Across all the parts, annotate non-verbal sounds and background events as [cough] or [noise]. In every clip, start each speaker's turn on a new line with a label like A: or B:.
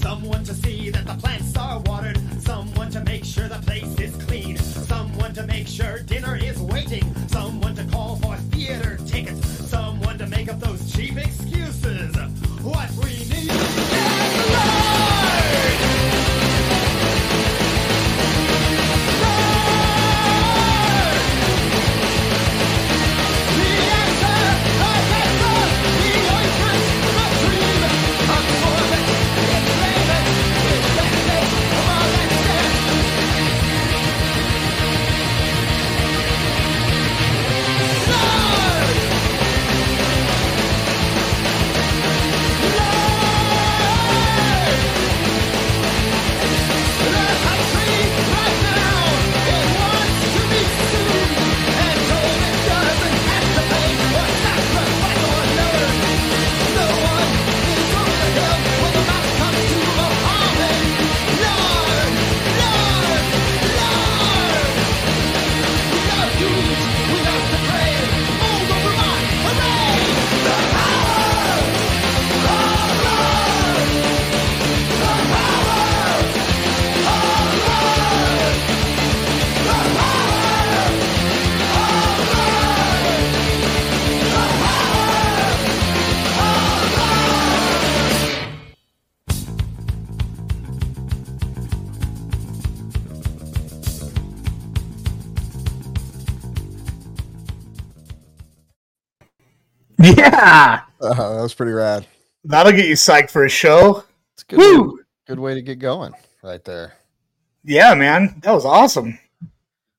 A: Someone to see that the plants are watered. Someone to make sure the place is clean. Someone to make sure dinner is waiting. Someone to call for theater tickets. Someone to make up those cheap excuses. What we need is light!
B: Yeah,
C: Uh, that was pretty rad.
B: [laughs] that'll get you psyched for a show.
C: It's a good,
B: Woo!
C: Way, good way to get going right there.
B: Yeah, man, that was awesome.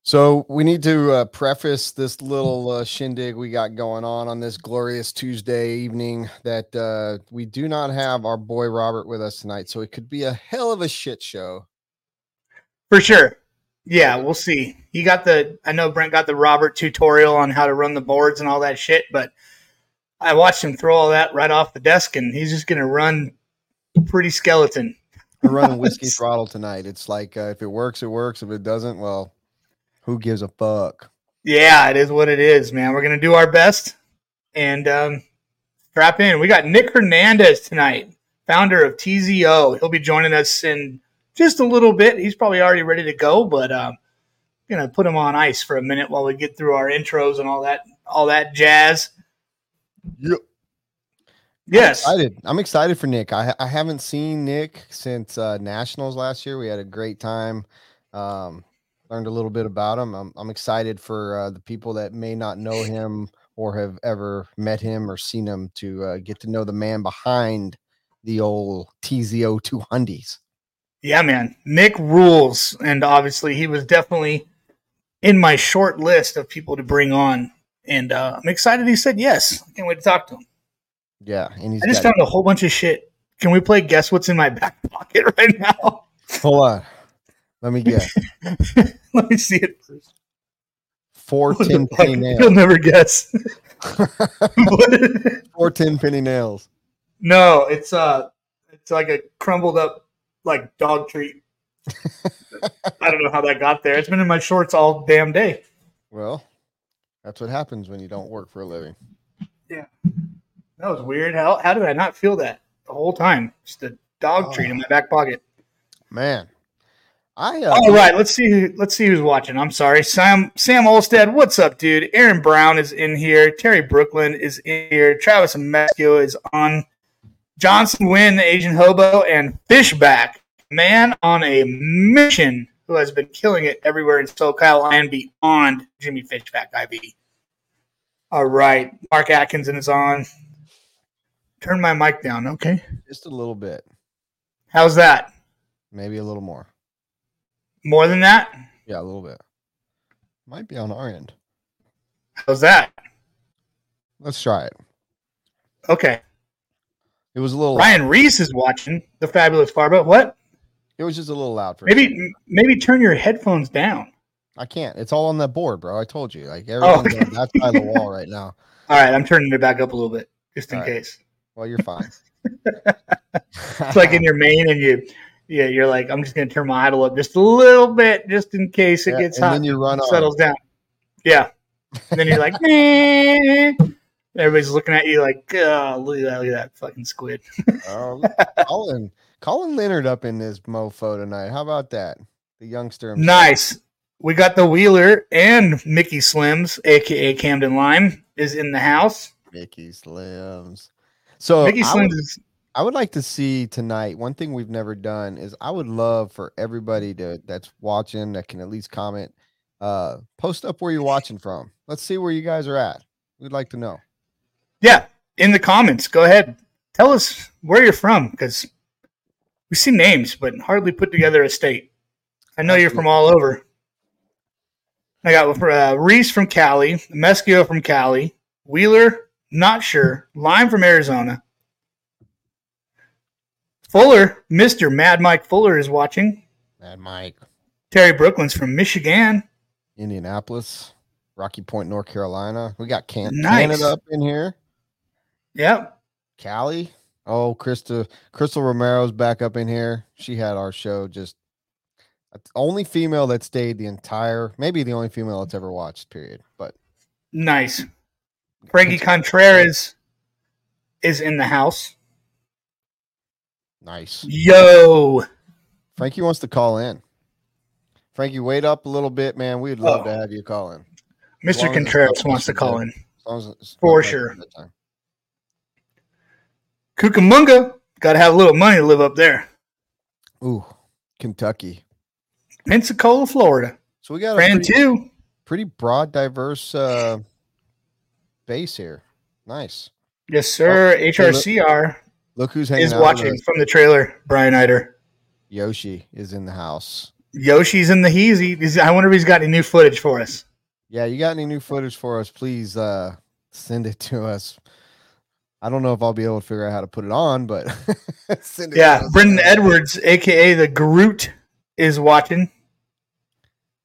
C: So we need to uh, preface this little uh, shindig we got going on on this glorious Tuesday evening that uh, we do not have our boy Robert with us tonight, so it could be a hell of a shit show.
B: For sure. Yeah, we'll see. He got the I know Brent got the Robert tutorial on how to run the boards and all that shit, but I watched him throw all that right off the desk and he's just gonna run pretty skeleton.
C: We're running whiskey throttle tonight. It's like uh, if it works, it works. If it doesn't, well, who gives a fuck?
B: Yeah, it is what it is, man. We're gonna do our best and um strap in. We got Nick Hernandez tonight, founder of TZO. He'll be joining us in just a little bit. He's probably already ready to go, but um gonna put him on ice for a minute while we get through our intros and all that all that jazz.
C: Yep.
B: Yes.
C: Excited. I'm excited for Nick. I, I haven't seen Nick since uh, Nationals last year. We had a great time. Um, learned a little bit about him. I'm, I'm excited for uh, the people that may not know him or have ever met him or seen him to uh, get to know the man behind the old TZO 2 Hundies.
B: Yeah, man. Nick rules. And obviously, he was definitely in my short list of people to bring on. And uh, I'm excited he said yes. I can't wait to talk to him.
C: Yeah. And he's
B: I just
C: got,
B: found a whole bunch of shit. Can we play Guess What's in My Back Pocket [laughs] right now?
C: hold on. uh, Let
B: [laughs]
C: me guess.
B: Let me see it. first.
C: Four
B: What the
C: 10
B: fuck?
C: penny
B: You'll
C: nails.
B: never
C: [laughs]
B: guess.
C: Four 10 penny nails.
B: no, it's uh, it's like a crumbled up like dog
C: [laughs]
B: treat. I don't know how that got there. It's been in my shorts all damn day.
C: Well, that's what happens when you don't work for a living.
B: That was weird. How how did I not feel that the whole time? Just a dog
C: Oh.
B: treat in my back pocket.
C: Man. I uh,
B: All right, let's see. who- Let's see who's watching. I'm sorry, Sam Sam Olstead. What's up, dude? Aaron Brown is in here. Terry Brooklyn is in here. Travis Mesco is on. Johnson Wynn, the Asian hobo, and Fishback, man on a mission, who has been killing it everywhere in SoCal and beyond. Jimmy Fishback, IB. All right, Mark Atkinson is on. Turn my mic down, okay?
C: just a little bit,
B: How's that?
C: maybe a little more.
B: More than that?
C: Yeah, a little bit. Might be on our end.
B: How's that?
C: Let's try it.
B: Okay.
C: It was a little. Loud.
B: Ryan Reese is watching the fabulous Farba. What?
C: It was just a little loud for me.
B: Maybe maybe turn your headphones down.
C: I can't. It's all on that board, bro. I told you. Like
B: Oh.
C: everything's on that's by the wall right now.
B: All right, I'm turning it back up a little bit just in
C: All right.
B: case.
C: Well, you're fine.
B: [laughs] It's like in your main and you yeah, you're like I'm just going to turn my idle up just a little bit just in case it
C: [laughs] Yeah,
B: gets
C: and
B: hot
C: then you run
B: and
C: on.
B: settles down. Yeah. And then you're like, [laughs] "Meh." Everybody's looking at you like, oh, look at that, look at that fucking squid.
C: [laughs] Oh, Colin, Colin Leonard up in this mofo tonight. How about that? The youngster. himself.
B: Nice. We got the Wheeler and Mickey Slims, aka Camden Lime, is in the house.
C: Mickey Slims. So
B: Mickey
C: Oh, I
B: Slims
C: would,
B: is
C: I would like to see tonight. One thing we've never done is I would love for everybody to that's watching that can at least comment, uh, post up where you're watching from. Let's see where you guys are at. We'd like to know.
B: yeah in the comments. Go ahead, tell us where you're from because we see names but hardly put together a state. I know you're from all over. I got uh, Reese from Cali, Mesquio from Cali, Wheeler, not sure, Lime from Arizona, Fuller, Mister Mad Mike Fuller is watching.
C: Mad Mike,
B: Terry Brooklands from Michigan.
C: Indianapolis, Rocky Point, North Carolina. We got Can-
B: Nice.
C: Canada up in here.
B: Yep.
C: Callie. Oh, Krista, Crystal Romero's back up in here. She had our show just only female that stayed the entire, maybe the only female that's ever watched. Period. But
B: Nice. Frankie Contreras is in the house.
C: nice.
B: Yo.
C: Frankie wants to call in. Frankie, wait up a little bit, man. We'd love
B: Oh.
C: to have you call in. As long
B: Mr.
C: as
B: Contreras
C: it's
B: wants to
C: Mr.
B: call in.
C: As long as it's
B: For
C: not right
B: sure.
C: at that time.
B: Cucamonga. Got to have a little money to live up there.
C: Ooh, Kentucky.
B: Pensacola, Florida.
C: So we got a
B: Brand
C: Oh, pretty-
B: two.
C: pretty broad, diverse uh, base here. Nice.
B: Yes, sir. HRCR
C: Look who's hanging
B: is
C: out with
B: watching
C: us.
B: from the trailer. Brian Eider.
C: Yoshi is in the house.
B: Yoshi's in the heezy. He's- I wonder if he's got any new footage for us.
C: Yeah, you got any new footage for us? Please uh, send it to us. I don't know if I'll be able to figure out how to put it on, but [laughs] send it. to
B: Yeah.
C: us.
B: Brendan Edwards, aka the Groot, is watching.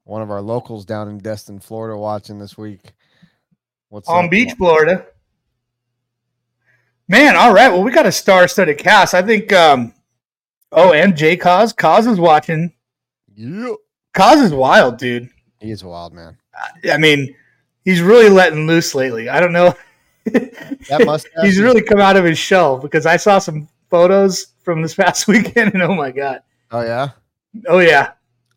C: one of our locals down in Destin, Florida, watching this week. What's
B: Palm
C: up?
B: Beach, Florida. Man, all right. Well, we got a star-studded cast. I think. um Oh, and Jay Cause. Cause is watching.
C: Yeah.
B: Cause is wild, dude.
C: He is a wild man.
B: I mean, he's really letting loose lately. I don't know. [laughs]
C: That mustache.
B: he's
C: is-
B: really come out of his shell because I saw some photos from this [laughs] past weekend, and oh my god.
C: Oh yeah.
B: Oh yeah,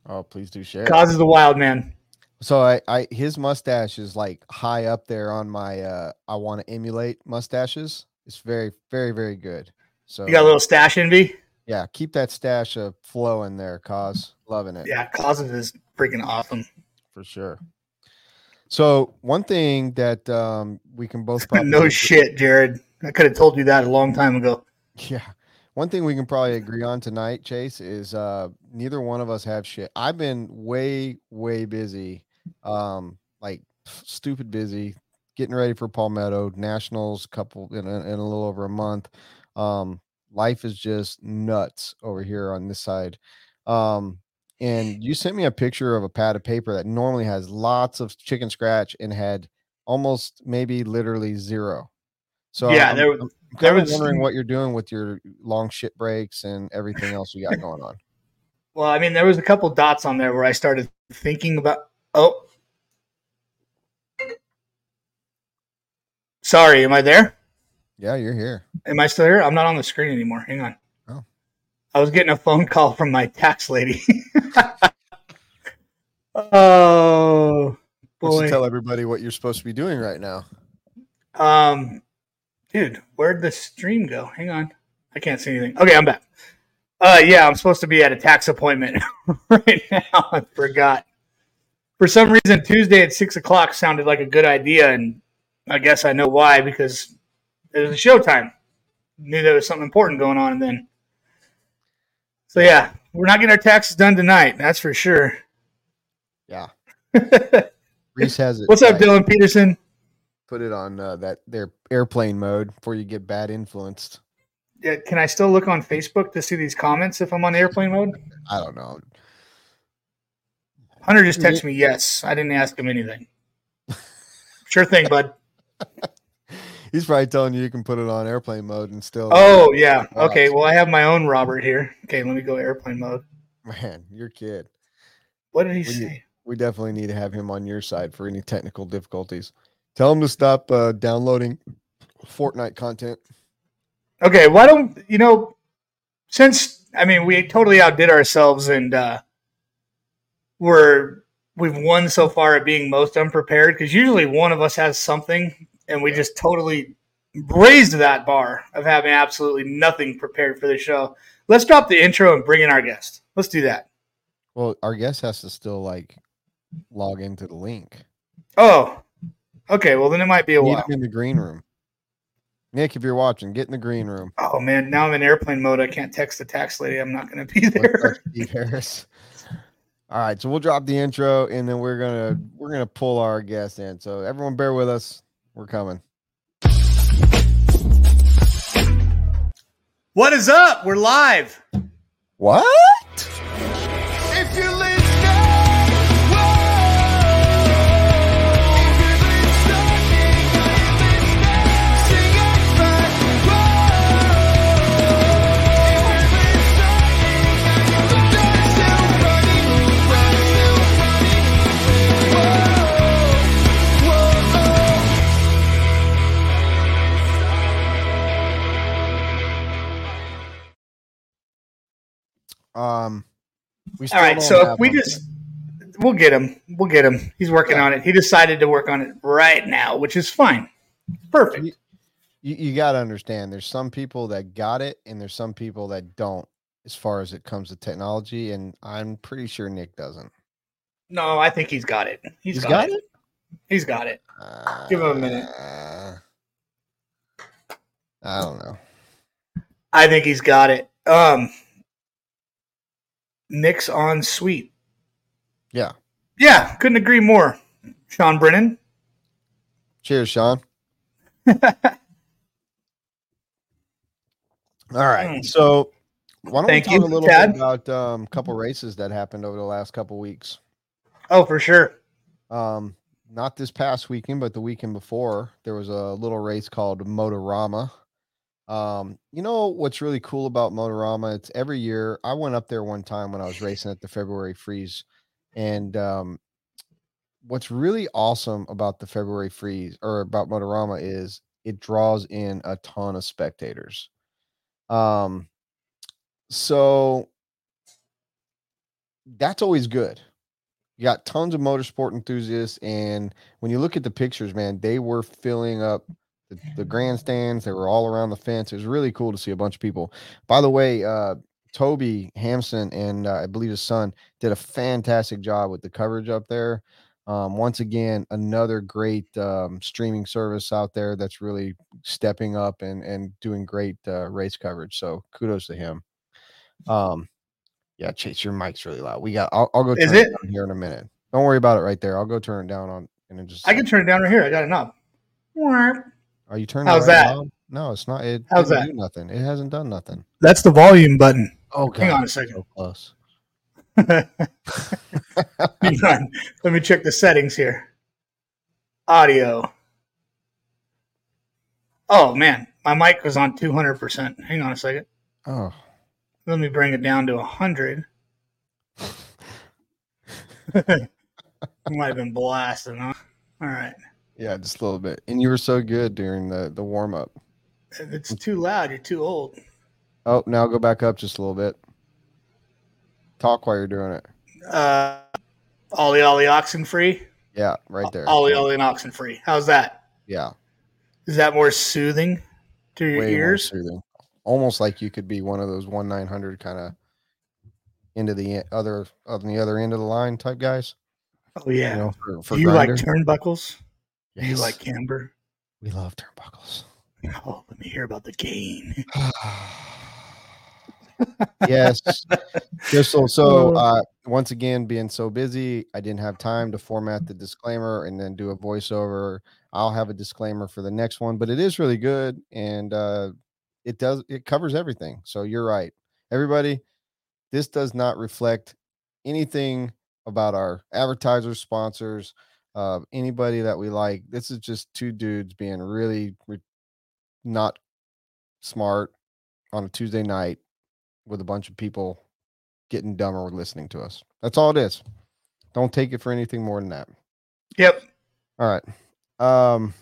C: Oh, please do share.
B: Cause is a wild man.
C: So I, I his mustache is like high up there on my uh I want to emulate mustaches. It's very, very, very good. So
B: You got a little stash envy.
C: yeah, keep that stash of flow in there, cause loving it
B: Yeah, Cause is freaking awesome.
C: for sure. So one thing that um we can
B: [laughs]
C: both probably
B: no
C: agree-
B: shit, Jared. I could have told you that a long time ago.
C: [laughs] Yeah. One thing we can probably agree on tonight, Chase, is uh neither one of us have shit. I've been way, way busy. Um, like stupid busy, getting ready for Palmetto Nationals couple in a, in a little over a month. Um, life is just nuts over here on this side. Um, and you sent me a picture of a pad of paper that normally has lots of chicken scratch and had almost maybe literally zero. So um,
B: Yeah,
C: I'm-
B: there-
C: I'm
B: there
C: kind of
B: was-
C: wondering what you're doing with your long shit breaks and everything else you got going on.
B: Well, I mean, there was a couple dots on there where I started thinking about. Oh, sorry. Am I there?
C: Yeah, you're here.
B: Am I still here? I'm not on the screen anymore. Hang on.
C: Oh.
B: I was getting a phone call from my tax lady. [laughs] oh
C: Why don't you
B: boy.
C: tell everybody what you're supposed to be doing right now.
B: Um, dude, where'd the stream go? Hang on, I can't see anything. Okay, I'm back. Uh, yeah, I'm supposed to be at a tax appointment [laughs] right now. I forgot. For some reason, Tuesday at six o'clock sounded like a good idea, and I guess I know why because it was a showtime. Knew there was something important going on, and then so yeah, we're not getting our taxes done tonight. That's for sure. [laughs]
C: Yeah, Reese has it.
B: What's up,
C: right.
B: Dylan Peterson?
C: Put it on uh, that their airplane mode before you get bad influenced.
B: Yeah, Can I still look on Facebook to see these comments if I'm on airplane mode?
C: I don't know.
B: Hunter just texted me, yes. I didn't ask him anything. Sure thing, bud.
C: He's probably telling you you can put it on airplane mode and still.
B: Oh, yeah. Okay. Well, I have my own Robert here. Okay. Let me go airplane mode.
C: man, your kid.
B: What did he
C: Will you-
B: say?
C: We definitely need to have him on your side for any technical difficulties. Tell him to stop uh, downloading Fortnite content.
B: Okay, why don't you know? Since I mean, we totally outdid ourselves, and uh, we're we've won so far at being most unprepared because usually one of us has something, and we just totally raised that bar of having absolutely nothing prepared for the show. Let's drop the intro and bring in our guest. Let's do that.
C: Well, our guest has to still like log into the link.
B: Oh, okay. Well, then it might be a
C: Need
B: while.
C: him in the green room. Nick, if you're watching, get in the
B: [laughs]
C: green room.
B: Oh man, now I'm in airplane mode. I can't text the tax lady. I'm not going to be
C: Let's
B: there.
C: touch Steve Harris. All right, so we'll drop the intro and then we're gonna we're gonna pull our guest in. So everyone bear with us. We're coming.
B: [laughs] What is up? We're live.
C: What? Um we
B: All right,
C: don't
B: so
C: have
B: if we
C: him.
B: just we'll get him. We'll get him. He's working on it. He decided to work on it right now, which is fine. Perfect.
C: you, you gotta understand there's some people that got it and there's some people that don't as far as it comes to technology, and I'm pretty sure Nick doesn't.
B: No, I think he's got it. he's got, it. He's got it. Give him a minute.
C: Uh, I don't know.
B: I think he's got it. Um Nick's on sweet.
C: Yeah.
B: Yeah, couldn't agree more. Sean Brennan. [laughs]
C: Cheers, Sean. All right.
B: Mm.
C: So why don't
B: Thank
C: we
B: you,
C: talk a little
B: Chad. Mm-hmm.
C: bit about um, a couple races that happened over the last couple weeks?
B: Oh, for sure.
C: Um, not this past weekend, but the weekend before, there was a little race called Motorama. Um, you know what's really cool about Motorama? It's every year. I went up there one time when I was racing at the February Freeze, and um, what's really awesome about the February Freeze or about Motorama is it draws in a ton of spectators. Um, so that's always good. You got tons of motorsport enthusiasts, and when you look at the pictures, man, they were filling up the, the grandstands. They were all around the fence. It was really cool to see a bunch of people. By the way, uh, Toby Hampson and uh, I believe his son did a fantastic job with the coverage up there. Um, once again, another great um, streaming service out there that's really stepping up and and doing great uh, race coverage. So kudos to him. Um, yeah, Chase, your mic's really loud. We got. I'll, I'll go.
B: Is
C: turn
B: it?
C: down here in a minute. Don't worry about it right there. I'll go turn it down on and then just.
B: I can turn it down right here. I got a knob. Warp.
C: Are you turning? it
B: How's
C: right
B: that?
C: down? No, it's not. It
B: How's
C: didn't
B: that?
C: do nothing. It hasn't done nothing.
B: That's the volume button.
C: Oh
B: Hang on
C: god,
B: a second. [laughs]
C: so close.
B: Hang on. Let me check the settings here. Audio. Oh man, my mic was on 200%. Hang on a second.
C: Oh,
B: Let me bring it down to 100. [laughs] Might have been blasting, huh? All right.
C: yeah, just a little bit. And you were so good during the the warm up.
B: If it's too loud, you're too old.
C: Oh, now go back up just a little bit. Talk while you're doing it.
B: Uh, Ollie Ollie Oxen Free.
C: Yeah, right there.
B: Ollie Ollie and Oxen Free. How's that?
C: Yeah,
B: Is that more soothing to your
C: way more
B: ears?
C: soothing. Almost like you could be one of those one nine hundred kind of into the e- other on the other end of the line type guys.
B: Oh, yeah.
C: You know, for, for
B: Do you
C: grinder.
B: like turnbuckles? Do you
C: Yes,
B: like camber?
C: We love turnbuckles.
B: Oh, let me hear about the gain. [laughs]
C: [sighs] yes. Crystal. So
B: Uh,
C: uh, once again, being so busy, I didn't have time to format the disclaimer and then do a voiceover. I'll have a disclaimer for the next one, but it is really good and uh, it does it covers everything. So you're right, everybody. This does not reflect anything about our advertisers, sponsors, uh, anybody that we like. This is just two dudes being really re- not smart on a Tuesday night with a bunch of people getting dumber listening to us. That's all it is. Don't take it for anything more than that.
B: Yep.
C: All right. Um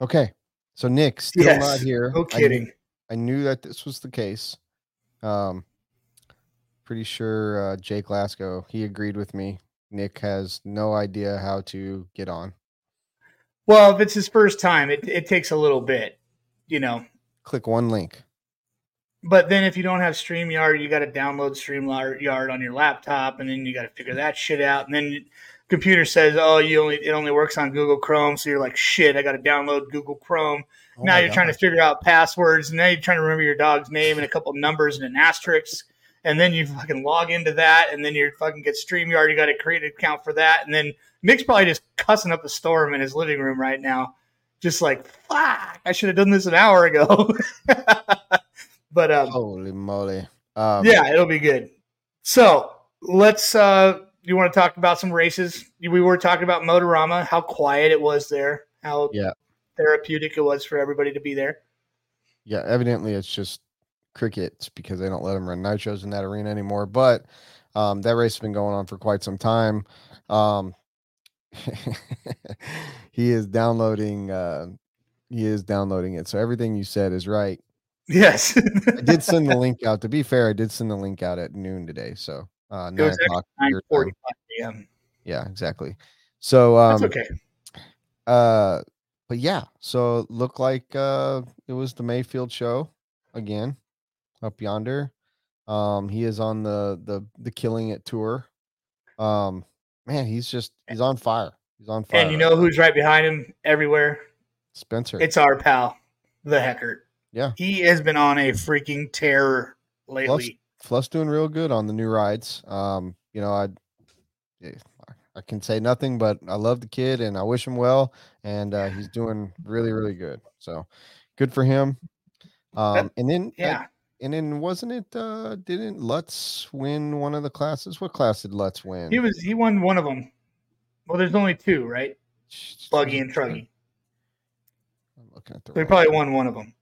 C: okay. So Nick still
B: Yes.
C: not here.
B: No
C: I knew-
B: kidding.
C: I knew that this was the case. Um, pretty sure uh, Jake Lasco he agreed with me. Nick has no idea how to get on.
B: Well, if it's his first time, it, it takes a little bit, you know.
C: Click one link.
B: But then if you don't have StreamYard, you got to download StreamYard on your laptop, and then you got to figure that shit out. And then computer says, "Oh, you only it only works on Google Chrome," so you're like, "Shit, I got to download Google Chrome."
C: Oh
B: now
C: my
B: you're trying to
C: gosh.
B: figure out passwords. And now you're trying to remember your dog's name and a couple numbers and an asterisk. And then you fucking log into that, and then you fucking get StreamYard. You got to create an account for that, and then Nick's probably just cussing up a storm in his living room right now, just like "fuck," I should have done this an hour ago. [laughs] but um,
C: Holy moly! Um,
B: yeah, it'll be good. So let's. uh You want to talk about some races? We were talking about Motorama, how quiet it was there, how
C: Yeah.
B: therapeutic it was for everybody to be there.
C: yeah. Evidently, it's just crickets because they don't let them run nitros in that arena anymore. But um, that race has been going on for quite some time. Um, [laughs] he is downloading. Uh, he is downloading it. So everything you said is right.
B: Yes,
C: I did send the link out. To be fair, I did send the link out at noon today. So uh,
B: It
C: nine
B: was
C: o'clock.
B: nine
C: your time.
B: forty-five a.m.
C: Yeah, exactly. So um,
B: That's okay.
C: uh, but yeah, so it looked like uh, it was the Mayfield show again up yonder. Um, he is on the the the Killing It tour. Um, man, he's just he's on fire. He's on fire.
B: And you
C: right
B: know
C: now.
B: who's right behind him everywhere?
C: Spencer?
B: It's our pal, the Heckert.
C: Yeah.
B: he has been on a freaking terror lately.
C: Fluff's doing real good on the new rides. Um, you know, I eh, I can say nothing, but I love the kid and I wish him well. And uh, he's doing really, really good. So good for him. Um, and then I-
B: yeah,
C: and then wasn't it? Uh, didn't Lutz win one of the classes? What class did Lutz win?
B: he was. He won one of them. Well, there's only two, right?
C: Sh-
B: Buggy and
C: I'm looking-
B: Truggy.
C: I'm looking at the.
B: So he
C: wrong-
B: probably won one of them.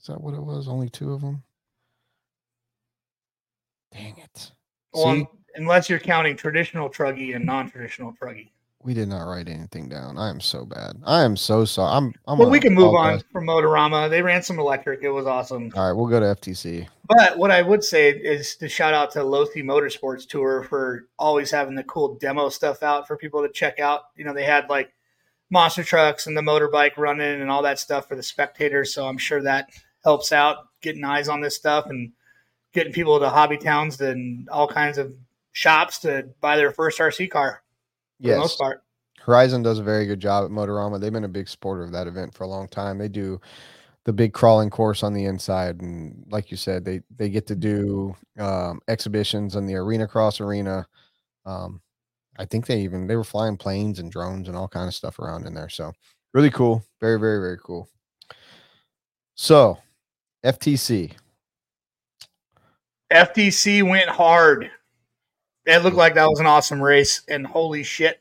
C: Is that what it was? Only two of them. Dang it!
B: Well,
C: See?
B: un- unless you're counting traditional Truggy and non-traditional Truggy.
C: We did not write anything down. I am so bad. I am so sorry. I'm. I'm
B: But
C: gonna
B: we can move
C: apologize.
B: on from Motorama. They ran some electric. It was awesome.
C: All right, we'll go to FTC.
B: But what I would say is to shout out to Lothi Motorsports Tour for always having the cool demo stuff out for people to check out. You know, they had like monster trucks and the motorbike running and all that stuff for the spectators. So I'm sure that helps out getting eyes on this stuff and getting people to hobby towns and all kinds of shops to buy their first RC car for the
C: Yes,
B: most part.
C: Horizon does a very good job at Motorama. They've been a big supporter of that event for a long time. They do the big crawling course on the inside, and like you said, they they get to
B: Mm-hmm.
C: do um, exhibitions in the arena cross arena. Um, I think they even they were flying planes and drones and all kind of stuff around in there. So really cool, very very very cool. So FTC,
B: FTC went hard. It looked like that was an awesome race, and holy shit!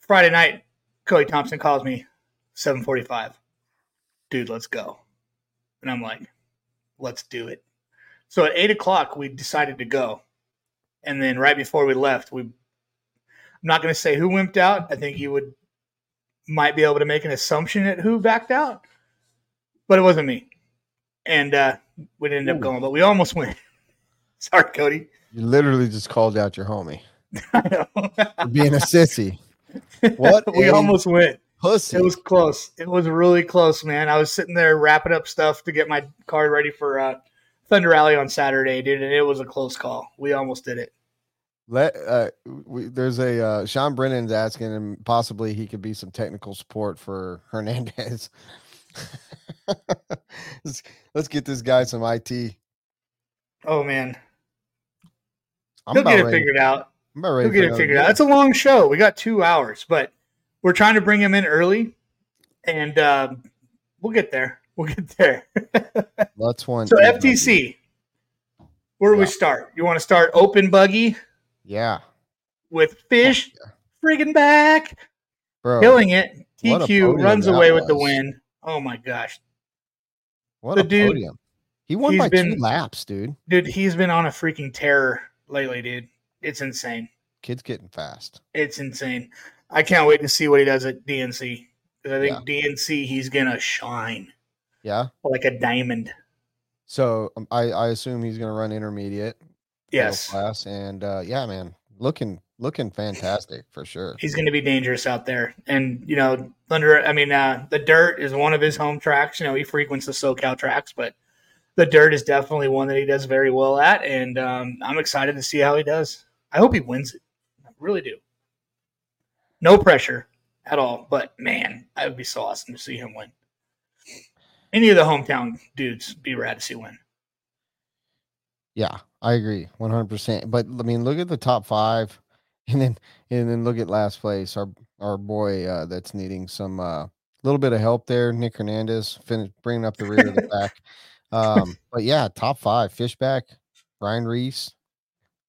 B: Friday night, Cody Thompson calls me, seven forty-five. Dude, let's go. And I'm like, let's do it. So at eight o'clock, we decided to go, and then right before we left, we. I'm not going to say who wimped out. I think you would might be able to make an assumption at who backed out, but it wasn't me, and uh, we didn't end up
C: Ooh.
B: going. But we almost went. [laughs] Sorry, Cody.
C: you literally just called out your homie
B: I
C: for being
B: [laughs]
C: a sissy.
B: know.
C: What
B: [laughs] we
C: a
B: almost went.
C: pussy.
B: It was close. It was really close, man. I was sitting there wrapping up stuff to get my card ready for uh, Thunder Rally on Saturday, dude, and it was a close call. We almost did it.
C: Let uh, we, there's a uh, Sean Brennan's asking him possibly he could be some technical support for Hernandez. [laughs] let's, let's get this guy some IT.
B: Oh man,
C: I'm
B: he'll
C: about
B: get it
C: ready.
B: figured out.
C: I'm about ready
B: He'll
C: for
B: get it
C: another
B: figured
C: day.
B: out. It's a long show. We got two hours, but we're trying to bring him in early, and um, we'll get there. We'll get there.
C: Let's one.
B: so
C: eight buggy.
B: FTC, where do we
C: Yeah.
B: start? You want to start open buggy
C: Yeah,
B: with fish friggin' back?
C: bro.
B: killing it.
C: what a podium
B: TQ runs
C: that
B: away with the
C: was.
B: win. Oh my gosh,
C: What
B: the
C: a
B: dude-
C: podium. He won
B: he's
C: by two
B: been-
C: laps, dude.
B: dude, he's been on a freaking terror lately, dude. It's insane.
C: Kid's getting fast.
B: It's insane. I can't wait to see what he does at DNC 'Cause I think DNC he's gonna shine
C: Yeah.
B: like a diamond.
C: So um, I, I assume he's going to run intermediate middle
B: Yes,
C: class, and uh, yeah, man, looking looking fantastic for sure.
B: he's gonna be dangerous out there. And you know, Thunder. I mean, uh, the dirt is one of his home tracks. You know, he frequents the SoCal tracks, but the dirt is definitely one that he does very well at. And um, I'm excited to see how he does. I hope he wins it. I really do. No pressure at all, but man, that would be so awesome to see him win. Any of the hometown dudes be rad to see win.
C: Yeah, I agree, one hundred percent. But I mean, look at the top five, [laughs] and then and then look at last place. Our our boy uh, that's needing some uh, little bit of help there, Nick Hernandez, finish bringing up the rear of the pack. Um, but yeah, top five: Fishback, Brian Reese,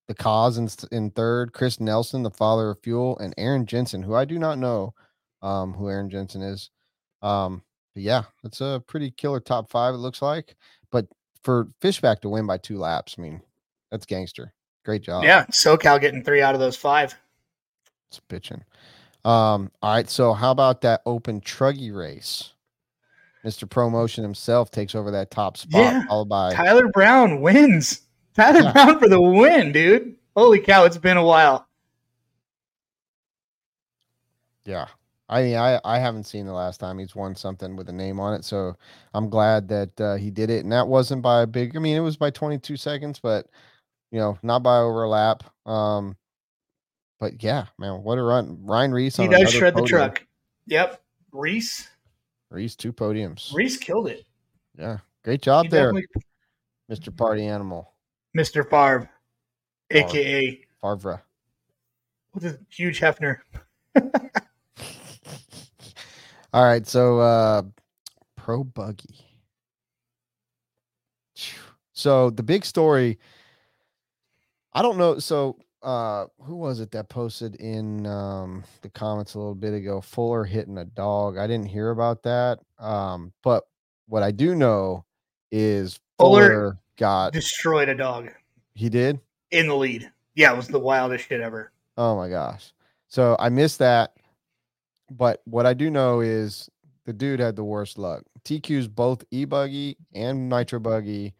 C: the Cause in, s- in third, Chris Nelson, the father of Fuel, and Aaron Jensen, who I do not know um, who Aaron Jensen is. Um, but yeah, it's a pretty killer top five. It looks like, but for Fishback to win by two laps, I mean, that's gangster. Great job.
B: Yeah, SoCal getting three out of those five.
C: It's bitching. Um, all right. So how about that open truggy race? Mr. Promotion himself takes over that top spot,
B: Yeah.
C: followed by
B: Tyler Brown wins. Tyler
C: Yeah.
B: Brown for the win, dude. Holy cow, it's been a while.
C: yeah. I mean, I, I haven't seen the last time he's won something with a name on it, so I'm glad that uh, he did it. And that wasn't by a big. I mean, it was by 22 seconds, but you know, not by over a lap. Um, but yeah, man, what a run! Ryan Reese.
B: He
C: on
B: does
C: another
B: shred the
C: podium.
B: truck. Yep. Reese.
C: Reese two podiums.
B: Reese killed it.
C: Yeah, great job
B: He
C: there,
B: definitely-
C: Mr. Party Animal
B: Mr. Favre, aka
C: Farvra.
B: what's his huge Hefner.
C: [laughs] All right, so uh pro buggy. Phew. So the big story I don't know so uh who was it that posted in um the comments a little bit ago Fuller hitting a dog. I didn't hear about that. Um but what I do know is
B: Fuller
C: Fuller, got
B: Destroyed a dog
C: he did.
B: in the lead. Yeah, it was the wildest shit ever.
C: Oh my gosh. So I missed that. But what I do know is the dude had the worst luck. TQ's both e buggy and nitro buggy,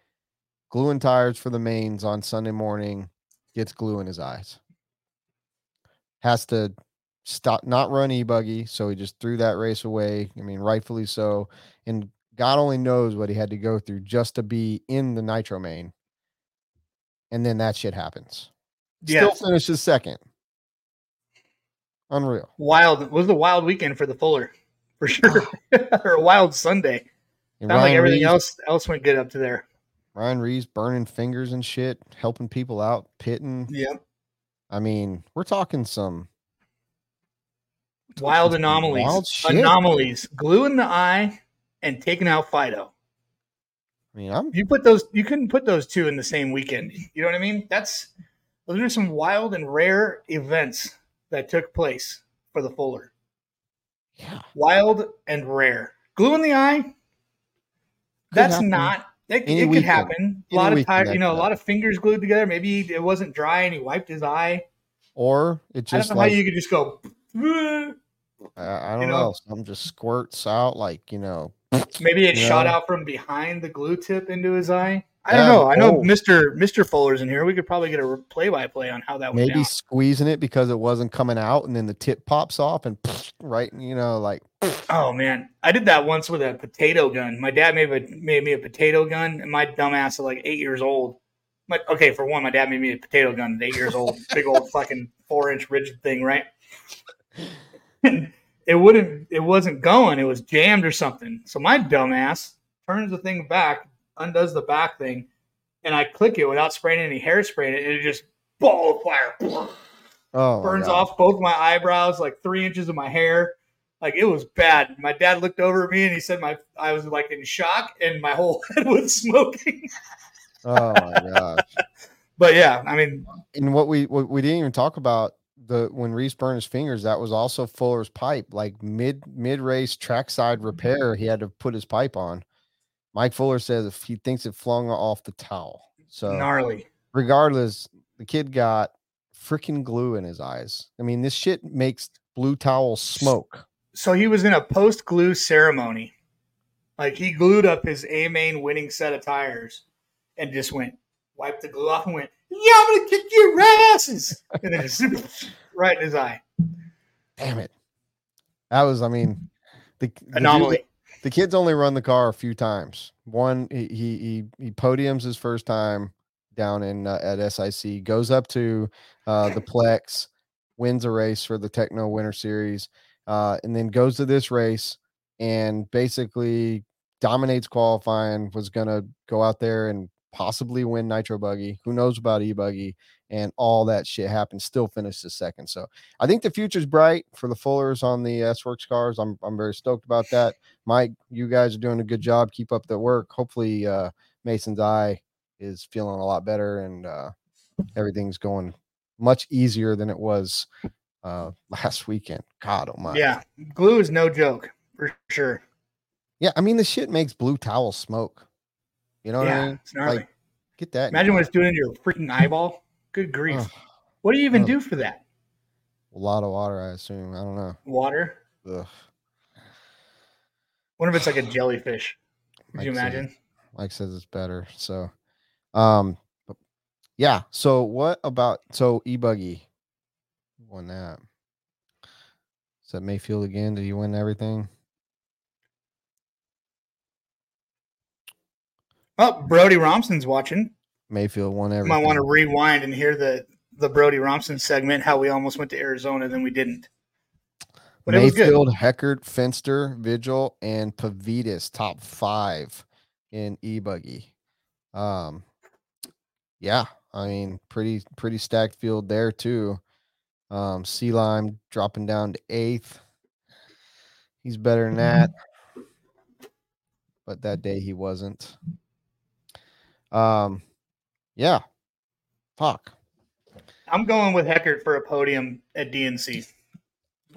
C: gluing tires for the mains on Sunday morning, gets glue in his eyes. Has to stop, not run e buggy. So he just threw that race away. I mean, rightfully so. And God only knows what he had to go through just to be in the nitro main. And then that shit happens
B: Yeah.
C: still finishes second. Unreal.
B: Wild it was the wild weekend for the Fuller for
C: [sighs]
B: sure. [laughs] or a wild Sunday.
C: And
B: Sound like everything
C: Rees,
B: else else went good up to there.
C: Ryan Reeves burning fingers and shit, helping people out, pitting.
B: Yep.
C: I mean, we're talking some
B: Wild
C: some
B: anomalies.
C: wild shit.
B: anomalies. Glue in the eye and taking out Fido.
C: I mean, I'm
B: You put those you couldn't put those two in the same weekend. You know what I mean? That's those are some wild and rare events that took place for the Fuller.
C: yeah.
B: Wild and rare. Glue in the eye.
C: Could
B: That's
C: happen.
B: not that
C: Any
B: it could
C: weekend.
B: happen. A
C: Any
B: lot of
C: weekend
B: tire,
C: that
B: you know, a
C: could
B: lot of fingers glued together. Maybe it wasn't dry and he wiped his eye.
C: Or it
B: I don't
C: just
B: know
C: like
B: how you could just go. "Bleh."
C: I, I
B: you
C: don't know,
B: know.
C: Some just squirts out like you know.
B: Maybe it
C: Yeah.
B: shot out from behind the glue tip into his eye. I
C: Yeah,
B: don't know. I know
C: oh.
B: Mr. Mr. Fuller's in here. We could probably get a play by play on how that went
C: Maybe
B: down.
C: squeezing it because it wasn't coming out, and then the tip pops off, and right, you know, like
B: Oh man, I did that once with a potato gun. My dad made a, made me a potato gun, and my dumbass at like eight years old. My, okay, for one, my dad made me a potato gun at eight years old, big old fucking four inch rigid thing, right? [laughs] And it wouldn't, it wasn't going. It was jammed or something. So my dumbass turns the thing back, undoes the back thing, and I click it without spraying any hairspray, in it, and it just ball of fire.
C: oh, my
B: burns
C: God.
B: off both my eyebrows, like three inches of my hair. Like it was bad. My dad looked over at me and he said my I was like in shock and my whole [laughs] head was smoking.
C: Oh
B: [laughs]
C: my god.
B: But yeah, I mean,
C: and what we what we didn't even talk about the when Reese burned his fingers, that was also Fuller's pipe. Like mid mid race trackside repair, he had to put his pipe on. Mike Fuller says if he thinks it flung off the towel. So
B: gnarly.
C: regardless, the kid got freaking glue in his eyes. I mean, this shit makes blue towel smoke.
B: so he was in a post glue ceremony. Like he glued up his A main winning set of tires and just went, wiped the glue off and went, Yeah, I'm gonna kick your asses. And then just [laughs] right in his eye.
C: Damn it. That was, I mean, the the dude-
B: Anomaly.
C: the kid's only run the car a few times. One, he he he, he podiums his first time down in uh, at SIC, goes up to uh, the Plex, wins a race for the Techno Winter Series, uh, and then goes to this race and basically dominates qualifying. Was gonna go out there and possibly win Nitro Buggy. Who knows about E Buggy? And all that shit happened. Still finishes second. So I think the future's bright for the Fullers on the S Works cars. I'm I'm very stoked about that. Mike, you guys are doing a good job. Keep up the work. Hopefully, uh, Mason's eye is feeling a lot better and uh, everything's going much easier than it was uh, [laughs] last weekend. God almighty.
B: Yeah. Glue is no joke for sure.
C: Yeah. I mean, the shit makes blue towel smoke. You know what I
B: Yeah.
C: mean?
B: It's gnarly.
C: like, Get that. in your
B: Imagine what it's doing to your
C: [laughs]
B: freaking eyeball. Good grief.
C: Ugh.
B: What do you even
C: Ugh.
B: do for that?
C: a lot of water, I assume. I don't know.
B: Water?
C: Ugh,
B: Wonder if it's like a jellyfish. Could you
C: Mike says-
B: imagine?
C: Mike says it's better. So, um, but- yeah. So, what about so e buggy won that? Is that Mayfield again? Did he win everything?
B: Oh, Brody Romson's watching.
C: Mayfield won
B: You
C: everything.
B: might want to rewind and hear the the Brody Romson segment, how we almost went to Arizona, then we didn't. But it was good.
C: Mayfield, Heckert, Finster, Vigil, and Pavitas top five in e buggy. Um, yeah, I mean, pretty pretty stacked field there too. Um, Sea Lime dropping down to eighth. He's better than that, but that day he wasn't. Um, yeah, fuck.
B: I'm going with Heckert for a podium at DNC.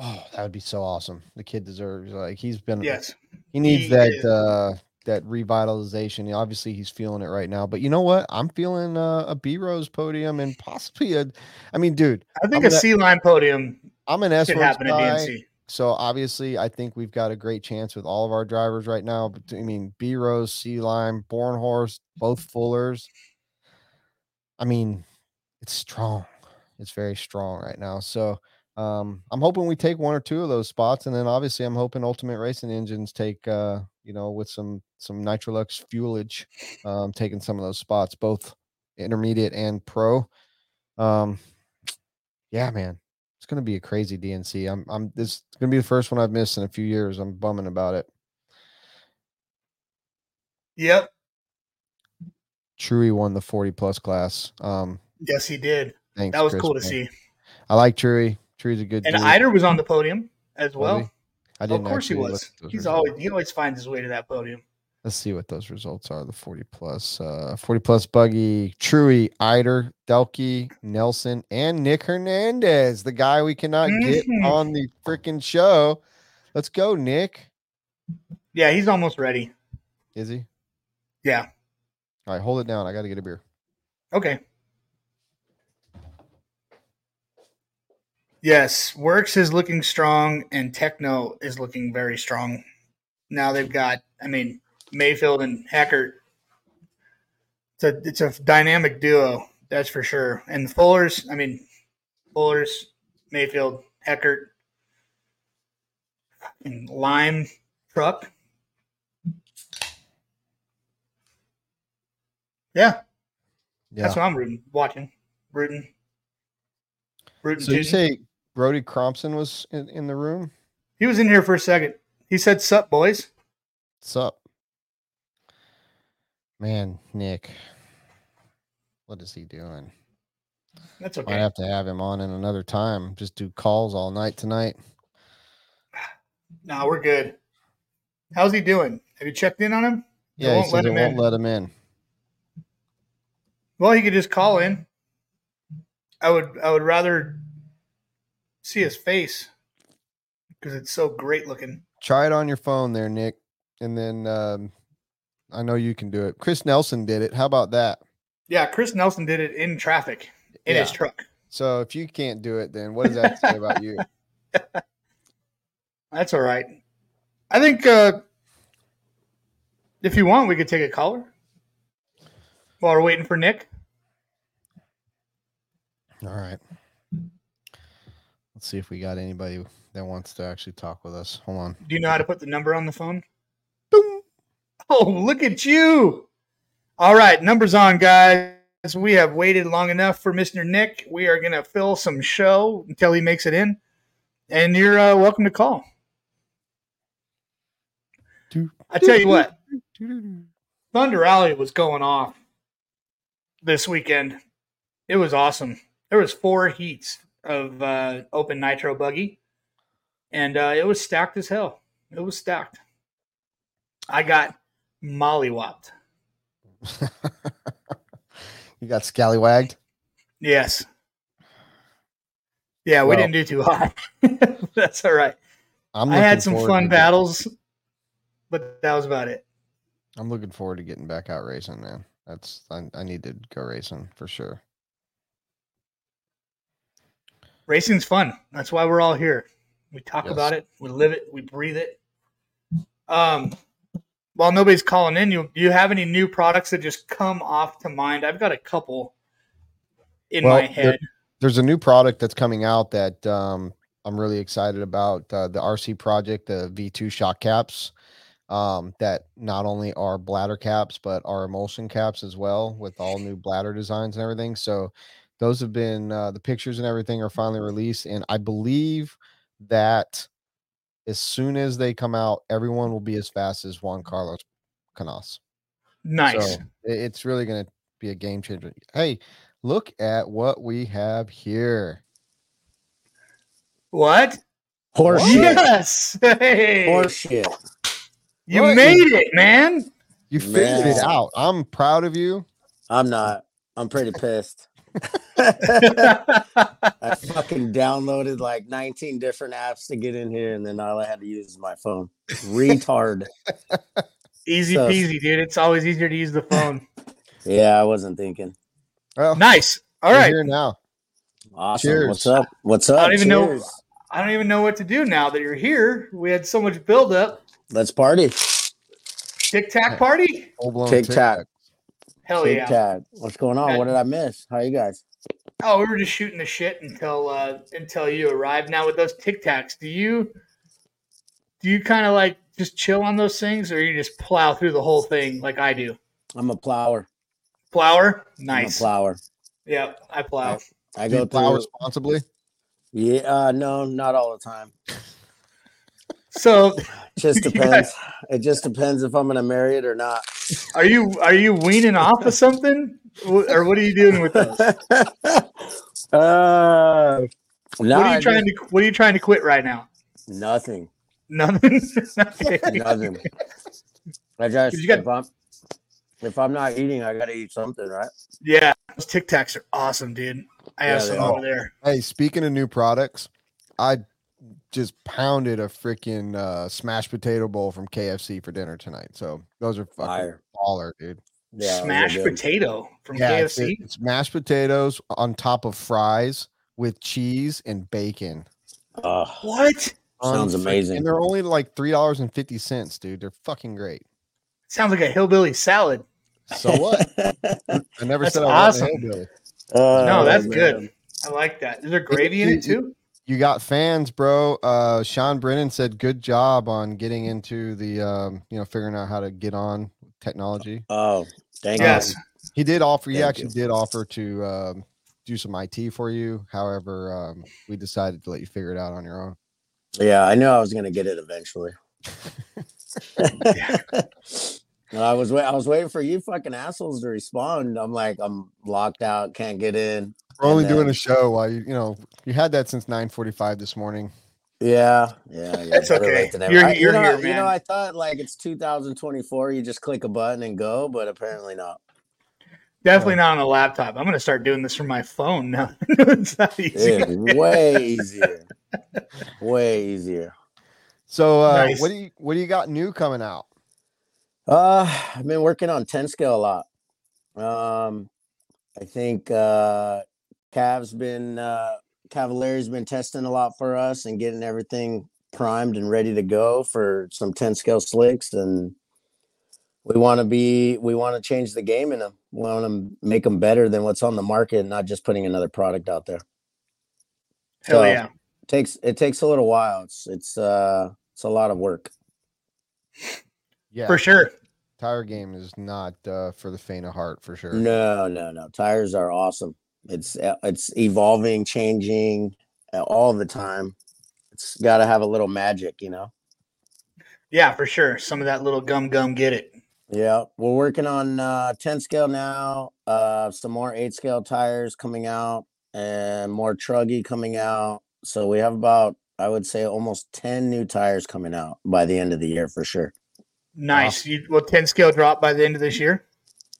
C: Oh, that would be so awesome. The kid deserves like he's been
B: Yes.
C: He needs
B: He
C: that
B: is-
C: uh that revitalization. Obviously, he's feeling it right now. But you know what? I'm feeling uh, a B Rose podium and possibly a. I mean, dude,
B: I think
C: I'm
B: a
C: gonna-
B: sea line podium
C: I'm an S
B: could
C: Works
B: happen at
C: guy.
B: DNC.
C: So obviously, I think we've got a great chance with all of our drivers right now. But I mean, B Rose, Sea Lime, Horse, both Fullers. I mean, it's strong. It's very strong right now. So um, I'm hoping we take one or two of those spots, and then obviously I'm hoping Ultimate Racing Engines take uh, you know with some some Nitrolux fuelage, um, taking some of those spots, both intermediate and pro. Um, yeah, man, it's gonna be a crazy DNC. I'm I'm this is gonna be the first one I've missed in a few years. I'm bumming about it.
B: Yep.
C: Truey won the 40 plus class. Um,
B: Yes, he did.
C: thanks.
B: That was
C: Chris
B: cool to
C: Brown.
B: see.
C: I like Truey. Truey's a good
B: And
C: dude.
B: Eider was on the podium as
C: Was
B: well.
C: he? I
B: Of
C: didn't
B: course he
C: actually look
B: was.
C: at those
B: He's
C: results.
B: always he always finds his way to that podium.
C: Let's see what those results are. The 40 plus, uh, 40 plus buggy, Truey, Eider, Delkey, Nelson, and Nick Hernandez, the guy we cannot get
B: Mhm.
C: on the freaking show. Let's go, Nick.
B: Yeah, he's almost ready.
C: Is he?
B: Yeah.
C: All right, hold it down. I got to get a beer.
B: Okay. Yes, Works is looking strong and Techno is looking very strong. Now they've got, I mean, Mayfield and Hackert. It's a it's a dynamic duo, that's for sure. And the Fullers, I mean, Fullers, Mayfield, Hackert, and Lime Truck. Yeah,
C: Yeah.
B: that's what I'm rooting, watching, rooting, rooting.
C: So you
B: tooting.
C: say Brody Crompson was in, in the room?
B: he was in here for a second. He said, "Sup, boys."
C: What's up? Man, Nick. What is he doing?
B: That's
C: Might
B: okay.
C: have to have him on in another time. Just do calls all night tonight.
B: No, we're good. How's he doing? Have you checked in on him? They
C: Yeah,
B: won't
C: he
B: let
C: says it
B: him
C: won't
B: in.
C: let him in.
B: Well, he could just call in. I would. I would rather see his face because it's so great looking.
C: Try it on your phone there, Nick. And then um, I know you can do it. Chris Nelson did it. How about that?
B: Yeah, Chris Nelson did it in traffic in his
C: Yeah.
B: truck. [laughs]
C: So if you can't do it, then what does that say about you?
B: That's all right. I think uh, if you want, we could take a caller while we're waiting for Nick.
C: All right. Let's see if we got anybody that wants to actually talk with us. Hold on.
B: Do you know how to put the number on the phone? Boom. Oh, look at you. All right, numbers on, guys. We have waited long enough for Mr. Nick. We are going to fill some show until he makes it in. And you're uh, welcome to call. I tell you what, Thunder Alley was going off this weekend. It was awesome. There was four heats of uh, open nitro buggy, and uh, it was stacked as hell. It was stacked. I got mollywopped.
C: [laughs] you got scallywagged.
B: Yes. Yeah, we
C: Well-
B: didn't do too hot. [laughs] That's all right.
C: I'm
B: I had
C: looking
B: some
C: forward
B: fun
C: to get-
B: battles, but that was about it.
C: I'm looking forward to getting back out racing, man. That's I, I need to go racing for sure.
B: Racing's fun. That's why we're all here. We talk
C: Yes.
B: about it. We live it. We breathe it. Um, while nobody's calling in, you do you have any new products that just come off to mind? I've got a couple in
C: Well,
B: my
C: there-
B: head.
C: There's a new product that's coming out that um, I'm really excited about. Uh, the RC project, the V2 shock caps, um, that not only are bladder caps but are emulsion caps as well, with all new bladder designs and everything. So those have been uh, the pictures and everything are finally released, and I believe that as soon as they come out, everyone will be as fast as Juan Carlos Canas.
B: nice.
C: So i- it's really going to be a game changer. Hey, look at what we have here.
B: What?
D: Horseshit.
B: Yes. Hey,
D: Horseshit.
B: you
C: What?
B: made it, man. [laughs]
C: You figured it
D: Man.
C: out. I'm proud of you.
D: I'm not. I'm pretty pissed. [laughs] I fucking downloaded like 19 different apps to get in here, and then all I had to use is my phone. Retard.
B: Easy
D: So-
B: peasy, dude. It's always easier to use the
C: [laughs]
B: phone.
D: yeah, I wasn't thinking.
C: Well,
B: nice. All
C: we're
B: right.
C: here now.
D: Awesome. What's
C: Cheers.
D: up? What's up?
B: I don't even know-
D: Cheers.
B: I don't even know what to do now that you're here. We had so much buildup.
D: Let's party.
B: Tic Tac party?
C: Full blown
D: Tic Tac.
B: Hell
D: Tic
B: Oh, yeah!
D: Tac. What's going on? What did I miss? How you guys?
B: Oh, we were just shooting the shit until uh, until you arrived. Now with those Tic Tacs, do you do you kind of like just chill on those things, or you just plow through the whole thing like I do?
D: I'm a plower.
B: Flour,
D: I'm a
B: nice.
D: plower.
B: Yep, I plow.
D: I
C: Do
D: go
C: you plow
D: through.
C: responsibly.
D: Yeah, uh, no, not all the time.
B: So, [laughs]
D: Just
B: Yeah.
D: depends. It just depends if I'm gonna marry it or not.
B: are you are you weaning off of something, Wh- or what are you doing
D: [laughs]
B: with those?
D: uh,
B: What
D: nah,
B: are you trying to What are you trying to quit right now?
D: Nothing.
B: Nothing. [laughs] Okay.
D: [laughs]
B: [laughs]
D: Nothing. I just
B: 'Cause you got-
D: if I'm if I'm not eating, I gotta eat something, right?
B: Yeah, those Tic Tacs are awesome, dude. I have
D: Yeah, they
B: some
C: are.
B: over there.
C: Hey, speaking of new products, I just pounded a freaking uh, smashed potato bowl from KFC for dinner tonight. So those are fucking
D: Fire.
C: baller, dude.
D: Yeah, those are
B: Smashed
D: good.
B: potato from
C: Yeah, it's,
B: KFC.
C: it's mashed potatoes on top of fries with cheese and bacon.
D: Oh,
B: What?
D: Sounds
C: Unfreak-
D: amazing.
C: And they're only like three dollars and fifty cents, dude. They're fucking great.
B: Sounds like a hillbilly salad.
C: So
B: [laughs]
C: what? I never
B: That's
C: said I was
B: awesome.
D: [laughs] Oh,
B: No, that's
D: man.
B: good. I like that. Is there gravy in it too?
C: You got fans, bro. Uh, Sean Brennan said, "Good job on getting into the, um, you know, figuring out how to get on technology."
D: Oh, thank
B: Yes.
D: you.
C: He did offer. He
D: Thank
C: actually did offer to um, do some IT for you. However, um, we decided to let you figure it out on your own.
D: Yeah, I knew I was gonna get
B: [laughs]
D: it eventually. [laughs] And I was wait, I was waiting for you fucking assholes to respond. I'm like, I'm locked out, can't get in.
C: We're only
D: And then-
C: doing a show while you, you know, you had that since nine forty-five this morning.
D: Yeah, yeah, yeah.
B: It's
D: better
B: okay.
D: late than never.
B: You're-
D: I- you
B: you're
D: know,
B: here,
D: You
B: man.
D: know, I thought like it's 2024. You just click a button and go, but apparently not.
B: Definitely not on a laptop. I'm gonna start doing this from my phone now. [laughs] it's not easy.
D: It's way easier. Way easier.
C: So, uh,
B: Nice.
C: what do you what do you got new coming out?
D: Uh, I've been working on 10 scale a lot. Um, I think uh Cav's been uh Cavalier's been testing a lot for us and getting everything primed and ready to go for some 10 scale slicks and we want to be we want to change the game and we want to make them better than what's on the market and not just putting another product out there
B: Hell
D: So,
B: yeah.
D: takes it takes a little while it's it's uh it's a lot of work
C: Yeah,
B: For sure.
C: tire game is not uh, for the faint of heart for sure.
D: No, no, no. Tires are awesome. It's uh, it's evolving, changing uh, all the time. It's got to have a little magic, you know.
B: Yeah, for sure. Some of that little gum gum get it.
D: Yeah, we're working on uh 10 scale now. Uh some more 8 scale tires coming out and more truggy coming out. So we have about I would say almost 10 new tires coming out by the end of the year for sure.
B: Nice. You will 10 scale drop by the end of this year?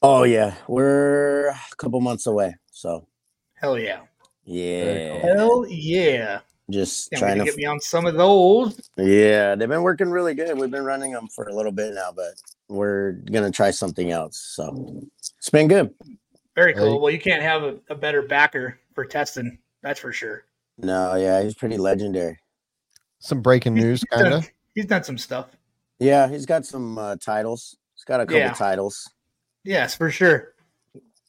D: Oh yeah, we're a couple months away. So,
B: Hell yeah.
D: yeah.
B: Hell yeah.
D: Just
B: Can't
D: trying
B: wait to
D: to
B: get me on some of those.
D: Yeah, they've been working really good. We've been running them for a little bit now, but we're gonna try something else. So it's been good.
B: Very cool.
C: Right.
B: Well, you can't have a, a better backer for testing. That's for sure.
D: No, yeah, he's pretty legendary.
C: Some breaking news,
B: He's
C: kind
B: done,
C: of.
B: he's done some stuff.
D: Yeah, he's got some uh, titles. He's got a couple
B: Yeah.
D: titles.
B: Yes, for sure.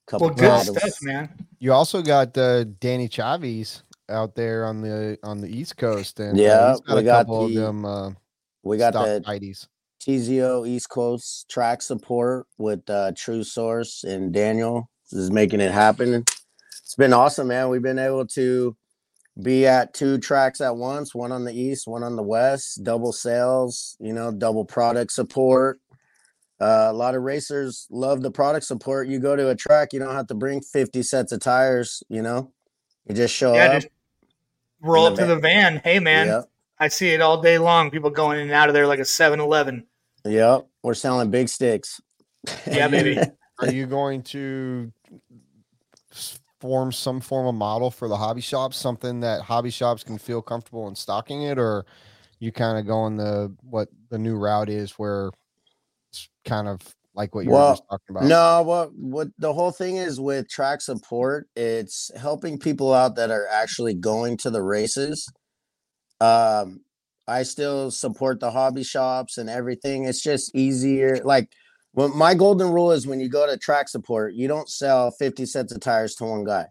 D: Couple
B: Well, good
D: titles.
B: stuff, man.
C: You also got uh, Danny Chavis out there on the on the East Coast, and uh,
D: Yeah,
C: he's got
D: we
C: a
D: got
C: couple
D: the-
C: of them. Uh,
D: We got
C: stock
D: the [laughs]
C: tidies.
D: TZO East Coast track support with uh, True Source and Daniel is making it happen. It's been awesome, man. We've been able to be at two tracks at once one on the east, one on the west, double sales, you know, double product support. Uh, a lot of racers love the product support. You go to a track, you don't have to bring 50 sets of tires, you know, you just show
B: Yeah,
D: up.
B: just roll
D: in
B: up to
D: the
B: the van. Hey, man.
D: Yep.
B: I see it all day long. People going in and out of there like a 7 Eleven.
D: Yep. We're selling big sticks.
B: Yeah,
D: [laughs]
B: baby.
C: Are you going to s- form some form of model for the hobby shops? Something that hobby shops can feel comfortable in stocking it, or you kind of going the what the new route is, where it's kind of like what you
D: Well,
C: were just talking about.
D: No, what what the whole thing is with track support, it's helping people out that are actually going to the races. Um, I still support the hobby shops and everything. It's just easier. Like, well, my golden rule is when you go to track support, you don't sell 50 sets of tires to one guy.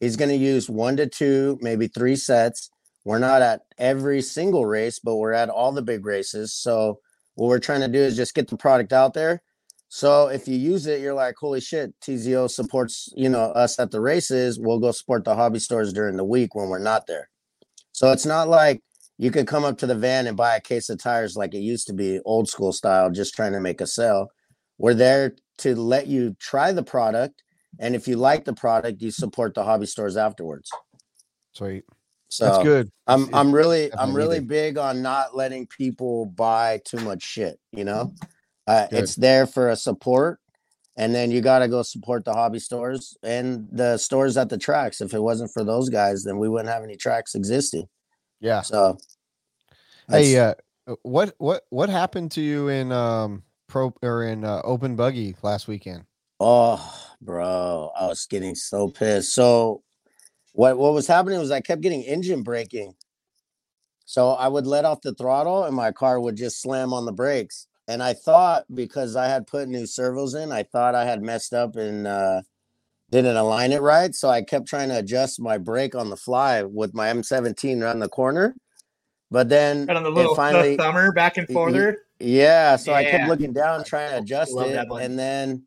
D: He's going to use one to two, maybe three sets. We're not at every single race, but we're at all the big races. So, what we're trying to do is just get the product out there. So if you use it, you're like, holy shit, TZO supports, you know, us at the races. We'll go support the hobby stores during the week when we're not there. So it's not like you could come up to the van and buy a case of tires like it used to be, old school style, just trying to make a sale. We're there to let you try the product. And if you like the product, you support the hobby stores afterwards.
C: Sweet,
D: So
C: that's good.
D: I'm
C: It's-
D: I'm really I'm
C: definitely
D: really
C: needed.
D: big on not letting people buy too much shit. You know, uh,
C: Good.
D: it's there for a support, and then you got to go support the hobby stores and the stores at the tracks. If it wasn't for those guys, then we wouldn't have any tracks existing.
C: Yeah.
D: So,
C: Hey,
D: that's-
C: uh, what what what happened to you in um pro or in uh, open buggy last weekend?
D: oh, bro, I was getting so pissed. So, what what was happening was I kept getting engine braking. So I would let off the throttle and my car would just slam on the brakes. And I thought because I had put new servos in, I thought I had messed up and uh, didn't align it right. So I kept trying to adjust my brake on the fly with my M17 around the corner. But then
B: Right on the
D: it
B: little [laughs]
D: finally,
B: thumber back and
D: y- y-
B: forther.
D: yeah, so I
B: Yeah.
D: kept looking down trying to
B: I
D: adjust
B: love
D: it,
B: that button.
D: and then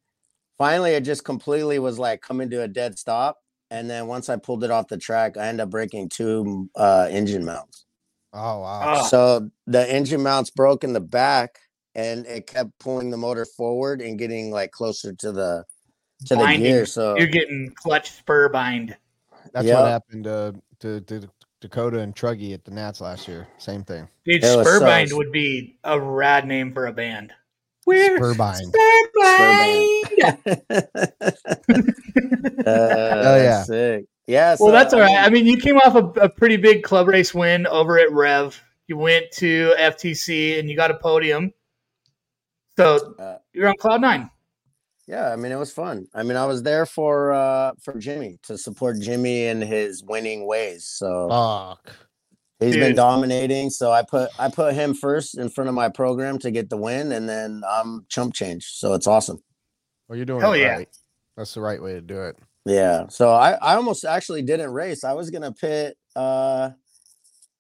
D: finally it just completely was like coming to a dead stop. And then once I pulled it off the track, I ended up breaking two uh, engine mounts.
C: Oh wow,
B: Oh.
D: So the engine mounts broke in the back, and it kept pulling the motor forward and getting like closer to the to the
B: Binding.
D: gear. So [laughs]
B: You're [laughs] getting clutch spur bind.
C: that's
D: yeah.
C: what happened to, to to Dakota and Truggy at the Nats last year. Same thing.
B: Dude,
D: It was
B: spur
D: so-
B: bind would be a rad name for a band. We're
C: Spurbein.
B: Spurbind.
D: Uh, oh
C: yeah.
D: sick. Yeah.
B: Well,
D: so, um,
B: that's all right.
D: mean,
B: I mean, you came off a, a pretty big club race win over at Rev. You went to FTC and you got a podium. So
D: Uh,
B: you're on cloud nine.
D: Yeah, I mean it was fun. I mean I was there for
C: Oh,
B: Oh.
D: uh for Jimmy to support Jimmy in his winning ways. So
C: Fuck.
D: He's been
B: Dude.
D: dominating, so I put I put him first in front of my program to get the win, and then I'm chump change. So it's awesome.
C: Well, you're doing
B: Hell
C: it
B: yeah.
C: right. That's the right way to do it.
D: Yeah. So I, I almost actually didn't race. I was gonna pit uh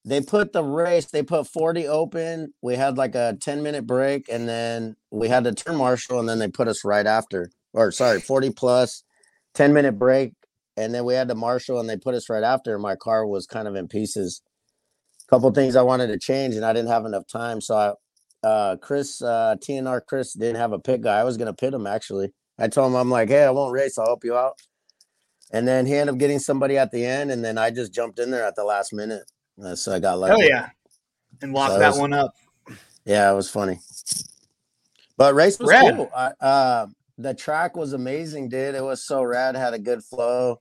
D: they put the race, they put 40 open. We had like a 10 minute break and then we had to turn marshal and then they put us right after. Or sorry, 40 plus 10 minute break. And then we had to marshal and they put us right after. My car was kind of in pieces. Couple things I wanted to change and I didn't have enough time. So I uh Chris uh TNR Chris didn't have a pit guy. I was gonna pit him actually. I told him I'm like, hey, I won't race, I'll help you out. And then he ended up getting somebody at the end, and then I just jumped in there at the last minute. Uh, so I got lucky.
B: Hell yeah. And lock
D: That
B: that
D: was-
B: one up.
D: Yeah, it was funny. But race was
B: Rad.
D: cool. I, uh, the track was amazing, dude. It was so rad. Had a good flow,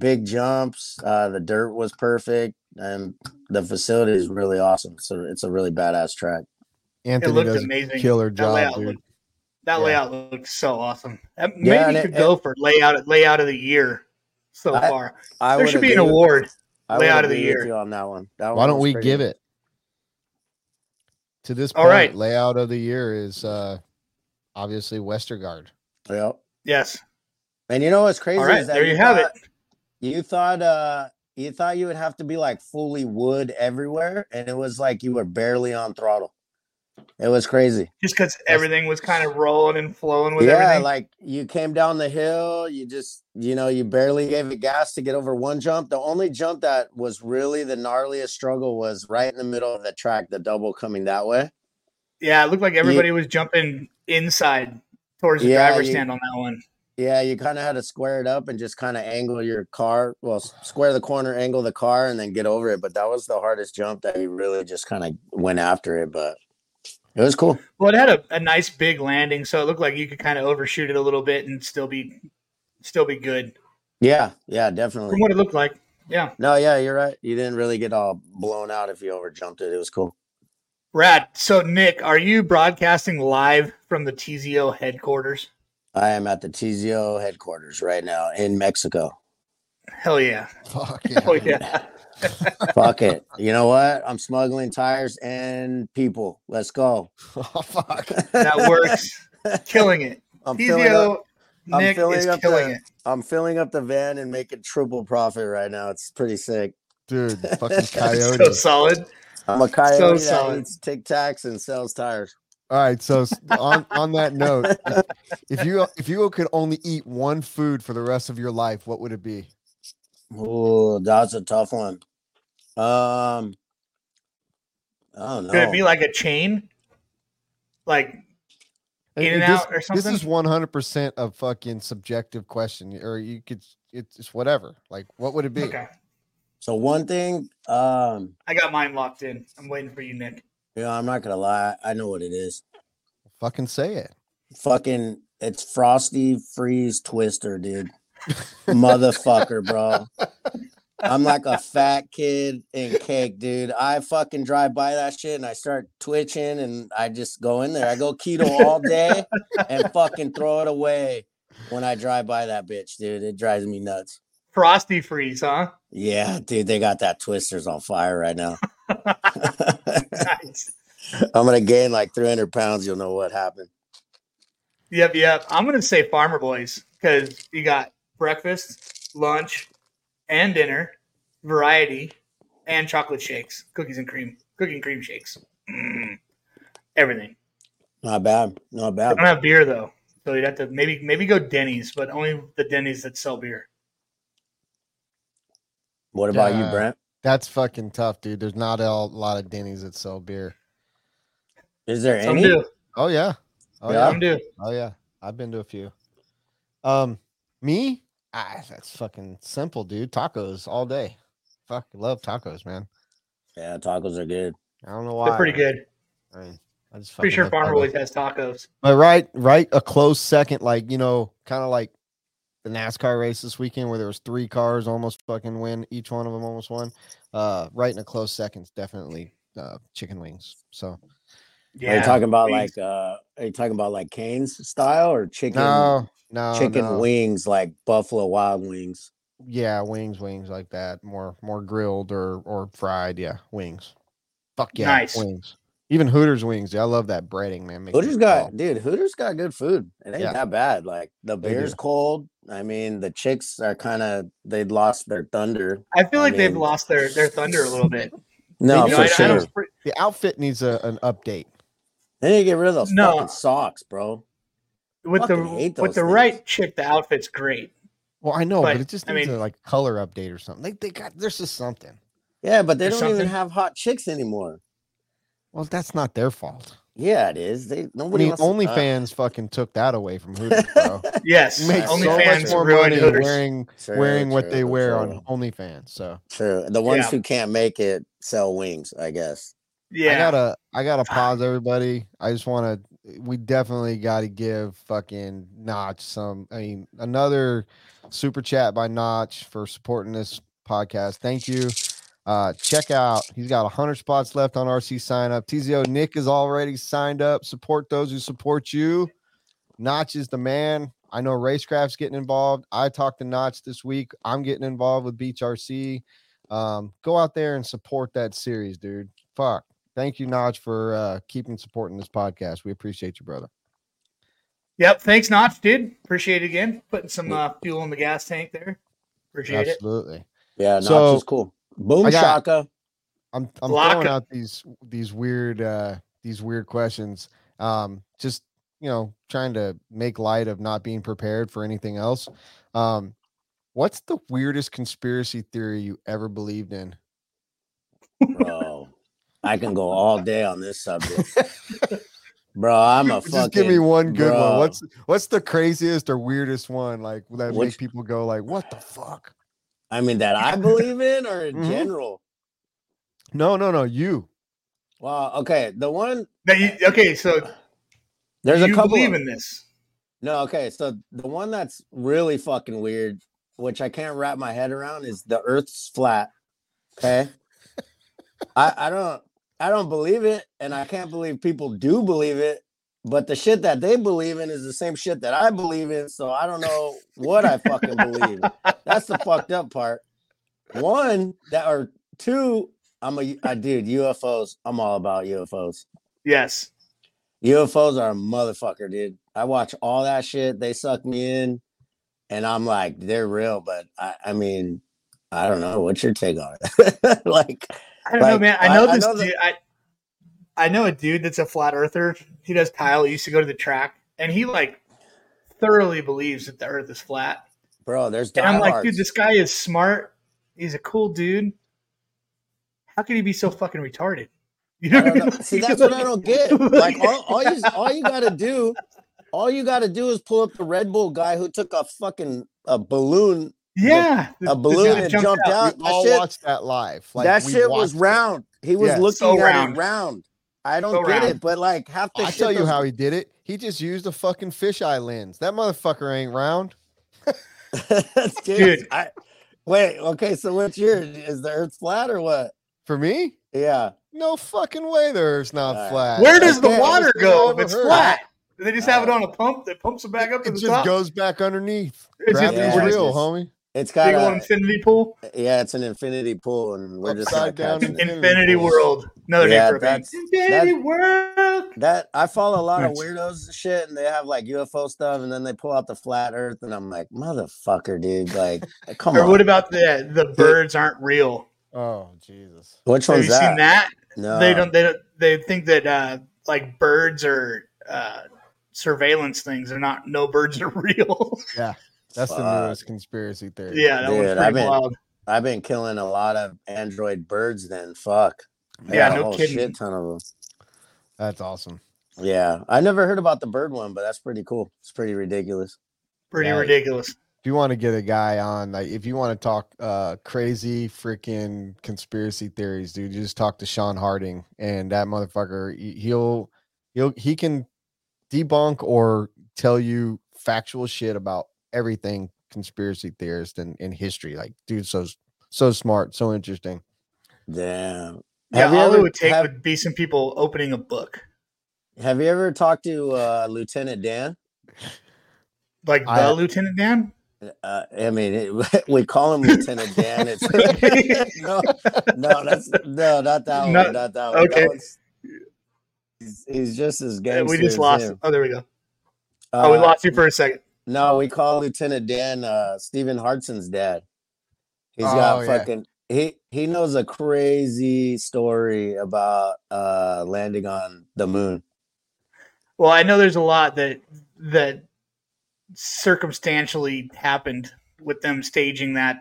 D: big jumps. Uh, the dirt was perfect, and the facility is really awesome. So it's a really badass track.
B: It
C: Anthony
B: looked
C: does a
B: amazing.
C: killer
B: That
C: job,
B: layout,
C: dude.
B: looked, that
C: Yeah.
B: layout looked so awesome. That
D: Yeah,
B: maybe
D: and
B: you
D: it-
B: could go for layout layout of the year so
D: I-
B: far.
D: I
B: there
D: would
B: should be an
D: agree-
B: award.
D: I would
B: layout of the
D: agree with
B: year.
D: you on that one. That
C: Why
D: one
C: don't
D: was
C: we
D: pretty-
C: give it to this
B: All
C: point?
B: right.
C: Layout of the year is uh obviously Westergaard. [laughs]
D: Yep.
B: Yes.
D: And you know what's crazy?
B: All right.
D: is that
B: There you have it.
D: thought- You thought uh you thought you would have to be like fully wood everywhere, and it was like you were barely on throttle. It was crazy.
B: Just because everything was kind of rolling and flowing with
D: yeah,
B: everything.
D: like you came down the hill, you just you know, you barely gave it gas to get over one jump. The only jump that was really the gnarliest struggle was right in the middle of the track, the double coming that way.
B: yeah, it looked like everybody was jumping inside towards the
D: Yeah,
B: driver's
D: you-
B: stand on that one.
D: Yeah, you kind of had to square it up and just kind of angle your car. Well, s- square the corner, angle the car, and then get over it. But that was the hardest jump that you really just kind of went after it. But it was cool.
B: Well, it had a, a nice big landing, so it looked like you could kind of overshoot it a little bit and still be still be good
D: Yeah, yeah,
B: from
D: definitely.
B: what it looked like. Yeah,
D: No, yeah, you're right. You didn't really get all blown out if you over jumped it. It was cool.
B: rad. So Nick, are you broadcasting live from the TZO headquarters?
D: I am at the TZO headquarters right now in Mexico.
B: Hell yeah!
C: Fuck
B: Oh yeah!
D: Fuck it. You know what? I'm smuggling tires and people. Let's go.
C: [laughs] Oh, fuck.
B: That works. killing it.
D: [laughs] I'm filling
B: TZO
D: up I'm
B: Nick
D: filling
B: is
D: up
B: killing
D: the-
B: it.
D: I'm filling up the van and making triple profit right now. It's pretty sick.
B: [laughs]
C: Dude, fucking
B: So
C: coyote.
B: solid.
D: I'm a coyote
B: solid.
D: that eats Tic Tacs and sells tires.
C: All right.
B: [laughs]
C: So s- on, on that note, if- if you if you could only eat one food for the rest of your life, what would it be?
D: Ooh, that's a tough one. Um, I don't know.
B: Could it be like a chain, like
C: And-
B: In
C: and
B: and
C: this,
B: Out or
C: This is
B: something?
C: one hundred percent a fucking subjective question, or you could it's it's whatever. Like, what would it be?
B: okay?
D: so one thing, um,
B: I got mine locked in. I'm waiting for you, Nick.
D: you know, I'm not gonna lie. I know what it is.
C: Fucking say it.
D: Fucking, it's frosty freeze twister, dude. Motherfucker, bro. I'm like a fat kid in cake, dude. I fucking drive by that shit and I start twitching and I just go in there. I go keto all day and fucking throw it away when I drive by that bitch, dude. It drives me nuts.
B: Frosty freeze,
D: [laughs]
B: huh?
D: Yeah, dude, they got that twisters on fire right now. [laughs]
B: nice.
D: I'm gonna gain like 300 pounds. You'll know what happened.
B: Yep, yep. I'm gonna say Farmer Boys because you got breakfast, lunch, and dinner, variety, and chocolate shakes, cookies and cream, cookie and cream shakes, Mm, everything.
D: Not bad. Not
B: I
D: bad.
B: don't have beer though, so you'd have to maybe maybe go Denny's, but only the Denny's that sell beer.
D: What about you,
C: Yeah.
D: Brent?
C: That's fucking tough, dude. There's not a lot of Denny's that sell beer.
D: Is there
B: Some
D: any?
B: do,
C: Oh yeah. Oh
D: Yeah.
C: yeah.
B: some do.
C: Oh yeah. I've been to a few. Um, me? Ah, that's fucking simple, dude. Tacos all day. Fuck, love tacos, man.
D: Yeah, tacos are good.
C: I don't know why.
B: They're pretty good.
C: I, mean, I just
B: Pretty
C: fucking
B: sure
C: love
B: Farmer Boys
C: tacos.
B: has tacos.
C: But right, right, a close second, like you know, kind of like the NASCAR race this weekend where there was three cars almost fucking win. Each one of them almost won. Uh, right in a close second, is definitely uh, chicken wings. So
D: are you
B: Yeah,
D: talking about
B: wings.
D: like uh are you talking about like Cane's style or chicken
C: no, no,
D: chicken
C: no.
D: wings like Buffalo Wild Wings?
C: yeah, wings, wings like that, more more grilled or or fried. Yeah, wings. Fuck yeah,
B: Nice.
C: wings. Even Hooters wings. Yeah, I love that breading, man. Makes me
D: Hooters got
C: swell.
D: dude, Hooters got good food. It ain't
C: Yeah.
D: that bad. Like the
C: They
D: beer's
C: do.
D: cold. I mean, the chicks are kind of they'd lost their thunder.
B: I feel
D: I
B: like they've
D: mean-
B: lost their, their thunder a little bit.
D: No,
B: You know,
D: for
B: I- I
D: sure.
B: don't fr-
C: the outfit needs a, an update.
D: they need to get rid of those
B: No.
D: fucking socks, bro.
B: with
D: Fucking
B: the
D: hate
B: with
D: those
B: the
D: things.
B: right chick, the outfit's
D: [laughs]
B: great.
C: Well, I know, but,
B: But,
C: it just
B: I
C: needs
B: mean-
C: a like color update or something. Like they got there's just something.
D: Yeah, but they
B: There's
D: don't even
B: something-
D: have hot chicks anymore.
C: Well, that's not their fault.
D: Yeah, it is. They
C: I
D: nobody.
C: mean,
D: wants to-
C: OnlyFans fucking took that away from Hooters,
D: [laughs]
C: bro.
B: Yes,
C: You make so
B: OnlyFans
C: much more
B: ruined
C: money
B: Hooters.
C: wearing
D: True,
C: wearing what
D: true,
C: they wear
D: true.
C: on OnlyFans. So
D: True. The ones
B: Yeah.
D: who can't make it sell wings, I guess.
B: Yeah,
C: I gotta I gotta
B: Fuck.
C: pause everybody. I just wanna we definitely gotta give fucking Notch some I mean another super chat by Notch for supporting this podcast. Thank you. Uh check out he's got hundred spots left on RC sign up. TZO Nick is already signed up. Support those who support you. Notch is the man. I know Racecraft's getting involved. I talked to Notch this week. I'm getting involved with Beach RC. Um, go out there and support that series, dude. Fuck. Thank you, Notch, for uh, keeping supporting this podcast. We appreciate you, brother.
B: Yep. Thanks, Notch, dude. Appreciate it again. Putting some uh, fuel in the gas tank there. Appreciate it.
C: Absolutely.
D: Yeah, Notch
C: So,
D: is cool. Boom
C: I got- [laughs]
D: Shaka.
C: I'm I'm
B: Lock
C: throwing
B: it.
C: out these these weird uh, these weird questions. Um, just you know, trying to make light of not being prepared for anything else. Um, what's the weirdest conspiracy theory you ever believed in?
D: Bro, I can go all day on this
C: [laughs]
D: subject. Bro, I'm a
C: Just
D: fucking
C: give me one good
D: bro.
C: one. What's what's the craziest or weirdest one like that
D: Which-
C: make people go like, "What the fuck?"
D: I mean that I believe in or in
C: Mhm.
D: general.
C: No, no, no. You
D: Well, okay. The one
B: That you, okay, so
D: there's
B: you
D: a couple
B: believe
D: of-
B: in this?
D: No, okay. So the one that's really fucking weird, which I can't wrap my head around, is the Earth's flat. Okay, I I don't I don't believe it, and I can't believe people do believe it. But the shit that they believe in is the same shit that I believe in, so I don't know what I fucking believe. That's the fucked up part. One that or two, I'm a I dude UFOs. I'm all about UFOs.
B: Yes.
D: UFOs are a motherfucker, dude. I watch all that shit. They suck me in, and I'm like, they're real. But I, I mean, I don't know. What's your take on it? [laughs] like,
B: I don't know,
D: Like,
B: man. I
D: I-
B: know
D: I
B: this
D: know that-
B: dude. I, I know a dude that's a flat earther. He does tile. He used to go to the track, and he like thoroughly believes that the Earth is flat.
D: bro, there's
B: And I'm like,
D: diehards.
B: dude, this guy is smart. He's a cool dude. How could he be so fucking retarded? [laughs] You
D: I
B: know,
D: don't know.
B: [laughs]
D: See, that's what I don't get. Like, all, all you, all you gotta do, all you gotta do is pull up the Red Bull guy who took a fucking a balloon.
B: yeah, the-
D: a
B: the
D: balloon
B: dude
D: that
B: jumped
D: jumped
C: we
D: out. that
C: all
D: shit-
C: watched that live. Like
D: that
C: we
D: shit was
C: watched it.
D: round. He was
C: Yeah,
D: looking
B: so
D: at
B: round.
D: it round. I don't
B: So
D: get
B: round.
D: it, but like half the
C: Oh, I
D: shit
C: tell you
D: those-
C: how he did it. He just used a fucking fisheye lens. That motherfucker ain't round.
D: Dude,
B: Dude.
D: I, wait, okay, so what's yours? Is the earth flat or what?
C: For me,
D: Yeah.
C: no fucking way. The Earth's not
D: Alright.
B: [laughs]
C: flat.
B: Where does the
C: Okay,
B: water
C: everything I
B: go if
C: ever
B: it's
C: heard.
B: flat? Do they just have it
D: Uh,
B: on a pump that pumps it back up to
C: It
B: the
C: just
B: top?
C: goes back underneath.
B: [laughs] it's just
C: Gravity's
B: yeah,
D: Yeah, it's
C: real,
D: just-
C: homie.
D: It's got
B: big old
D: a,
B: infinity pool,
D: yeah, it's an infinity pool, and we're just
C: Upside
D: not
C: down
D: catching it.
C: infinity
B: infinity
C: pool.
B: world. Another
D: Yeah,
B: name for a band.
D: that's-
B: Infinity world.
D: That I follow a lot of
B: Nice.
D: weirdos and shit, and they have like UFO stuff, and then they pull out the flat Earth, and I'm like, motherfucker, dude,
B: [laughs]
D: like, come
B: Or
D: on.
B: what about the the birds aren't real?
C: Oh Jesus!
D: Which
B: Have
D: one's
B: you seen
D: that? Uh,
B: that?
D: No,
B: they don't. They don't. They think that uh, like birds are uh, surveillance things. They're not. No birds are [laughs] real.
C: That's
D: Fuck.
C: the newest conspiracy theory.
B: yeah, that one's
D: Dude,
B: pretty
D: I mean-
B: wild.
D: I've been killing a lot of android birds. Then fuck, I
B: Yeah,
D: got a
B: no
D: whole
B: kidding.
D: shit ton of them.
C: that's awesome.
D: Yeah, I never heard about the bird one, but that's pretty cool. It's pretty ridiculous.
B: Pretty
C: Yeah.
B: ridiculous.
C: If you want to get a guy on, like, if you want to talk uh, crazy freaking conspiracy theories, dude, you just talk to Sean Harding, and that motherfucker, he- he'll he'll he can debunk or tell you factual shit about everything conspiracy theorist in, in history. Like, dude, so so smart, so interesting.
D: Damn.
B: Yeah,
D: Have you
B: all
D: ever-
B: it would take
D: have-
B: would be some people opening a book.
D: Have you ever talked to uh, Lieutenant Dan?
B: Like the
C: I-
D: [laughs]
B: Lieutenant Dan. [laughs]
D: Uh, I mean, it, [laughs] we call him Lieutenant Dan.
B: [laughs]
D: It's [laughs] no, no, that's no, not that one,
B: No,
D: not that one. That
B: okay.
D: one's- he's, he's just as
B: Yeah,
D: gangster.
B: we just
D: as
B: lost.
D: him.
B: Oh, there we go. Oh, we
D: Uh,
B: lost you for a second.
D: No, we call Lieutenant Dan uh Stephen Hartson's dad. He's
C: Oh,
D: got
C: yeah.
D: fucking he he knows a crazy story about uh landing on the moon.
B: Well, I know there's a lot that that circumstantially happened with them staging that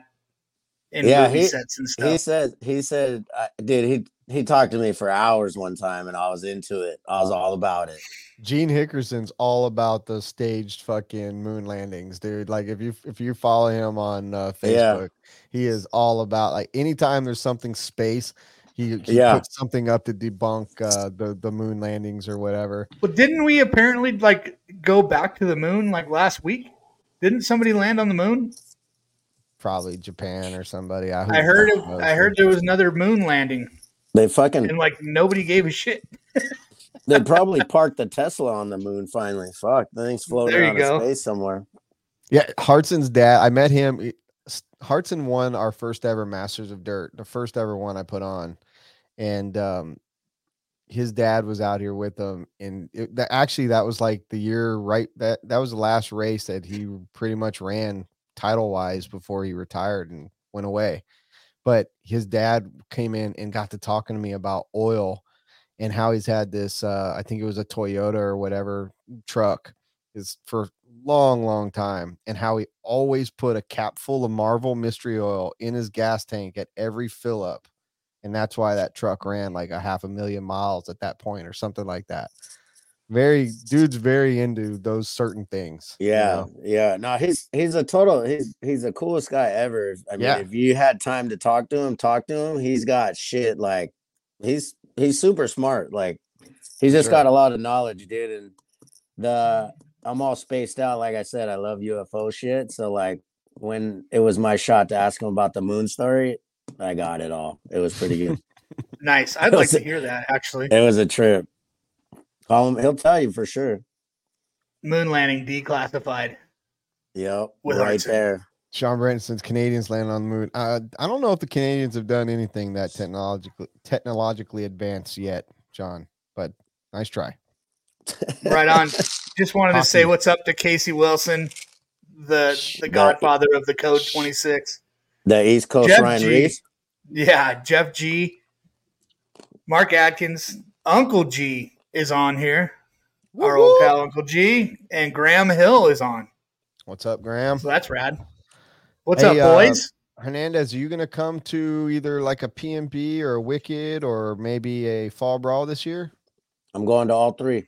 B: in
D: Yeah,
B: movie
D: he-
B: sets and
D: He
B: stuff.
D: said he said uh, dude he he talked to me for hours one time and I was into it. I was all about it.
C: Gene Hickerson's all about the staged fucking moon landings, dude. Like if you if you follow him on uh,
D: Yeah.
C: Facebook, he is all about like anytime there's something space, he, he
D: Yeah.
C: puts something up to debunk uh, the the moon landings or whatever.
B: Well, didn't we apparently like go back to the moon like last week? Didn't somebody land on the moon?
C: Probably Japan or somebody. who
B: I
C: the
B: heard.
C: fuck
B: It,
C: knows,
B: I
C: dude.
B: heard there was another moon landing,
D: They fucking
B: and like nobody gave a shit.
D: they probably parked the Tesla on the moon finally. Fuck, the thing's floating
B: There you
D: out
B: go.
D: of space somewhere.
C: Yeah, Hartson's dad. I met him. he- s- Hartson won our first ever Masters of Dirt, the first ever one I put on, and um, his dad was out here with him. And it, that, actually, that was like the year right that that was the last race that he pretty much ran title wise before he retired and went away. But his dad came in and got to talking to me about oil and how he's had this. Uh, I think it was a Toyota or whatever truck is for a long, long time, and how he always put a cap full of Marvel mystery oil in his gas tank at every fill up. And that's why that truck ran like a half a million miles at that point or something like that. Very dude's very into those certain things. you
D: Yeah,
C: know?
D: yeah. No, he's he's a total he's he's the coolest guy ever. If- I mean,
C: Yeah.
D: if you had time to talk to him, talk to him. He's got shit like he's he's super smart. Like he's just
C: Sure.
D: got a lot of knowledge, dude. And the I'm all spaced out. Like I said, I love UFO shit. So like when it was my shot to ask him about the moon story, I got it all. It was pretty
C: [laughs]
D: good.
B: Nice. I'd
D: [laughs]
B: like to hear that actually.
D: it was a trip. Call him, he'll tell you for sure.
B: Moon landing declassified.
D: Yep.
B: With
D: right
B: Archer.
D: there.
C: Sean Branson's Canadians land on the moon. Uh, I don't know if the Canadians have done anything that technologically technologically advanced yet, John. But nice try.
B: Right on. Just wanted to say
C: Hockey.
B: what's up to Casey Wilson, the the
D: That-
B: godfather of the Code Twenty Six.
D: The East Coast
B: Jeff
D: Ryan
B: G.
D: Reese.
B: Yeah, Jeff G, Mark Atkins, Uncle G is on here. Our old pal Uncle G and Graham Hill is on.
C: What's up, Graham?
B: So that's rad. What's
C: Hey,
B: up,
C: uh,
B: boys?
C: Hernandez, are you going to come to either like a PMB or a Wicked or maybe a Fall Brawl this year?
D: I'm going to all three.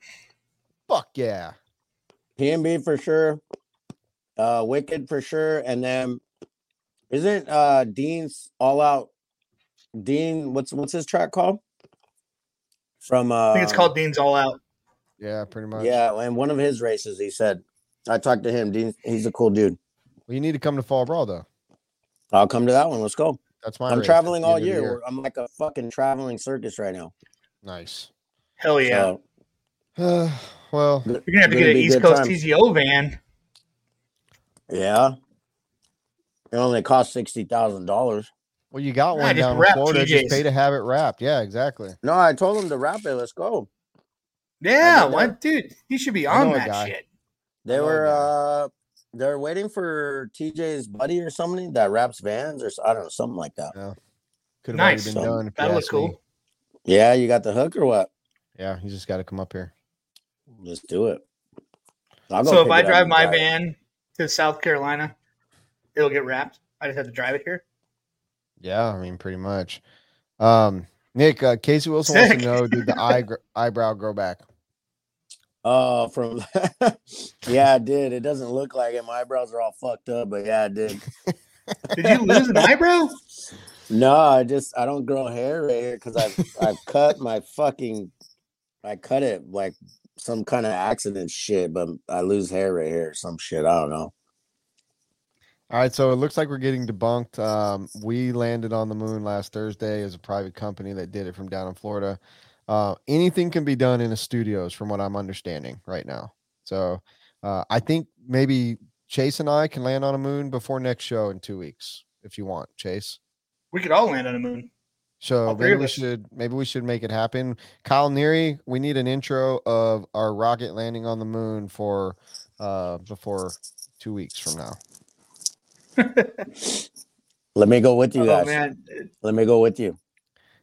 C: Fuck yeah.
D: PNB for sure. Uh Wicked for sure. And then isn't uh Dean's all out Dean what's what's his track called? From uh
B: I think it's called Dean's All Out.
C: Yeah, pretty much.
D: Yeah, and one of his races he said. I talked to him. Dean he's a cool dude.
C: Well, you need to come to Fall Brawl, though.
D: I'll come to that one. Let's go.
C: That's my
D: I'm
C: race at
D: traveling
C: the
D: all
C: end of the
D: year. We're- I'm like a fucking traveling circus right now.
C: Nice. [sighs]
B: Hell yeah.
D: So,
C: well,
B: You're gonna have to
D: gonna
B: get an
D: be
B: East
D: good
B: Coast
D: times.
B: TGO van.
D: yeah. It only cost sixty thousand dollars.
C: well, you got
B: Nah,
C: one
B: just
C: down in
B: wrap
C: Florida. Just
B: TJs.
C: pay to have it wrapped. Yeah, exactly.
D: No, I told him to wrap it. Let's go.
B: Yeah,
D: did
B: what dude? You should be
C: I
B: on
C: know a
B: that
C: guy.
B: shit.
D: They
C: know a
D: were
C: guy.
D: uh they're waiting for TJ's buddy or somebody that wraps vans or s- I don't know, something like that.
C: Could have
B: Nice.
C: already been done. If you
B: That looks
C: ask me.
B: cool.
D: Yeah, you got the hook or what?
C: Yeah, you just got to come up here.
D: Let's do it. I'll go
B: So if
D: pick
B: I
D: it up
B: drive
D: and
B: my
D: drive it.
B: van to South Carolina, it'll get wrapped. I just have to drive it here.
C: Yeah, I mean, pretty much. Um, Nick, uh, Casey Wilson wants
B: Sick.
C: to know did the eye gr- eyebrow grow back?
D: Oh, from [laughs] yeah, I did. It doesn't look like it. My eyebrows are all fucked up, but yeah, I did.
B: Did you lose an eyebrow?
D: No, I just I don't grow hair right here because I've I've cut my fucking I cut it like some kind of accident shit, but I lose hair right here or some shit. I don't know.
C: All right, so it looks like we're getting debunked. Um, we landed on the moon last Thursday as a private company that did it from down in Florida. Uh, anything can be done in the studios, from what I'm understanding right now. So uh, I think maybe Chase and I can land on a moon before next show in two weeks if you want, Chase.
B: We could all land on the moon.
C: So
B: All three
C: maybe
B: of
C: we
B: us.
C: should maybe we should make it happen. Kyle Neary, we need an intro of our rocket landing on the moon for uh before two weeks from now.
D: Let me go with you
B: Oh
D: guys.
B: man,
D: Let me go with you.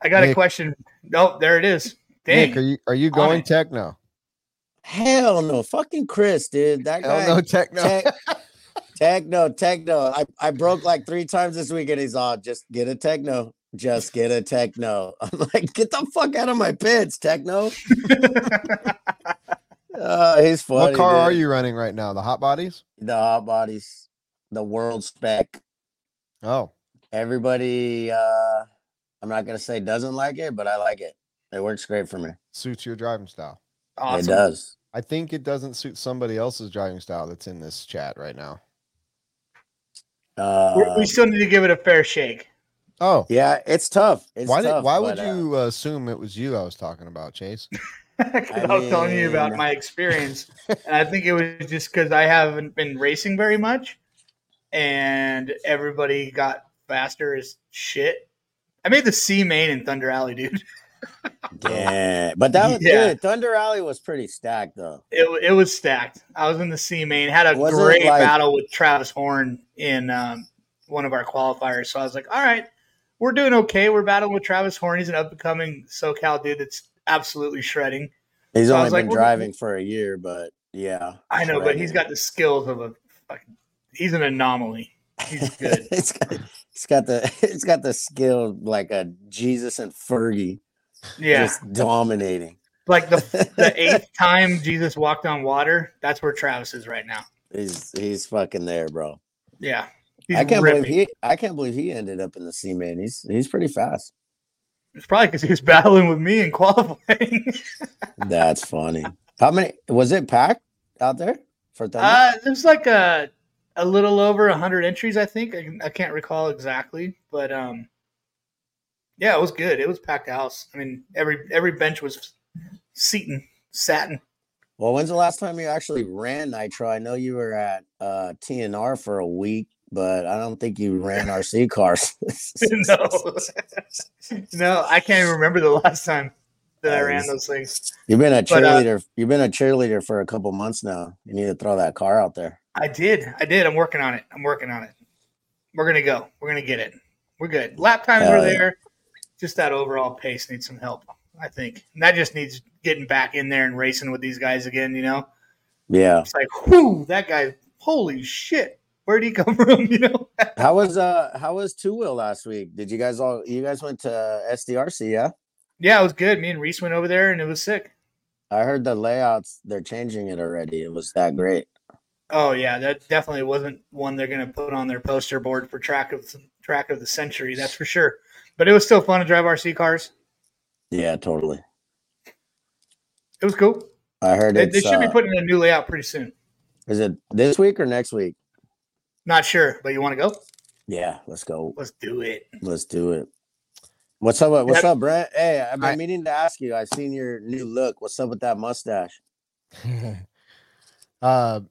B: I got a
C: Nick.
B: question. Oh, there it is. Dang,
C: Nick, are you are you
B: On
C: going
B: it.
C: techno?
D: Hell no, fucking Chris, dude. That guy.
C: Hell no techno.
D: Tech,
C: [laughs]
D: techno, techno. I, I broke like three times this week and he's all just get a techno. Just get a techno. [laughs] I'm like, get the fuck out of my
C: [laughs]
D: pits, techno. Uh, he's funny.
C: what car are
D: dude.
C: you running right now? The hot bodies?
D: The hot bodies, the world spec.
C: Oh,
D: Everybody, uh, I'm not gonna say doesn't like it, but I like it. It works great for me.
C: suits your driving style.
D: It
B: awesome.
D: does.
C: I think it doesn't suit somebody else's driving style that's in this chat right now.
D: Uh,
B: We're- we still need to give it a fair shake. [laughs]
C: Oh,
D: yeah, it's tough. It's
C: why
D: tough,
C: did, why would
D: but, uh,
C: you uh, assume it was you I was talking about, Chase?
B: 'Cause I, was telling you about
D: mean-
B: my experience, and I think it was just because I haven't been racing very much, and everybody got faster as shit. I made the C main in Thunder Alley, dude. [laughs]
D: Yeah, but that was
B: Yeah.
D: dude, Thunder Alley was pretty stacked though.
B: It, it was stacked. I was in the C main. Had a
D: Was it
B: great
D: like-
B: battle with Travis Horn in um, one of our qualifiers. So I was like, all right, we're doing okay. We're battling with Travis Horn. He's an up and coming SoCal dude that's absolutely shredding.
D: He's
B: So I
D: only
B: was like,
D: been
B: well,
D: driving for a year, but yeah,
B: I know, but
D: shredding.
B: he's got the skills of a fucking. He's an anomaly.
D: [laughs]
B: He's good.
D: it's got it's got the [laughs] it's got the skill like a Jesus and Fergie
B: Yeah,
D: just dominating. [laughs]
B: like the the eighth time Jesus walked on water. That's where Travis is right now.
D: he's he's fucking there, bro.
B: Yeah, he's
D: I can't
B: ripping.
D: believe he I can't believe he ended up in the C man. He's he's pretty fast.
B: It's probably because he was battling with me and qualifying.
D: That's funny. How many was it packed out there for Thunder?
B: Uh, there's like a a little over hundred entries, I think. I, can- I can't recall exactly, but um, yeah, it was good. It was packed house. I mean, every every bench was seating, satin. [laughs]
D: well, when's the last time you actually ran Nitro? I know you were at uh TNR for a week, but I don't think you
B: [laughs]
D: ran RC cars. [laughs]
B: no, [laughs] no, I can't even remember the last time that I
D: Yeah,
B: ran
D: he's-
B: those things.
D: You've been a
B: But, uh,
D: cheerleader. you've been a cheerleader for a couple months now. You need to throw that car out there.
B: I did, I did. I'm working on it. I'm working on it. We're gonna go. We're gonna get it. We're good. Lap times were
D: Hell yeah.
B: there. Just that overall pace needs some help, I think. And that just needs getting back in there and racing with these guys again. You know,
D: Yeah.
B: it's like, whoo, that guy. Holy shit, where would he come [laughs] from? You know,
D: How was uh how was two wheel last week? Did you guys all you guys went to SDRC, yeah?
B: yeah, it was good. Me and Reese went over there, and it was sick.
D: I heard the layouts they're changing it already. It was that great.
B: Oh yeah, that definitely wasn't one they're going to put on their poster board for track of track of the century. That's for sure. But it was still fun to drive RC cars.
D: Yeah, totally.
B: It was cool.
D: I heard
B: They,
D: it.
B: they should be putting in a new layout pretty soon.
D: Is it this week or next week?
B: Not sure, but you want to go?
D: Yeah, let's go.
B: Let's do it.
D: Let's do it. What's up? What's
B: Yeah.
D: up, Brent? Hey, I've been
C: I-
D: meaning to ask you. I've seen your new look. What's up with that mustache?
C: uh,
D: Are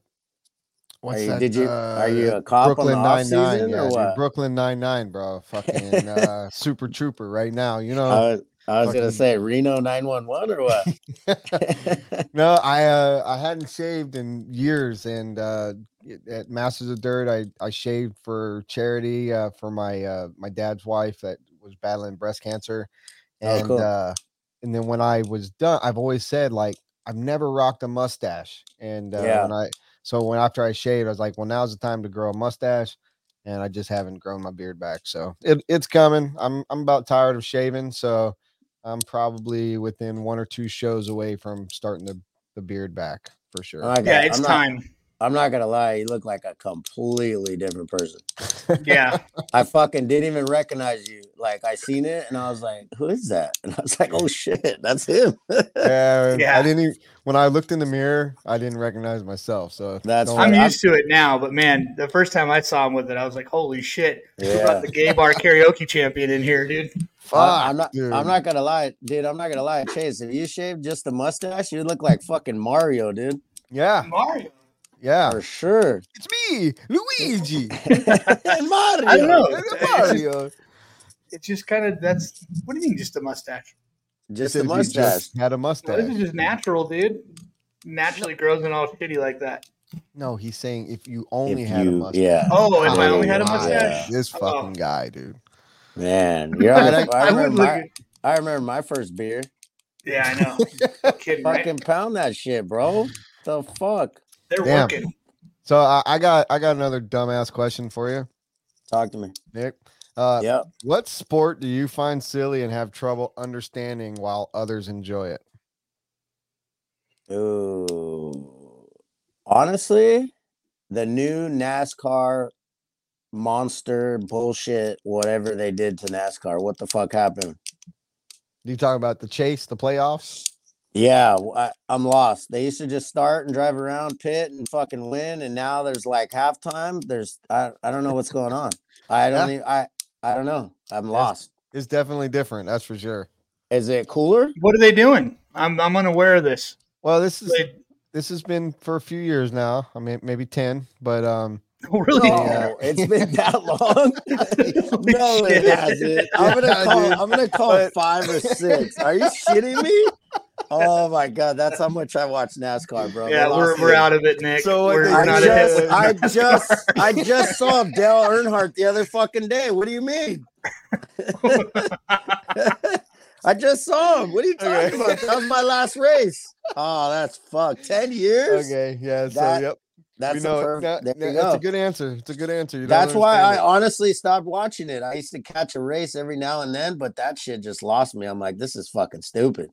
C: what's
D: you,
C: that?
D: did you are you
C: uh,
D: a cop
C: Brooklyn
D: on the off
C: Nine
D: season
C: Nine?
D: or
C: Yeah, dude,
D: what?
C: Brooklyn Nine Nine, bro.
D: [laughs]
C: Fucking uh, Super Trooper right now. You know,
D: I was, I was
C: fucking-
D: gonna say Reno nine one one
C: [laughs]
D: or what? [laughs]
C: no, I uh, I hadn't shaved in years, and uh, it- at Masters of Dirt, I I shaved for charity uh, for my uh, my dad's wife that was battling breast cancer,
D: Oh,
C: and
D: cool.
C: uh, and then when I was done, I've always said like I've never rocked a mustache, and uh,
D: Yeah.
C: when I so when after I shaved, I was like, well, now's the time to grow a mustache. And I just haven't grown my beard back, so it, it's coming. I'm I'm about tired of shaving, so I'm probably within one or two shows away from starting the, the beard back for sure.
D: [laughs] I got-
B: Yeah, it's
D: I'm
B: [laughs]
D: not-
B: time.
D: I'm not gonna lie, you look like a completely different person.
B: Yeah,
D: I fucking didn't even recognize you. Like I seen it and I was like, "Who is that?" [laughs] And I was like, "Oh shit, that's him."
C: Uh,
B: Yeah.
C: I didn't even, when I looked in the mirror, I didn't recognize myself. So
D: That's
C: don't
D: fine.
B: I'm
C: worry.
D: I'm-
B: used to it now. But man, the first time I saw him with it, I was like, holy shit! We
D: Yeah.
B: got the gay bar karaoke champion in here, dude.
C: Fuck,
D: I- I'm not. I'm
C: dude.
D: not gonna lie, dude. I'm not gonna lie, Chase. If you shaved just the mustache, you look like fucking Mario, dude.
C: Yeah,
B: [laughs] Mario.
C: Yeah, [laughs]
D: for sure.
C: it's me, Luigi.
D: Mario.
B: I know.
C: Mario.
B: It's just kind of that's. What do you mean, just a mustache?
D: Just
C: If
D: a
C: you
D: mustache.
C: just had a
B: No, this is
C: mustache.
B: just natural, dude. Naturally grows and all shitty like that.
C: No, he's saying if you only
D: if
C: had a
D: you,
C: mustache.
D: yeah.
B: Oh, if I only had a
C: Wow.
B: mustache,
C: This
B: Oh.
C: fucking guy, dude. [laughs]
D: Man, you're on
C: I
D: the,
C: like-
D: I,
B: I would
D: remember
B: look.
D: my,
B: At,
D: I remember my first beer.
B: yeah, I [laughs] know. No kidding, right?
D: Fucking pound that shit, bro. The fuck?
B: They're
C: Damn.
B: working.
C: So I, I got I got another dumbass question for you,
D: Talk to me.
C: Nick. Uh,
D: Yep.
C: What sport do you find silly and have trouble understanding while others enjoy it?
D: Ooh. Honestly, the new NASCAR monster bullshit, whatever they did to NASCAR, what the fuck happened?
C: You talk about the chase, the playoffs.
D: Yeah, w- I, am lost. They used to just start and drive around pit and fucking win, and now there's like halftime. There's I, I don't know what's going on. I don't even, I I don't know. I'm lost.
C: It's definitely different, that's for sure.
D: Is it cooler?
B: What are they doing? I'm I'm unaware of this.
C: Well, this is
B: Like,
C: this has been for a few years now. I mean, maybe ten, but um,
B: [laughs] really?
D: No, it's been that [laughs] long. no, it
B: shit.
D: hasn't. I'm gonna
C: Yeah,
D: call.
C: dude.
D: I'm gonna call
C: But-
D: five or six. Are you shitting me? Oh my god, that's how much I watch NASCAR, bro.
B: Yeah,
D: They
B: we're,
D: lost
B: we're
D: me.
B: out of it, Nick.
C: So what
B: we're,
C: they-
B: we're
D: I
B: not ahead
D: just,
B: with
D: I
B: NASCAR.
C: [laughs]
D: just, I just saw Dale Earnhardt the other fucking day. What do you mean? [laughs] I just saw him. What are you talking
C: Okay.
D: about? That was my last race. Oh, that's fucked. Ten years.
C: okay, yeah. So
D: That-
C: yep,
D: That's
C: we
D: a
C: know it.
D: perfect.
C: That-
D: there
C: that-
D: you
C: that's
D: go.
C: a good answer. It's a good answer. You don't
D: That's why I
C: understand it.
D: honestly stopped watching it. I used to catch a race every now and then, but that shit just lost me. I'm like, this is fucking stupid.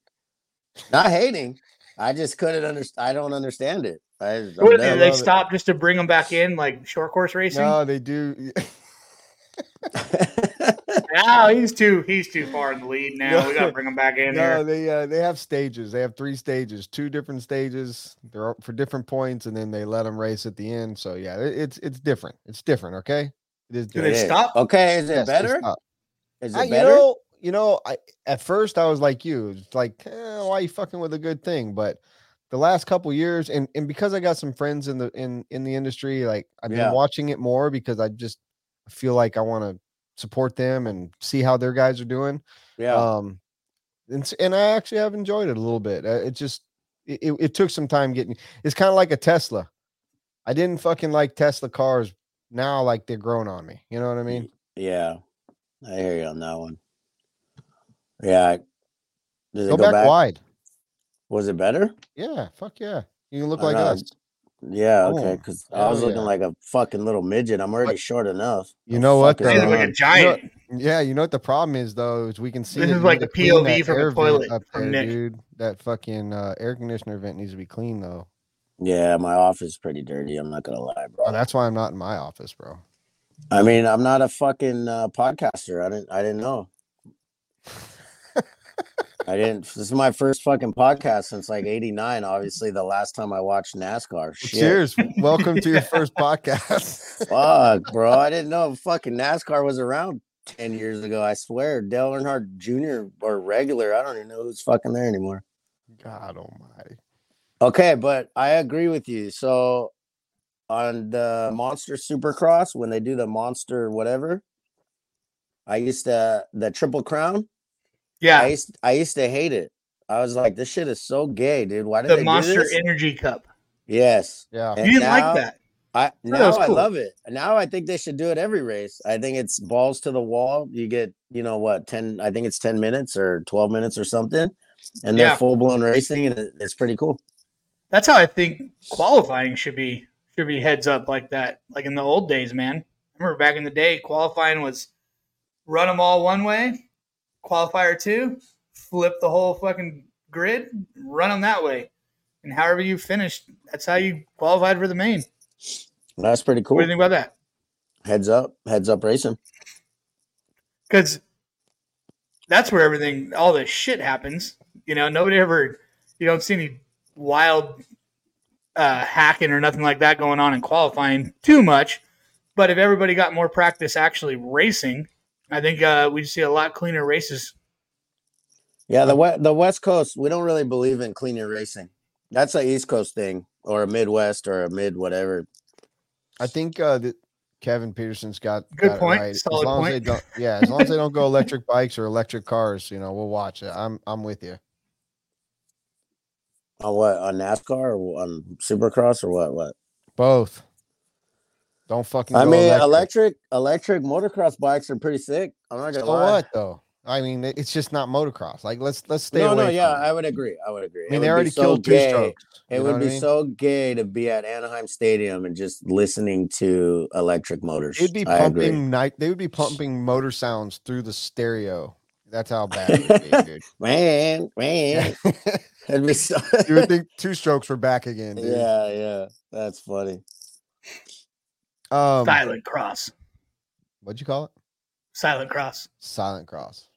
D: Not hating, I just couldn't understand. I don't understand it. I, I'm
B: What, did
D: done.
C: I
B: they
C: love it.
B: stop just to bring them back in, like short course racing? No,
C: No, they do.
D: [laughs]
B: he's too he's too far in the lead now. We got to bring him back in
C: No,
B: here.
C: they uh, they have stages. They have three stages, two different stages. They're all for different points, and then they let them race at the end. So yeah, it, it's it's different. It's different. Okay, it is
B: Do
C: different.
B: they
D: Yeah.
B: stop?
D: okay, is it
C: Yes, they
D: better?
C: stop.
D: Is
C: I-
D: it
C: you
D: better?
C: know, you know. I at first I was like you, it's like eh, why you fucking with a good thing, but the last couple years, and and because I got some friends in the in in the industry, like I've
D: Yeah.
C: been watching it more because I just feel like I want to support them and see how their guys are doing
D: yeah.
C: um and, s- and i actually have enjoyed it a little bit Uh, it just it, it, it took some time getting it's kind of like a tesla i didn't fucking like tesla cars now like they're grown on me you know what i mean
D: yeah. I hear you on that one. Yeah. Does
C: go,
D: it
C: back, wide
D: Was it better?
C: yeah fuck yeah you can look
D: I
C: like
D: know,
C: us
D: Yeah, okay.
C: Oh,
D: Because I was
C: hell
D: looking
C: yeah.
D: like a fucking little midget. I'm already
C: But-
D: short enough.
C: you know what,
D: fuck is
B: He's
C: though?
D: going
B: like a
D: on?
B: giant.
C: yeah you know what the problem is though is we can see
B: This
C: it
B: is
C: need
B: like
C: to
B: the
C: clean
B: POV
C: that
B: from a
C: air vent
B: toilet
C: up
B: from
C: there,
B: Nick.
C: dude that fucking uh, air conditioner vent needs to be clean though
D: Yeah, my office is pretty dirty. I'm not gonna lie, bro.
C: oh, that's why i'm not in my office bro
D: I mean, I'm not a fucking uh, podcaster. I didn't. I didn't know. I didn't. This is my first fucking podcast since like '89. Obviously, the last time I watched NASCAR. Shit.
C: cheers welcome to your first podcast [laughs]
D: Fuck, bro. I didn't know fucking NASCAR was around ten years ago. I swear, Dale Earnhardt Jr. or regular. I don't even know who's fucking there anymore.
C: god almighty
D: Okay, but I agree with you. So on the Monster Supercross, when they do the Monster whatever, I used to the Triple Crown. I
B: Yeah,
D: used I used to hate it. I was like, this shit is so gay, dude. Why did
B: the
D: they
B: Monster
D: do this?
B: Energy Cup.
D: yes.
C: yeah
B: You
D: And
B: didn't
D: now-
B: like that.
D: I
B: that
D: now
B: was
D: I
B: cool.
D: love it. Now I think they should do it every race. I think it's balls to the wall. You get, you know what, 10 I think it's 10 minutes or 12 minutes or something. And they're
B: Yeah.
D: full blown racing and it- it's pretty cool.
B: That's how I think qualifying should be should be heads up like that, like in the old days, man. I remember back in the day, qualifying was run them all one way, qualifier two, flip the whole fucking grid, run them that way, and however you finished, that's how you qualified for the main.
D: That's pretty
B: What do
D: cool.
B: you think about that?
D: Heads up, heads up racing.
B: Because that's where everything, all this shit happens. You know, nobody ever, you don't see any wild uh, hacking or nothing like that going on in qualifying too much. But if everybody got more practice actually racing, I think uh, we'd see a lot cleaner races.
D: Yeah, the we- the West Coast, we don't really believe in cleaner racing. That's a East Coast thing. or a Midwest or a mid whatever.
C: I think uh, that Kevin Peterson's got
B: Good
C: got it
B: point.
C: right.
B: Solid
C: as long as they
B: point.
C: don't, yeah, as long as they don't
B: [laughs]
C: go electric bikes or electric cars, you know, we'll watch it. I'm I'm with you.
D: On what? On NASCAR or on Supercross or what? What?
C: Both. Don't fucking.
D: I
C: go
D: mean, electric. electric motocross bikes are pretty sick. I'm not gonna
C: So
D: lie.
C: what though? I mean, it- it's just not motocross. Like, let's let's stay
D: no,
C: away.
D: no,
C: from
D: yeah,
C: it.
D: I would agree. I would agree.
C: I
D: It
C: mean,
D: would
C: they
D: be
C: already
D: so
C: killed two
D: gay.
C: strokes.
D: It
C: you know
D: would
C: what I
D: be
C: mean?
D: so gay to be at Anaheim Stadium and just listening to electric motors.
C: It'd be
D: I agree.
C: pumping night. They would be pumping motor sounds through the stereo. That's how bad it would
D: [laughs]
C: be, dude. [laughs]
D: man, man. It'd be so.
C: you
D: [laughs]
C: would think two strokes were back again, dude.
D: yeah, yeah, that's funny. [laughs]
C: Um,
B: Silent Cross.
C: what'd you call it?
B: Silent Cross.
C: Silent cross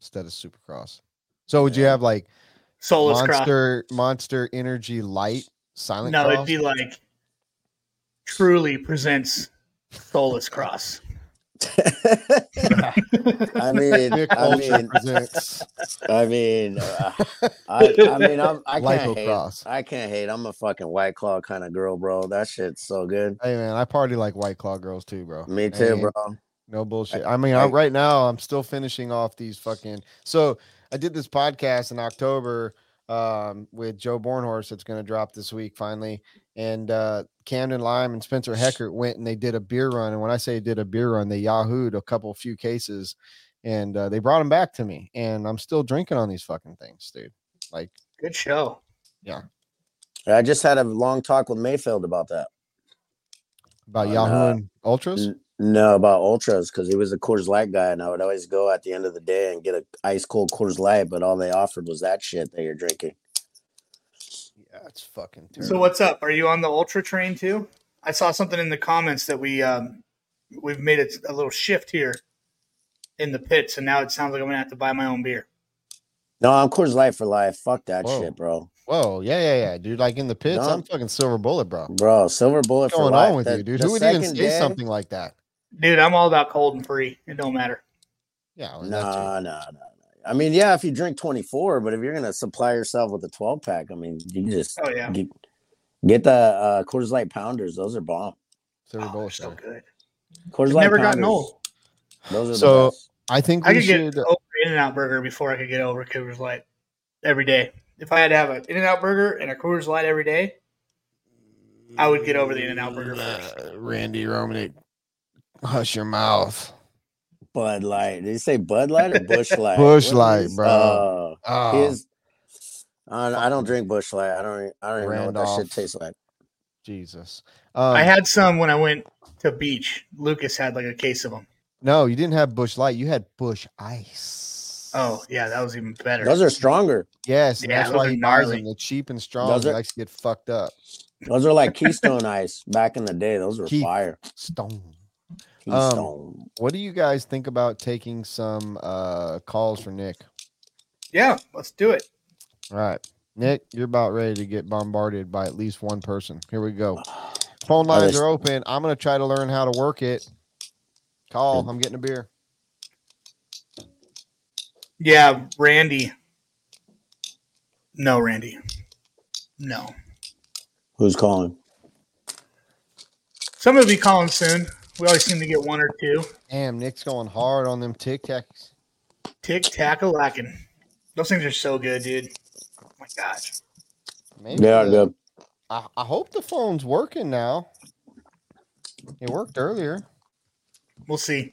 C: instead of supercross. So would you have like
B: Soulless Cross.
C: monster monster energy light silent
B: No,
C: cross?
B: it'd be like truly presents Soulless Cross.
D: I
B: [laughs]
D: mean,
C: Nick
D: I
C: Ultra
D: mean,
C: presents
D: I mean, uh, I, I mean, I'm, I can't hate.
C: Lycocross.
D: I can't hate. I'm a fucking white claw kind of girl, bro. That shit's so good.
C: Hey man, I party like White Claw girls too, bro.
D: Me too,
C: Hey,
D: bro.
C: No bullshit. I mean, I,
D: I-
C: right now I'm still finishing off these fucking. So I did this podcast in October um, with Joe Bornhorse. That's going to drop this week finally. And uh, Camden Lime and Spencer Heckert went and they did a beer run. And when I say did a beer run, they yahooed a couple few cases, and uh, they brought them back to me. And I'm still drinking on these fucking things, dude. Like
B: Good show.
D: I just had a long talk with Mayfield about that.
C: about
D: Oh,
C: Yahoo
D: nah.
C: and Ultras.
D: N- No, about ultras because he was a Coors Light guy, and I would always go at the end of the day and get a ice cold Coors Light, but all they offered was that shit that you're drinking.
C: Yeah, it's fucking terrible.
B: So what's up? Are you on the ultra train too? I saw something in the comments that we um, we've made it a little shift here in the pits, and now it sounds like I'm gonna have to buy my own beer.
D: No, I'm Coors Light for life. Fuck that
C: Whoa.
D: shit, bro.
C: Whoa, yeah, yeah, yeah, dude. Like in the pits,
D: No.
C: I'm fucking silver bullet, bro.
D: Bro, silver bullet
C: What's
D: for
C: going
D: life.
C: on with
D: The-
C: you, dude?
D: the
C: Who would even say
D: second day-
C: something like that?
B: Dude, I'm all about cold and free. It don't matter.
C: Yeah, well, that too.
D: No, no, no. no. I mean, yeah, if you drink 24, but if you're gonna supply yourself with a 12 pack, I mean, you just
B: Oh yeah,
D: get, get the uh, Coors Light pounders. Those are bomb.
C: silver
B: Oh, they're
C: bullet.
B: so
C: show.
B: good.
D: Coors
B: I've
D: Light
B: never gotten
D: Pounders,
B: old.
D: Those are
C: So-
D: the best.
C: I think
B: I
C: we
B: could get
C: should.
B: over In and Out Burger before I could get over Coors Light every day. If I had to have an In and Out Burger and a Coors Light every day, I would get over the In-N-Out Burger first.
C: Uh, Randy Romanick, hush your mouth.
D: Bud Light. Did you say Bud Light
C: [laughs]
D: or Bush Light?
C: Busch
D: What
C: Light,
D: is-
C: bro.
D: Oh.
C: Oh,
D: His, I, don't- I don't drink Bush Light. I don't. I don't even know what that
C: Randolph.
D: shit tastes like.
C: Jesus. Um,
B: I
D: Uh.
B: had some when I went to beach. Lucas had like a case of them.
C: no. You didn't have Bush Light. You had Bush Ice.
B: Oh yeah, that was even better.
D: Those are stronger.
C: yes, and
B: Yeah,
C: that's
B: those
C: why
B: are
C: he buys
B: gnarly.
C: them. They're cheap and strong.
D: Those
C: he
D: are-
C: likes to get fucked up.
D: Those are like Keystone Ice back in the day. Those were
C: Keith.
D: fire.
C: Stone. Um,
D: Keystone.
C: What do you guys think about taking some uh, calls for Nick?
B: Yeah, let's do it.
C: All right, Nick, you're about ready to get bombarded by at least one person. Here we go. Phone
D: I
C: lines
D: was-
C: are open. I'm gonna try to learn how to work it. Call. I'm getting a beer.
B: Yeah, Randy. No, Randy. No.
D: Who's calling?
B: Some will be calling soon. We always seem to get one or two.
C: Damn, Nick's going hard on them Tic Tacs.
B: Tick tack a lacking. Those things are so good, dude. Oh my gosh.
C: Maybe
D: They are
C: the-
D: good.
C: I, I hope the phone's working now. It worked earlier.
B: We'll see.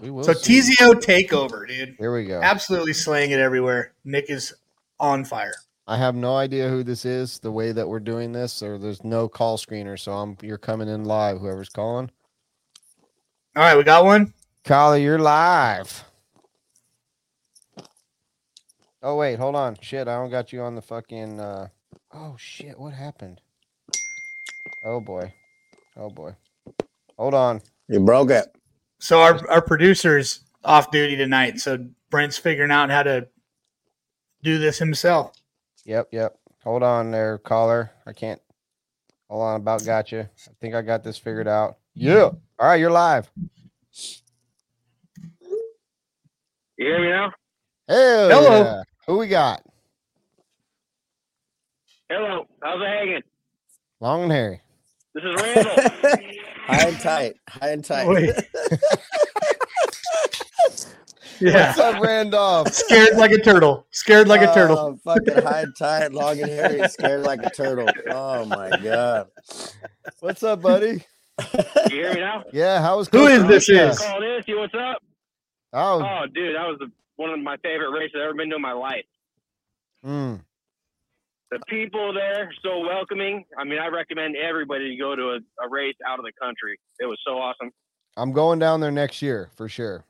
C: We will.
B: So
C: see.
B: TZO takeover, dude.
C: Here we go.
B: Absolutely slaying it everywhere. Nick is on fire.
C: I have no idea who this is. The way that we're doing this, or there's no call screener, so I'm you're coming in live. Whoever's calling,
B: All right, we got one.
C: Kyler, you're live. Oh wait, hold on. Shit, I don't got you on the fucking. Uh... Oh shit, what happened? Oh boy, oh boy. Hold on.
D: You broke it.
B: So our our producer's off duty tonight. So Brent's figuring out how to do this himself.
C: Yep, yep. Hold on there, caller. I can't. Hold on, about gotcha. I think I got this figured out. Yeah. All right, you're live.
E: You hear me now?
C: Hell
B: Hello.
C: yeah. Who we got?
E: Hello, how's it hanging?
C: Long and hairy.
E: This is Randall.
D: [laughs] High and tight. High and tight.
B: Wait. yeah.
C: What's up, Randolph?
B: Scared like a turtle. Scared like a turtle.
D: Oh, fucking high and tight, long and hairy, scared like a turtle. Oh my god.
C: What's up, buddy?
E: you hear
C: [laughs]
E: me now?
C: Yeah, how was
B: Who is
C: Costa
B: this?
C: Rica?
B: Is
E: Call this. You what's up?
C: Oh,
E: Oh, dude, that was the, one of my favorite races I've ever been to in my life. Oh.
C: mm,
E: The people there so welcoming. I mean, I recommend everybody to go to a, a race out of the country. It was so awesome.
C: I'm going down there next year for sure.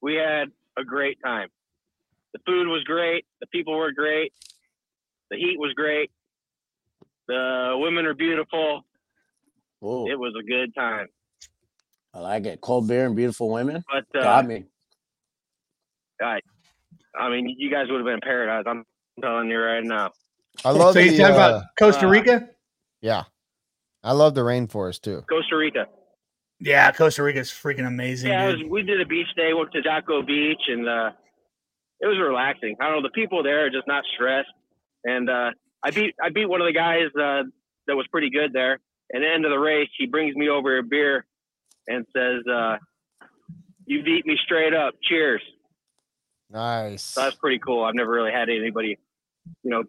E: We had a great time. The food was great. The people were great. The heat was great. The women are beautiful.
D: Ooh,
E: It was a good time.
D: I like it. Cold beer and beautiful women.
E: But uh,
D: Got me.
E: I mean, you guys would have been in paradise. I'm telling you right now.
C: I love
B: so you
C: the
B: talking
C: uh,
B: about Costa
E: uh,
B: Rica?
C: yeah. I love the rainforest too.
E: Costa Rica.
B: yeah, Costa Rica is freaking amazing,
E: Yeah, it
B: dude.
E: was, we did a beach day. Went to Jaco Beach, and uh, it was relaxing. I don't know. The people there are just not stressed. And uh, I beat I beat one of the guys uh, that was pretty good there. And the end of the race, he brings me over a beer and says, uh, "You beat me straight up. Cheers."
C: Nice.
E: So that's pretty cool. I've never really had anybody, you know,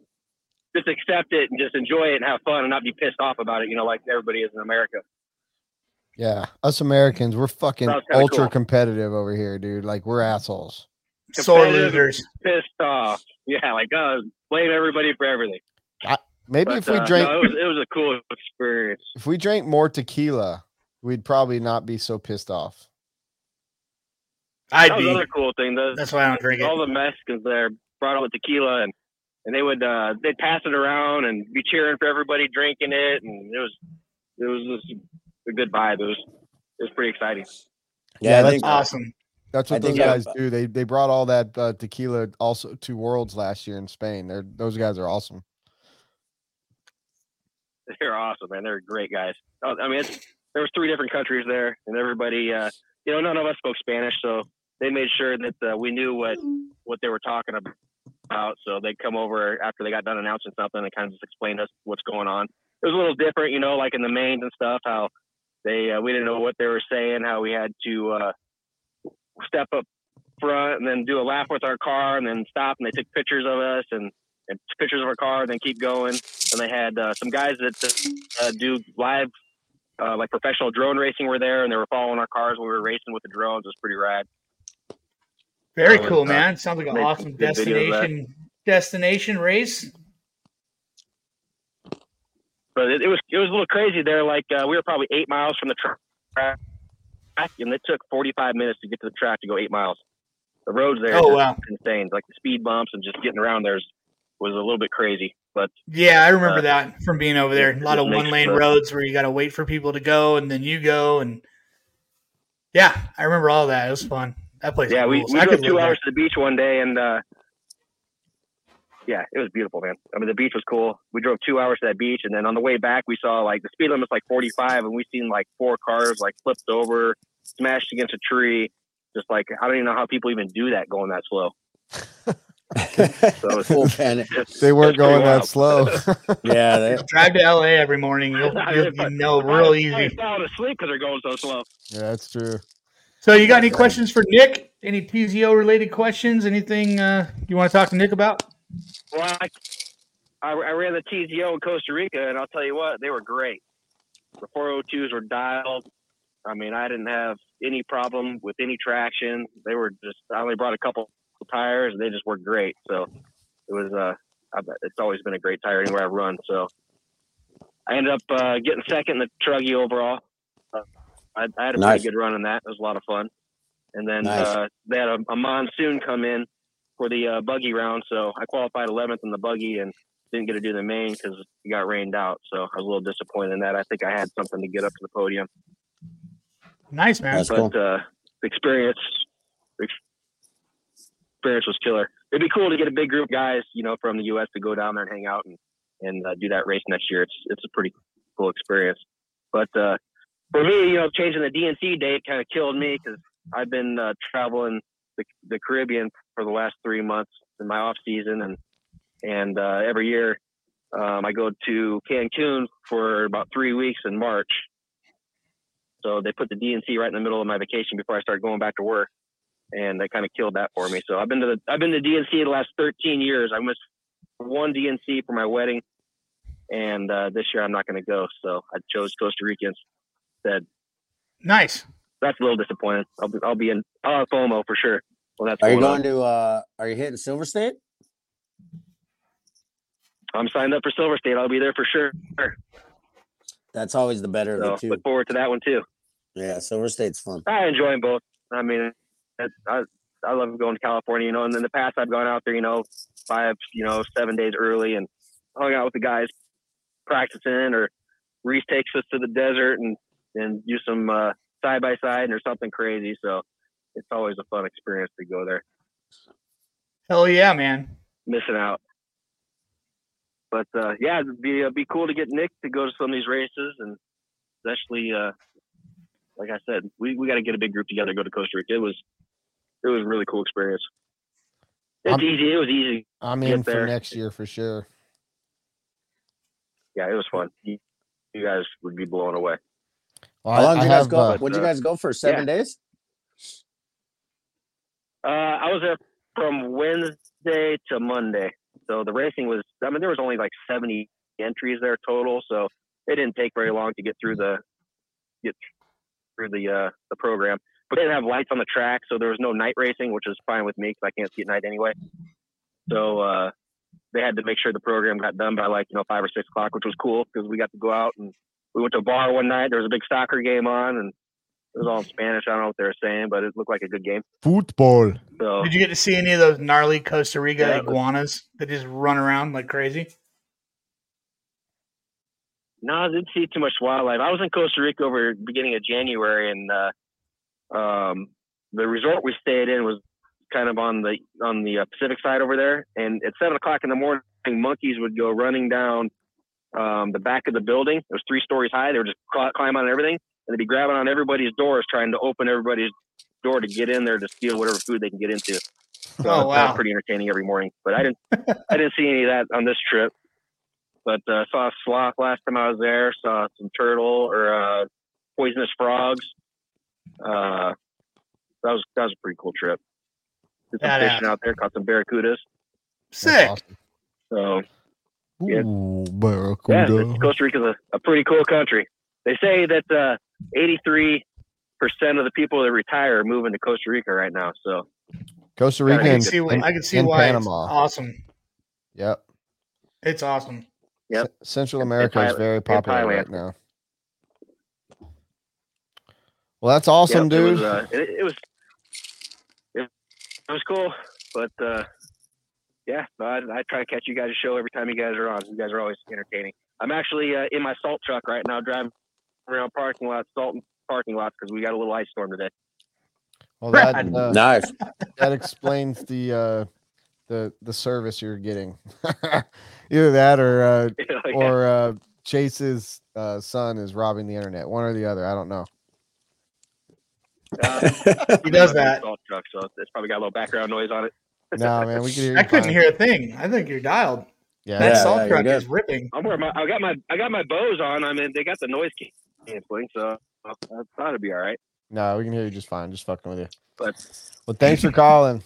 E: just accept it and just enjoy it and have fun and not be pissed off about it. You know, like everybody is in America.
C: Yeah, us Americans, we're fucking
E: Sounds kinda
C: ultra
E: cool.
C: competitive over here, dude. Like we're assholes.
B: Sore
E: competitive-
B: losers.
E: pissed off. [laughs] Yeah, like uh, blame everybody for everything.
C: Maybe
E: But,
C: if we
E: uh,
C: drank
E: no, it, was, it was a cool experience.
C: if we drank more tequila, we'd probably not be so pissed off.
B: I'd
E: that was
B: be.
E: another cool thing. The,
B: That's why I don't drink
E: all
B: it.
E: the Mexicans there brought out the tequila and and they would uh, they'd pass it around and be cheering for everybody drinking it, and it was it was just a good vibe. It was it was pretty exciting.
C: Yeah,
D: Yeah, I
C: that's
D: think
B: Awesome.
C: That's
D: I
C: what those
D: think I-
C: guys do. They they brought all that uh, tequila also to Worlds last year in Spain. They're those guys are awesome.
E: [laughs] They're awesome, man. They're great guys. Oh, I mean, it's, there was three different countries there, and everybody, uh, you know, none of us spoke Spanish, so they made sure that uh, we knew what what they were talking about. So they'd come over after they got done announcing something and kind of just explain to us what's going on. It was a little different, you know, like in the mains and stuff, how they uh, we didn't know what they were saying, how we had to uh, step up front and then do a lap with our car, and then stop, and they took pictures of us and. And pictures of our car, and then keep going and they had uh, some guys that uh, do live, uh, like professional drone racing, were there, and they were following our cars. when We were racing with the drones. It was pretty rad.
B: Very
E: That was,
B: cool,
E: uh,
B: man. Sounds like an
E: made some
B: awesome
E: good video of that.
B: destination destination race.
E: But it, it was it was a little crazy there. Like uh, we were probably eight miles from the tra- track, and it took 45 minutes to get to the track to go eight miles. The roads there,
B: Oh
E: are
B: wow.
E: just insane. Like the speed bumps and just getting around there is- was a little bit crazy. But
B: Yeah, I remember
E: Uh,
B: that from being over there. A
E: it-
B: lot
E: it
B: of
E: makes
B: one lane
E: the-
B: roads where you got to wait for people to go and then you go and yeah, I remember all that. It was fun. That place.
E: yeah, we,
B: rules.
E: we
B: I
E: drove
B: could live
E: two
B: there.
E: hours to the beach one day, and uh, yeah, it was beautiful, man. I mean, the beach was cool. We drove two hours to that beach, and then on the way back, we saw like the speed limit's like 45, and we seen like four cars like flipped over, smashed against a tree. Just like I don't even know how people even do that going that slow. So it
D: [laughs] that's
E: was-
D: full panic.
E: Just-
C: They weren't
E: it's pretty
C: going that
E: wild.
C: slow.
E: [laughs]
C: [laughs]
D: Yeah, they,
B: Drive to LA every morning. You'll,
E: I
B: you'll,
E: mean,
B: you
E: but-
B: know
E: I-
B: real
E: I
B: easy.
E: fell asleep because they're going so slow.
C: yeah, that's true.
B: So you got any questions for Nick? Any PZO related questions? Anything uh, you want to talk to Nick about?
E: Well, I, I, I ran the TZO in Costa Rica, and I'll tell you what, they were great. The 402s were dialed. I mean, I didn't have any problem with any traction. They were just, I only brought a couple tires, and they just worked great. So it was, uh, I bet it's always been a great tire anywhere I've run. So I ended up uh, getting second in the Truggy overall. Uh, I, I had a
D: Nice.
E: pretty good run in that. It was a lot of fun. And then
D: Nice.
E: uh, they had a, a monsoon come in for the uh, buggy round, so I qualified 11th in the buggy and didn't get to do the main because it got rained out. So I was a little disappointed in that. I think I had something to get up to the podium,
B: Nice, man.
D: That's
E: but uh, the experience the experience was killer. It'd be cool to get a big group of guys, you know, from the U.S. to go down there and hang out and and uh, do that race next year. It's it's a pretty cool experience. But uh, for me, you know, changing the DNC date kind of killed me because I've been uh, traveling the, the Caribbean for the last three months in my off season, and And uh, every year, um, I go to Cancun for about three weeks in March. So they put the DNC right in the middle of my vacation before I started going back to work, and they kind of killed that for me. So I've been to the I've been to DNC the last 13 years. I missed one DNC for my wedding, and uh, this year I'm not going to go. So I chose Costa Rica instead.
B: Nice.
E: That's a little disappointing. I'll be I'll be in I'll have FOMO for sure. Well, that's
D: Are you
E: going
D: going
E: on.
D: to? uh Are you hitting Silver State?
E: I'm signed up for Silver State. I'll be there for sure.
D: That's always the better
E: So
D: of the two.
E: look forward to that one too.
D: Yeah, Silver State's fun.
E: Um, I enjoy 'em both. I mean, it, I I love going to California, you know. And in the past, I've gone out there, you know, five, you know, seven days early and hung out with the guys practicing, or Reese takes us to the desert and and do some uh side by side or something crazy. So it's always a fun experience to go there.
B: Hell yeah, man.
E: Missing out. But uh, yeah, it'd be it'd be cool to get Nick to go to some of these races, and especially uh, like I said, we, we got to get a big group together, go to Costa Rica. It was it was a really cool experience. It's
C: I'm-
E: easy. It was easy.
C: I'm
E: Get
C: in for
E: there.
C: next year for sure.
E: Yeah, it was fun. You, you guys would be blown away.
C: Well,
D: How long
C: I,
D: did
C: I
D: you guys
C: have
D: go?
C: uh,
D: What'd you guys go for? Seven days?
E: Uh, I was there from Wednesday to Monday, so the racing was. I mean, there was only like seventy entries there total, so it didn't take very long to get through the get through the uh, the program. But they didn't have lights on the track, so there was no night racing, which is fine with me because I can't see at night anyway. So uh, they had to make sure the program got done by like you know five or six o'clock, which was cool because we got to go out and we went to a bar one night. There was a big soccer game on, and it was all in Spanish. I don't know what they were saying, but it looked like a good game.
C: football.
E: So
B: Did you get to see any of those gnarly Costa Rica
E: Oh. Yeah.
B: iguanas that just run around like crazy?
E: No, I didn't see too much wildlife. I was in Costa Rica over beginning of January, and uh, um, the resort we stayed in was kind of on the on the uh, Pacific side over there. And at seven o'clock in the morning, monkeys would go running down um, the back of the building. It was three stories high. They were just cl- climb on everything, and they'd be grabbing on everybody's doors, trying to open everybody's door to get in there to steal whatever food they can get into. So
B: Oh,
E: it's, uh,
B: wow.
E: pretty entertaining every morning. But I didn't I didn't see any of that on this trip. But uh, saw a sloth last time I was there. Saw some turtle or uh, poisonous frogs. Uh, that was that was a pretty cool trip. Did some
B: Badass.
E: fishing out there. Caught some barracudas.
B: Sick.
E: So Yeah.
C: Ooh,
E: yeah,
C: Barracuda.
E: it's- Costa Rica's a, a pretty cool country. They say that uh, 83% of the people that retire are moving to Costa Rica right now. So
C: Costa
E: Yeah,
B: I can
C: Rican.
B: see. wh- I can see
C: in
B: why
C: Panama.
B: it's awesome.
C: Yep.
B: It's awesome.
E: Yep.
C: C- Central America is
E: Thailand-
C: very popular
E: Thailand.
C: right now. Well, that's awesome,
E: Yep, It
C: dude.
E: was, uh, it, it was it, it was cool, but uh, yeah, no, I, I try to catch you guys' show every time you guys are on. You guys are always entertaining. I'm actually uh, in my salt truck right now, driving around parking lots, salt parking lots, because we got a little ice storm today. [laughs]
C: well, that
B: Brad.
C: uh,
D: Nice. [laughs]
C: that explains the uh, the the service you're getting. [laughs] Either that or uh,
E: Yeah.
C: or uh, Chase's uh, son is robbing the internet. One or the other. I don't know.
E: [laughs] Uh,
C: [laughs]
B: He does
E: I'm in
B: that.
E: a Salt truck, so it's probably got a little background noise on it. [laughs]
C: No, man, we could hear.
B: I
C: you
B: couldn't
C: fine.
B: hear a thing. I think you're dialed.
C: Yeah,
B: That
D: Yeah,
B: salt
D: yeah, you're
B: truck
D: good.
B: is ripping.
E: I'm wearing my, I got my, I got my bows on. I mean, they got the noise canceling, so I thought it'd be all right.
C: no, we can hear you just fine. Just fucking with you.
E: But
C: Well, thanks
E: [clears throat]
C: for calling,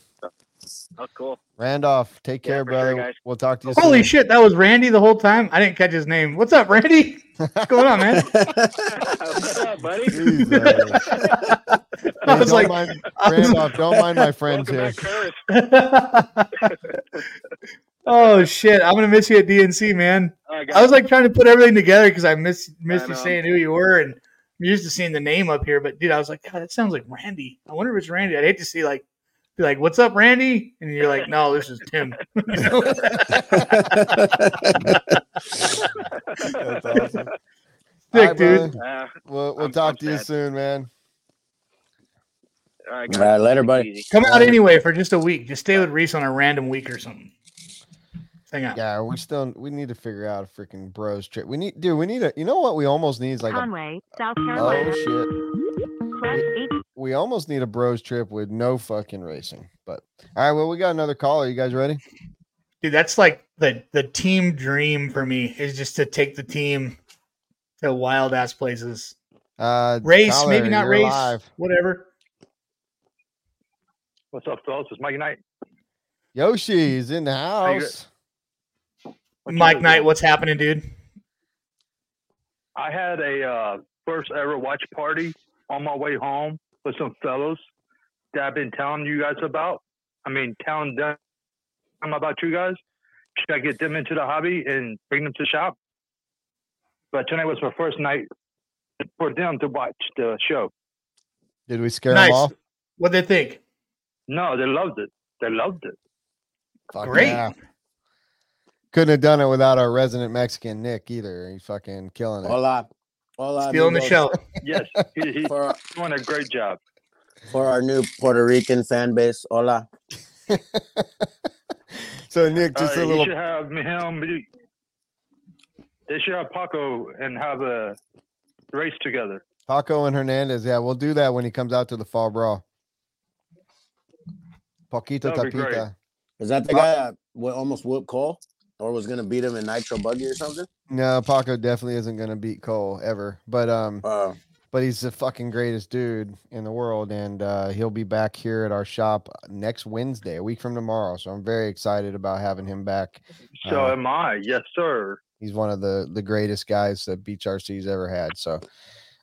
E: that's cool. [laughs]
C: Randolph. Take
E: Yeah,
C: care,
E: for sure,
C: brother.
E: guys.
C: we'll talk to you.
B: Holy [laughs]
C: soon.
B: shit, that was Randy the whole time. I didn't catch his name. What's up, Randy?
C: [laughs]
B: What's going on, man?
E: What's up, buddy?
C: Jesus.
B: I
C: Hey,
B: was
C: don't
B: like,
C: mind,
B: [laughs] I was-
C: Randolph, don't mind my friends
E: Welcome
C: here.
E: back, Curtis.
B: [laughs] oh shit, I'm gonna miss you at DNC, man.
E: Oh,
B: I was like trying to put everything together because I missed missed
E: I
B: you
E: know.
B: saying who you were, and I'm used to seeing the name up here. But dude, I was like, God, that sounds like Randy. I wonder if it's Randy. I'd hate to see like be like, "What's up, Randy?" And you're like, "No, this is Tim."
C: That's awesome. All
B: Sick,
C: right,
B: dude.
C: brother.
E: uh,
C: We'll, we'll
E: I'm-
C: talk
E: I'm
C: to you
E: sad.
C: soon, man.
E: all right,
D: All
E: guys.
D: right, later,
E: Take it
D: buddy.
E: easy.
B: Come out anyway for just a week. Just stay with Reese on a random week or something. Hang on.
C: Yeah, we still we need to figure out a freaking bros trip. We need, dude. We need a. You know what? We almost need is like a.
F: Conway, South
C: Oh
F: Carolina.
C: shit.
F: Press eight.
C: We almost need a bros trip with no fucking racing. But all right. Well, we got another caller. You guys ready?
B: dude, that's like the the team dream for me is just to take the team to wild ass places.
C: Uh,
B: Race,
C: Tyler,
B: maybe not
C: you're
B: race,
C: alive.
B: whatever.
F: What's up, fellas? It's Mike Knight.
C: Yoshi's in the house.
F: What you
B: Mike
F: guys
B: Knight,
F: doing?
B: what's happening, dude?
F: I had a uh, first ever watch party on my way home with some fellows that I've been telling you guys about. I mean, telling them about you guys. Should I get them into the hobby and bring them to shop? But tonight was my first night for them to watch the show.
C: Did we scare
B: nice.
C: them off?
B: What they think?
F: No, they loved it. They loved it.
C: Fuck
B: Great.
C: yeah. Couldn't have done it without our resident Mexican Nick either. He's fucking killing it.
D: Hola. Hola.
B: Stealing the
D: amigos.
B: show.
F: Yes, he,
D: [laughs]
F: he's
D: For,
F: doing a great job.
D: for our new Puerto Rican fan base. Hola.
C: so Nick, just
F: uh,
C: a
F: you
C: little
F: should have him. They should have Paco and have a race together.
C: Paco and Hernandez. Yeah, we'll do that when he comes out to the fall brawl. Paquito
F: That'd be great.
C: Tapita.
D: Is that the guy that wa- almost whooped Cole or was going to beat him in Nitro Buggy or something?
C: No, Paco definitely isn't gonna beat Cole ever. But um
D: Uh,
C: but he's the fucking greatest dude in the world and uh, he'll be back here at our shop next wednesday a week from tomorrow so i'm very excited about having him back
F: So
C: Uh,
B: Uh-huh.
F: am I. Yes, sir.
C: he's one of the the greatest guys that beach rc's ever had so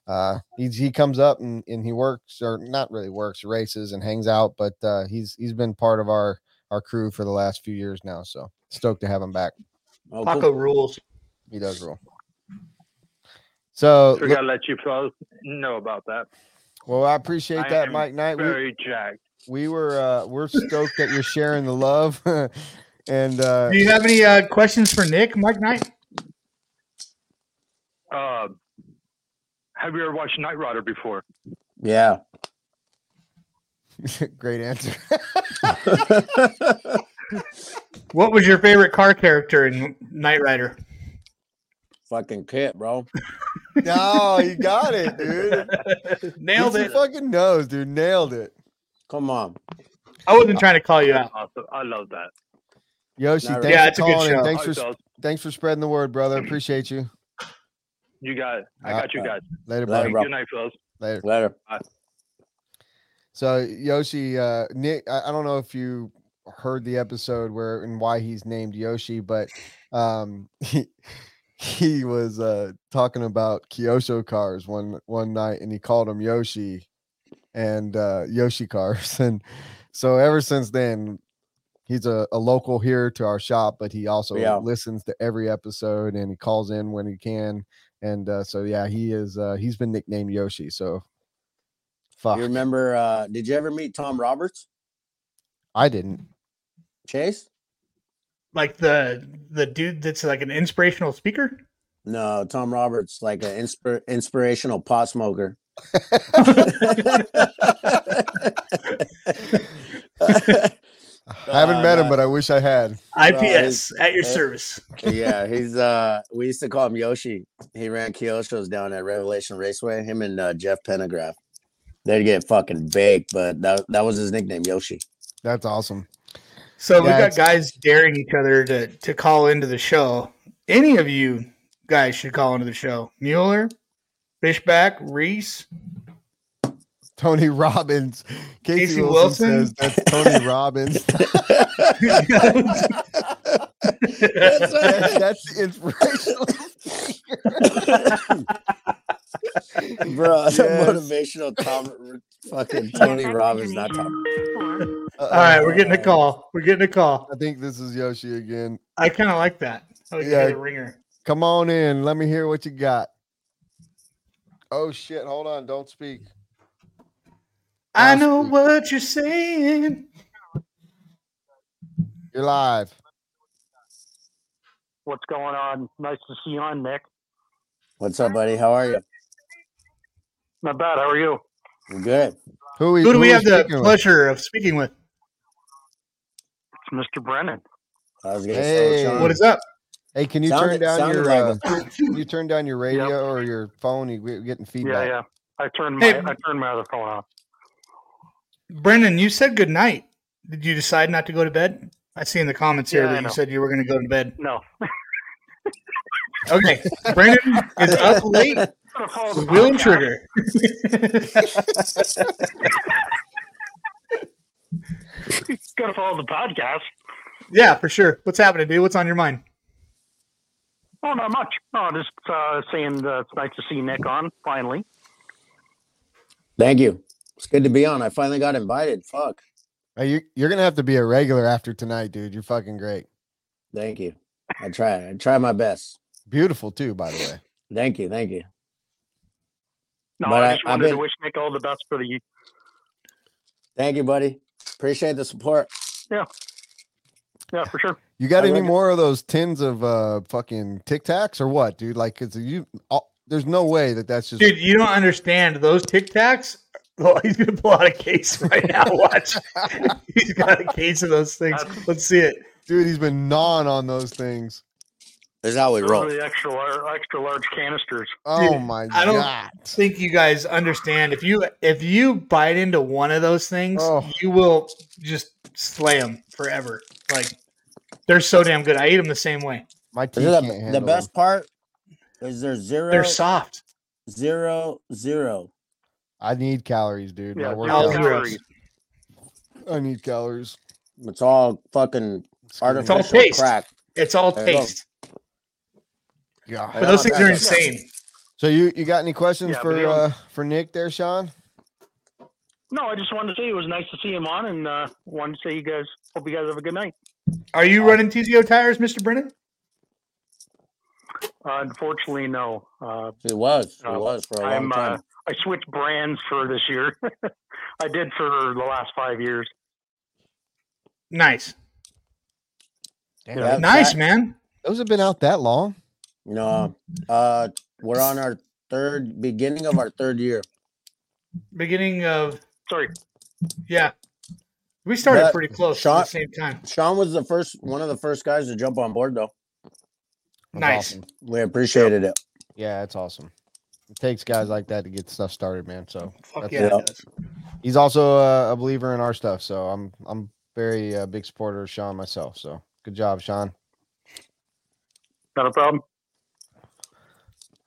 C: uh he's, he comes up and, and he works or not really works races and hangs out but uh he's he's been part of our our crew for the last few years now so stoked to have him back
D: oh, cool.
B: Paco rules.
C: he does rule so
F: Forgot to let you fellas know about that.
C: well i appreciate
F: I
C: that
F: am
C: mike knight We-
F: Very jacked.
C: we were uh we're stoked that you're sharing the love [laughs] and uh
B: Do you have any uh, questions for Nick, Mike Knight?
F: Uh,
G: Um,
F: have you ever watched Knight Rider before?
B: [laughs]
D: Yeah. [laughs]
C: [laughs] great answer
B: What was your favorite car character in Knight Rider?
D: Fucking kid, bro.
C: no you got it
F: [laughs]
C: dude
B: Nailed it.
C: It's your fucking nose dude nailed it
D: Come on.
B: I wasn't trying to call you out.
F: Awesome. I love that.
C: yoshi
D: Not
C: thanks
D: really.
B: Yeah,
C: for
B: it's a good
C: calling in.
B: show.
C: thanks
F: All
C: for
F: right, fellas,
C: thanks for spreading the word brother appreciate you
F: you got it.
C: Uh,
F: I got
B: Uh-huh.
F: you
D: uh,
F: guys.
C: later
D: Later,
C: buddy.
D: bro.
F: Good night, fellas.
C: later
D: Later.
C: so yoshi uh nick I, I don't know if you heard the episode where and why he's named yoshi but um [laughs] he, he was uh talking about kyosho cars one one night and he called him yoshi and uh, Yoshi cars. [laughs] And so ever since then, he's a, a local here to our shop, but he also
D: Yeah.
C: listens to every episode and he calls in when he can. And uh, so yeah, he is uh, he's been nicknamed Yoshi. So fuck,
D: You remember, uh, did you ever meet Tom Roberts?
C: I didn't.
D: Chase?
B: Like the the dude that's like an inspirational speaker.
D: No, Tom Roberts, like an inspir- inspirational pot smoker.
C: I haven't
B: Ah,
D: Uh,
C: met him,
D: no.
C: but I wish I had.
B: IPS at your
D: uh,
B: service.
D: yeah, he's uh we used to call him Yoshi. He ran Kyosho's down at Revelation Raceway, him and uh, Jeff Pendergraph. They'd get fucking baked, but that, that was his nickname, Yoshi. [laughs]
C: That's awesome.
B: So we've
C: Yeah,
B: got guys daring each other to to call into the show. Any of you guys should call into the show. Mueller, Fishback, Reese.
C: Tony Robbins. Casey,
B: Casey
C: Wilson,
B: Wilson?
C: says that's
B: [laughs]
C: Tony Robbins. That- that's the inspirational.
D: Bro, the
C: Yes.
D: motivational Tom fucking Tony Robbins, not Tom.
H: Four.
B: All right, we're getting a call. We're getting a call.
C: I think this is Yoshi again.
B: I kind of like that. I like to hear
C: Yeah.
B: the ringer.
C: Come on in. Let me hear what you got. Oh shit! Hold on. Don't speak.
B: I
C: Last
B: know
C: week.
B: what you're saying.
C: You're live.
G: What's going on? Nice to see you on, Nick.
D: What's up, buddy? How are you?
G: Not bad. How are you?
D: I'm good.
C: Who, we-
B: Who do we
C: we
B: have the
C: speaking with?
B: pleasure of speaking with?
G: It's Mr. Brennan.
D: I was gonna
C: Hey.
D: say Sean.
B: What is up?
C: Hey, can you
D: Sounded-
C: turn down
D: sounded
C: your uh,
D: like
C: can you turn down your radio or your phone? You- We're getting
G: Yeah,
C: feedback.
G: yeah. I turned my
B: Hey.
G: I turned my other phone off.
B: Brendan, you said good night. Did you decide not to go to bed? I see in the comments here
G: Yeah, I
B: that you
G: know.
B: said you were going to go to bed.
G: No.
B: Okay, Brandon is up late.
G: I'm gonna call the
B: Will and
G: podcast.
B: Trigger.
G: [laughs] Gotta follow the podcast.
B: yeah, for sure. What's happening, dude? What's on your mind?
G: Oh, not much. No, I'm just uh, saying uh, it's nice to see Nick on finally.
D: Thank you. It's good to be on. I finally got invited. Fuck.
C: Uh, you, you're gonna have to be a regular after tonight, dude. You're fucking great.
D: Thank you. I try. I try my best.
C: Beautiful too, by the way.
D: Thank you. Thank you.
G: No,
D: But I-
G: I just
D: I've
G: wanted to
D: been-
G: wish Nick all the best for the
D: Thank you, buddy. Appreciate the support.
G: yeah for sure.
C: You got
D: I
C: any
D: reckon-
C: more of those tins of uh fucking Tic Tacs or what, dude? Like, cause you, all, there's no way that that's just
B: Dude, you don't understand those Tic Tacs. Well, [laughs] he's going to pull out a case right now. Watch. [laughs] he's got a case of those things. Let's see it.
C: dude. He's been gnawing on those things.
D: This is how we
G: Those are
D: roll.
G: the extra lar- extra large canisters.
C: Oh
B: Dude,
C: my
B: I don't-
C: god!
B: I think you guys understand. If you if you bite into one of those things,
C: Oh.
B: you will just slay them forever. Like they're so damn good. I eat them the same way.
C: My
D: This
C: teeth
D: is
C: can't
D: the,
C: handle
D: the
C: them.
D: best part is there's zero,
B: They're soft.
D: zero, zero.
C: I need calories, dude. My
G: Yeah,
C: workout-
B: zero calories.
C: [laughs] I need calories.
D: It's all fucking
B: all
D: artificial
B: taste.
D: crack.
B: It's all
D: There you go.
B: taste.
C: Yeah.
B: But
D: Yeah,
B: [laughs] those things are
D: yeah.
B: insane.
C: So you you got any questions
G: Yeah, but they
C: for
G: don't-
C: uh for Nick there, Sean?
G: No, I just wanted to say it was nice to see him on, and uh, wanted to say you guys hope you guys have a good night.
B: Are you running TZO tires, Mister Brennan?
G: Uh, unfortunately, no. Uh,
D: It was. It
G: No,
D: was for a long
G: I'm uh,
D: time.
G: I switched brands for this year. [laughs] I did for the last five years.
B: Nice,
C: Damn,
D: Yeah.
B: nice
D: that-
B: man.
C: those have been out that long.
D: No, uh, we're on our third beginning of our third year.
B: Beginning of
G: Sorry,
B: yeah, we started
D: That-
B: pretty close at
D: Sean-
B: the same time.
D: Sean was the first, one of the first guys to jump on board, though.
C: That's
B: Nice.
C: awesome.
D: We appreciated it.
C: Yeah, it's awesome. It takes guys like that to get stuff started, man. So
B: Fuck
C: That's
B: yeah, it
D: it.
B: does.
C: he's also uh, a believer in our stuff. So I'm I'm very uh, big supporter of Sean myself. So good job, Sean.
G: not a problem.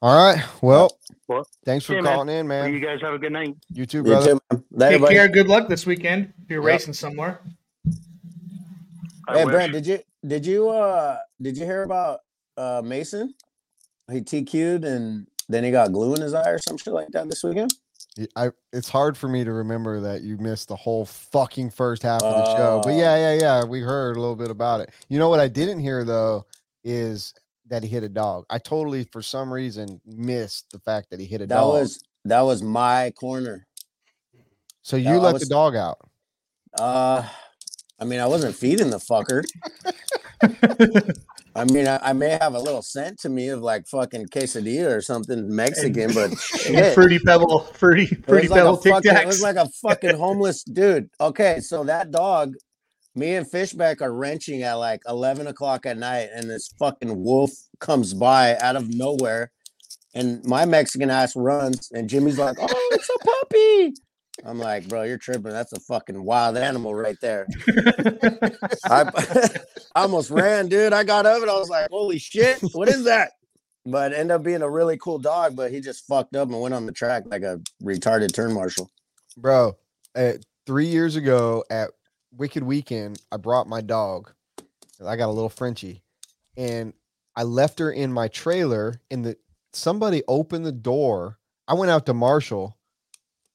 C: All right. Well,
G: Well,
C: thanks for
G: yeah, man.
C: calling
G: You
C: in, man.
G: guys have a good night.
C: You too,
D: You
C: brother.
D: too, man. Later,
B: Take
D: buddy.
B: care. Good luck this weekend. If you're
C: Yep.
B: racing somewhere,
G: I
D: Hey,
G: wish.
D: Brent, did you did you uh did you hear about uh Mason? He TQ'd and then he got glue in his eye or some shit like that this weekend.
C: Y- I it's hard for me to remember that you missed the whole fucking first half of the show. But
D: Oh.
C: yeah, yeah, yeah. We heard a little bit about it. You know what I didn't hear though is that he hit a dog. I totally for some reason missed the fact that he hit a
D: That
C: dog.
D: was that was my corner.
C: so you
D: that
C: let
D: was-
C: the dog out.
D: Uh I mean I wasn't feeding
C: [laughs]
D: the fucker. I mean I, I may have a little scent to me of like fucking quesadilla or something Mexican, but shit.
B: fruity pebble, fruity, [laughs]
D: It
B: fruity
D: was, like
B: pebble
D: a
B: tic
D: fucking, it was
B: tacs.
D: like a fucking homeless dude. Okay, so that dog, me and Fishback are wrenching at like 11 o'clock at night, and this fucking wolf comes by out of nowhere. And my Mexican ass runs, and Jimmy's like, Oh, it's a puppy. I'm like, Bro, you're tripping. That's a fucking wild animal right there. I, [laughs] I almost ran, dude. I got up and I was like, Holy shit, what is that? But ended up being a really cool dog, but he just fucked up and went on the track like a retarded turn marshal.
C: Bro, uh, three years ago at Wicked Weekend, I brought my dog. I got a little Frenchie, and I left her in my trailer. And the somebody opened the door. I went out to Marshall,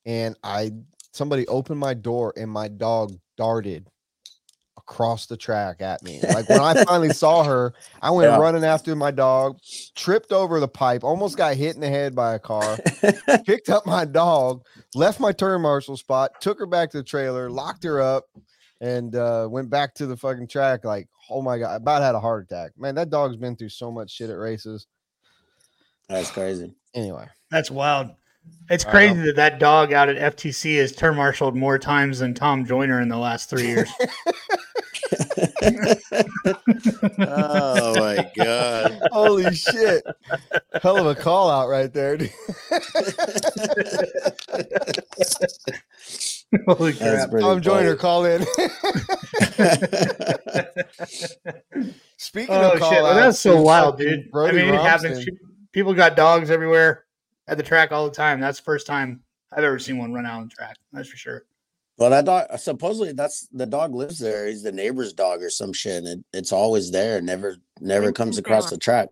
C: and I somebody opened my door, and my dog darted across the track at me. Like when I finally saw her, I went
D: Yeah.
C: running after my dog, tripped over the pipe, almost got hit in the head by a car picked up my dog, left my turn marshal spot, took her back to the trailer, locked her up, and uh, went back to the fucking track. Like, oh my god, I about had a heart attack. Man, that dog's been through so much shit at races.
D: That's crazy.
C: Anyway,
B: That's wild. It's
C: I know.
B: crazy that that dog out at FTC has term marshaled more times than Tom Joyner in the last
C: [laughs]
B: three years.
D: oh my god.
C: holy shit, hell of a call out right there. dude.
B: Holy
D: [laughs] That's
B: crap.
D: pretty
C: Tom Joyner,
D: funny.
C: call in. [laughs] Speaking
B: Oh
C: of
B: shit!
C: call
B: Well, that's so
C: outs,
B: wild,
C: fucking
B: dude. I
C: Brody
B: mean, it happens.
C: Robson.
B: People got dogs everywhere at the track all the time. That's the first time I've ever seen one run out on the track. That's for sure.
D: [laughs] But I thought supposedly that's the dog lives there. He's the neighbor's dog or some shit. and It, it's always there. Never never comes across the track.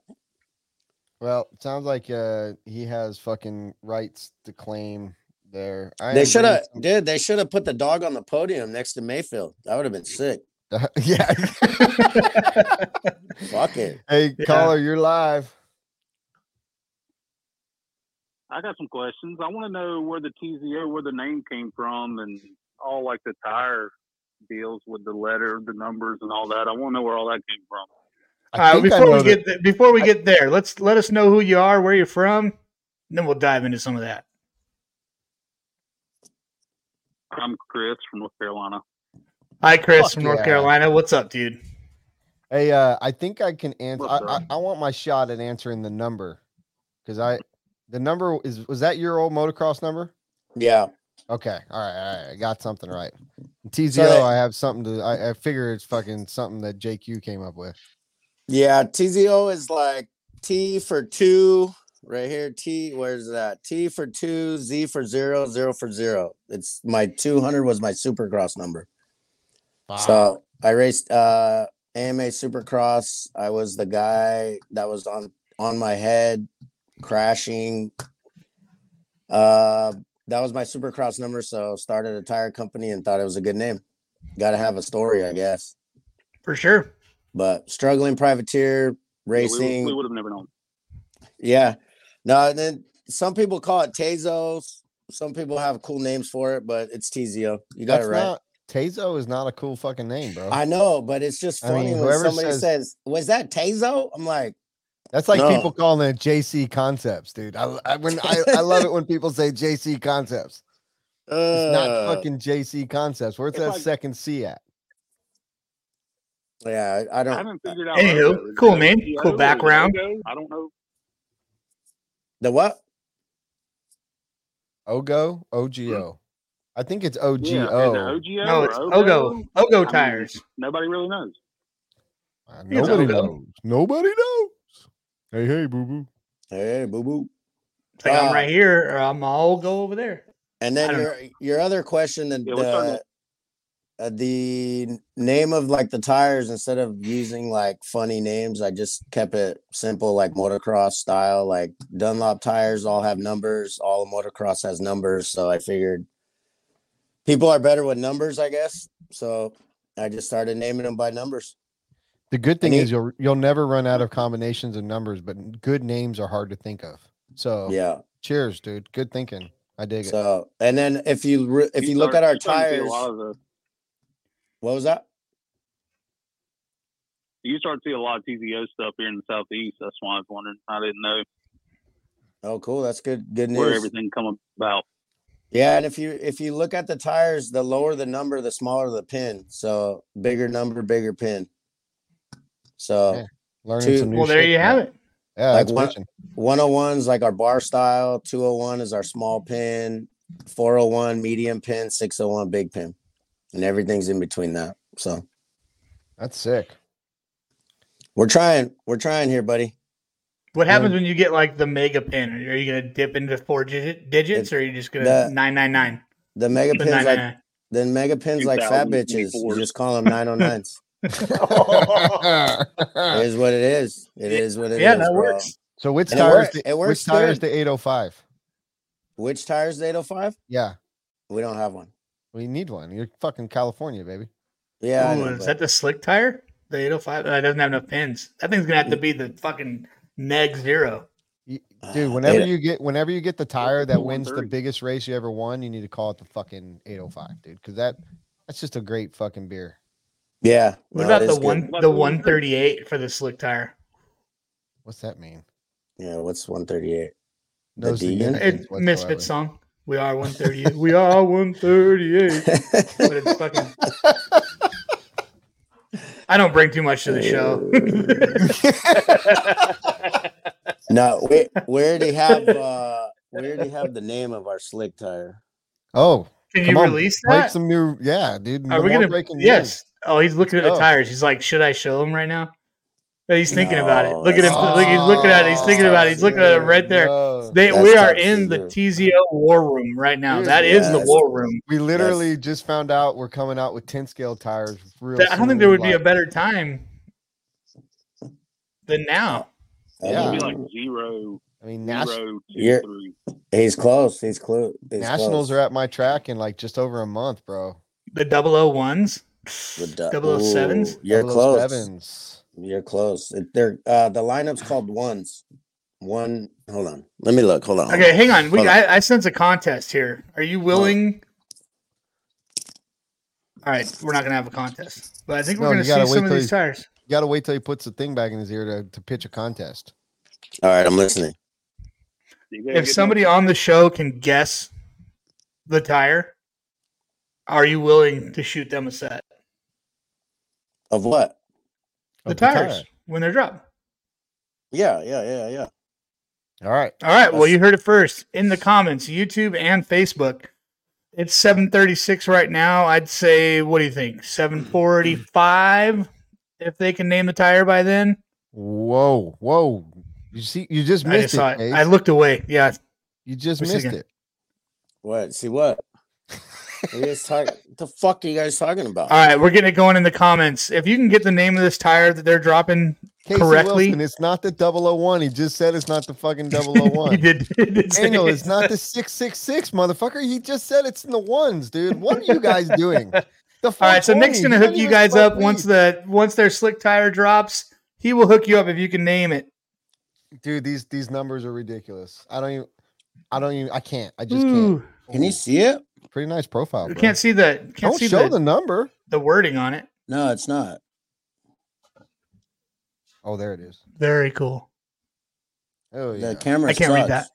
C: Well, it sounds like uh he has fucking rights to claim there. I
D: They
C: am
D: should have,
C: bringing
D: dude. They should have put the dog on the podium next to Mayfield. That would have been sick.
C: some- [laughs]
D: [laughs]
C: yeah.
D: Fuck it.
C: Hey,
B: Yeah.
C: caller, you're live.
H: I got some questions. I want to know where the TZO, where the name came from, and all like the tire deals with the letter, the numbers, and all that. I want to know where all that came from.
B: All right,
C: think
B: before
C: know
B: we
C: the-
B: get th- before we get there, let's let us know who you are, where you're from, and then we'll dive into some of that.
H: I'm Chris from North Carolina.
B: Hi, Chris
C: Fuck
B: from North
C: yeah.
B: Carolina. What's up, dude?
C: Hey, uh, I think I can answer. I,
H: What's
C: I, I want my shot at answering the number because I, the number is was that your old motocross number?
D: Yeah.
C: Okay, all right, all right, I got something right. TZO,
D: that-
C: I have something to. I, I figure it's fucking something that JQ came up with.
D: Yeah. TZO is like T for two. Right here. T where's that? T for two, Z for zero, zero for zero. It's my two hundred was my supercross number. So I raced uh AMA Supercross. I was the guy that was on on my head crashing. Uh that was my supercross number, so started a tire company and thought it was a good name. Gotta have a story, I guess.
B: For sure.
D: But struggling
H: Yeah,
D: privateer
H: we-
D: racing.
H: We, would have never known.
D: Yeah. No, and then some people call it Tezos. Some people have cool names for it, but it's TZO. You got
C: That's
D: it right.
C: not Tazo is not a cool fucking name, bro.
D: I know, but it's just
C: I
D: funny
C: mean,
D: when
C: whoever
D: somebody
C: says-
D: says, "Was that Tazo?" I'm like,
C: That's like
D: No.
C: people calling it JC Concepts, dude. I, I when I, I love
D: [laughs]
C: it when people say JC Concepts. It's
D: "Uh,
C: not fucking JC Concepts. Where's
H: It's
C: that
H: like-
C: second C at?
D: Yeah, I I
H: I
D: don't.
H: haven't figured out.
B: Anywho,
H: whether it was
B: cool
H: a
B: name,
H: TZO
B: cool
H: or a
B: background.
H: logo. I don't know.
D: The what?
C: Ogo, OGO. I think it's OGO.
H: Yeah, is it OGO
B: No,
H: or
B: it's Ogo.
H: I
B: Ogo
H: mean,
B: tires.
H: Nobody really knows.
C: Uh,
B: it's
C: Nobody
B: Ogo.
C: knows. Nobody knows. Hey, hey, boo boo.
D: Hey, boo boo.
B: It's like I'm
D: uh,
B: right here, or I'm all go over there.
D: And
B: I
D: then
B: don't
D: your your other question, the
H: Yeah, we're starting
D: the, uh, the name of like the tires instead of using like funny names, I just kept it simple, like motocross style. Like Dunlop tires all have numbers. All motocross has numbers, so I figured people are better with numbers, I guess. So I just started naming them by numbers.
C: The good thing
D: And
C: is you'll you'll never run out of combinations of numbers, but good names are hard to think of. So
D: Yeah.
C: cheers, dude. Good thinking. I Oh, dig it.
D: So and then if you re- if you, look
H: start-
D: at our
H: you're starting to see a
D: tires,
H: lot of the-
D: what was that?
H: you start to see a lot of TZO stuff here in the southeast. That's why I was wondering. I didn't know
D: Oh, cool. That's good. Good
H: where
D: news.
H: everything come about.
D: Yeah, and if you if you look at the tires, the lower the number, the smaller the pin. So bigger number, bigger pin. So
C: Yeah. Learning
D: Dude,
C: some new
B: Well, there
C: shit,
B: you
C: man.
B: have it.
C: Yeah,
D: Like
C: that's
D: one-
C: pitching.
D: 101 is like our bar style. 201 is our small pin. 401 medium pin. 601 big pin, and everything's in between that. So
C: That's
B: [laughs]
D: [laughs]
C: sick. [laughs]
D: we're trying. We're trying here, buddy.
B: What
C: Yeah.
B: happens when you get like the mega pin? Are you gonna dip into four digit, digits, or are you just gonna
D: The-
B: nine nine nine?
D: The mega
B: The
D: pins
B: nine
D: like
B: nine
D: then mega pins like fat bitches.
H: 2024.
D: You just call them 909s. it is what it is. It is what it is.
B: Yeah, that
D: bro.
B: works.
C: so which
D: And it
C: tires?
D: work-
C: the-
D: it
C: Which
D: works
C: tires
D: good.
C: the 805?
D: Which tires? The 805?
C: Yeah,
D: We don't have one.
C: we need one. You're fucking California, baby.
D: Yeah. I
B: Ooh,
D: know,
B: is
D: but-
B: that the slick tire? The 805 that doesn't have enough pins. That thing's gonna have to be the fucking neg zero.
C: You-
D: Ah,
C: Dude, whenever
D: eight-
C: you get whenever you get the tire
H: it's
C: that
H: a
C: wins the
H: 130.
C: biggest race you ever won, you need to call it the fucking 805, dude, because that that's just a great fucking beer.
D: Yeah.
B: What
D: no, it
B: about
D: is
B: the
D: good.
B: one
H: What
B: the
H: about the
B: one thirty eight for the slick tire?
C: What's that mean?
D: Yeah, what's 138? The
C: No
D: D in
C: significance
B: It,
C: whatsoever.
B: misfit song. We are one thirty eight. we are one thirty eight. But it's fucking. I don't bring too much to the show.
D: [laughs] no, we, we
B: [laughs]
D: already have uh we already have the name of our slick tire.
C: Oh,
B: Can
C: Come
B: you
C: on,
B: release
C: make
B: that?
C: some new, yeah, dude.
B: Are
C: no
B: we
C: more
B: gonna?
C: breaking news.
B: Yes. Oh, he's looking at the
C: Oh.
B: tires. He's like, should I show him right now? No, He's thinking about it.
D: No,
B: Look at him.
D: that's-
B: Look, he's looking at it. He's thinking about it. He's looking at it right there.
C: No.
B: They,
D: That's
B: we are
D: top
B: in the
D: secret.
B: TZO war room right now.
C: Dude,
B: That is the
D: yes.
B: war room.
C: We literally just found out we're coming out with 10 scale tires. Real
B: That- I don't
C: soon,
B: think there would be a
C: like-
B: better time than now.
H: It'll be
C: Yeah.
H: like zero,
C: I mean,
H: zero,
C: Nash-
H: two,
D: You're-
H: three.
D: He's close. He's close. He's
C: Nationals
D: close.
C: are at my track in like just over a month, bro.
B: The 001s.
D: The du-
B: 007s?
D: Ooh, You're close.
C: 007s.
D: You're close. It- They're uh, the lineup's called ones. One. Hold on. Let me look. Hold on.
B: Okay, hang on. We,
D: Hold on.
B: I, I sense a contest here. Are you willing? All right, we're not going to have a contest, but I think we're
C: No,
B: going
C: you
B: to
C: gotta
B: see
C: wait
B: some of
C: till
B: these
C: you-
B: tires.
C: You got to wait till he puts the thing back in his ear to, to pitch a contest.
D: All right. I'm listening.
H: You gotta
B: If
H: get
B: somebody on the show can guess the tire, are you willing to shoot them a set?
D: Of what?
B: The
C: of
B: tires
C: tire.
B: when they're dropped.
D: Yeah. Yeah. Yeah. Yeah.
C: All right.
B: All right. Well,
D: That's-
B: you heard it first in the comments, YouTube and Facebook. It's 736 right now. I'd say, what do you think? 745 if they can name the tire by then.
C: Whoa. Whoa. You see, you just
B: I just
C: missed
B: saw
C: it.
B: it.
C: Case.
B: I looked away. Yeah.
C: you just
B: Wait a
C: missed
B: second.
C: it.
D: What?
C: [laughs]
D: See what? What are you guys talk- the fuck are you guys talking about?
B: All right. We're getting it going in the comments. If you can get the name of this tire that they're dropping, [laughs]
C: Casey
B: Correctly.
C: Wilson, it's not the 001. He just said it's not
B: [laughs]
C: the fucking
B: he
C: 001.
B: did. he did say
C: Daniel, it's
B: it.
C: not the 666, motherfucker. He just said it's in the ones, dude. What are you guys
B: [laughs]
C: doing? The
B: All right, so Nick's
C: 420,
B: gonna
C: you
B: hook
C: don't
B: you
C: even
B: guys
C: smoke
B: up once
C: weed.
B: the once their slick tire drops. He will hook you up if you can name it.
C: dude. These these numbers are ridiculous. I don't even. I don't even. I can't. I just can't.
B: Ooh,
D: Can you see it?
C: Pretty nice profile.
B: I
C: Oh, Bro.
B: can't see the can't
C: don't
B: see
C: show
B: the,
C: the number.
B: the wording on it.
D: No, it's not.
C: Oh, there it is.
B: Very cool.
C: Oh yeah.
D: The camera.
B: I can't read
D: sucks.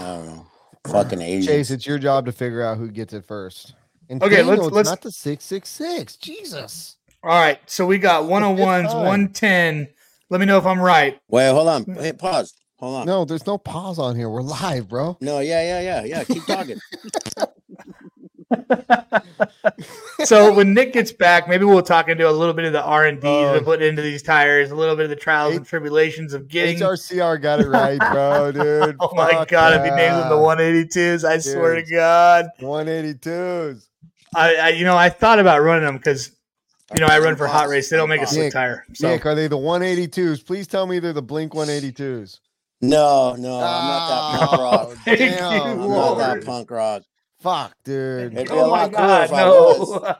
D: I don't know.
B: [sighs]
D: Fucking Asian.
C: Chase, it's your job to figure out who gets it first. And
B: Okay, let's-
C: Daniel, it's
B: let's-
C: not the six six six. Jesus.
B: All right, so we got 101s,
C: time.
B: 110. Let me know if I'm right.
D: Wait, hold on. Hey, pause. Hold on. No.
C: No, there's no pause on here. We're live, bro.
D: yeah, yeah, yeah, yeah. Keep talking.
B: So
C: [laughs]
B: when Nick gets back, maybe we'll talk into a little bit of the R and D
C: Oh.
B: that put into these tires, a little bit of the trials and tribulations of getting.
C: HRCR got it right, bro, dude.
B: [laughs] Oh my
C: Fuck
B: God! If he names them the
C: yeah.
B: 182s, I swear to
C: Dude.
B: God.
C: 182s.
B: I, I you know I thought about running them because [laughs] you know I run for hot
D: Unpause,
B: race. They don't make a
D: unpause.
B: slick
C: Nick,
B: tire. So
C: Nick, are they the 182s? Please tell me they're the Blink 182s.
D: No, no, Oh, I'm
B: [laughs]
D: not that punk rock.
C: Oh,
B: Thank
C: damn,
B: you,
D: I'm
C: bro.
B: Lord.
D: not that punk rock.
C: Fuck, dude.
D: It'd
B: Oh
D: be a lot cooler if I was.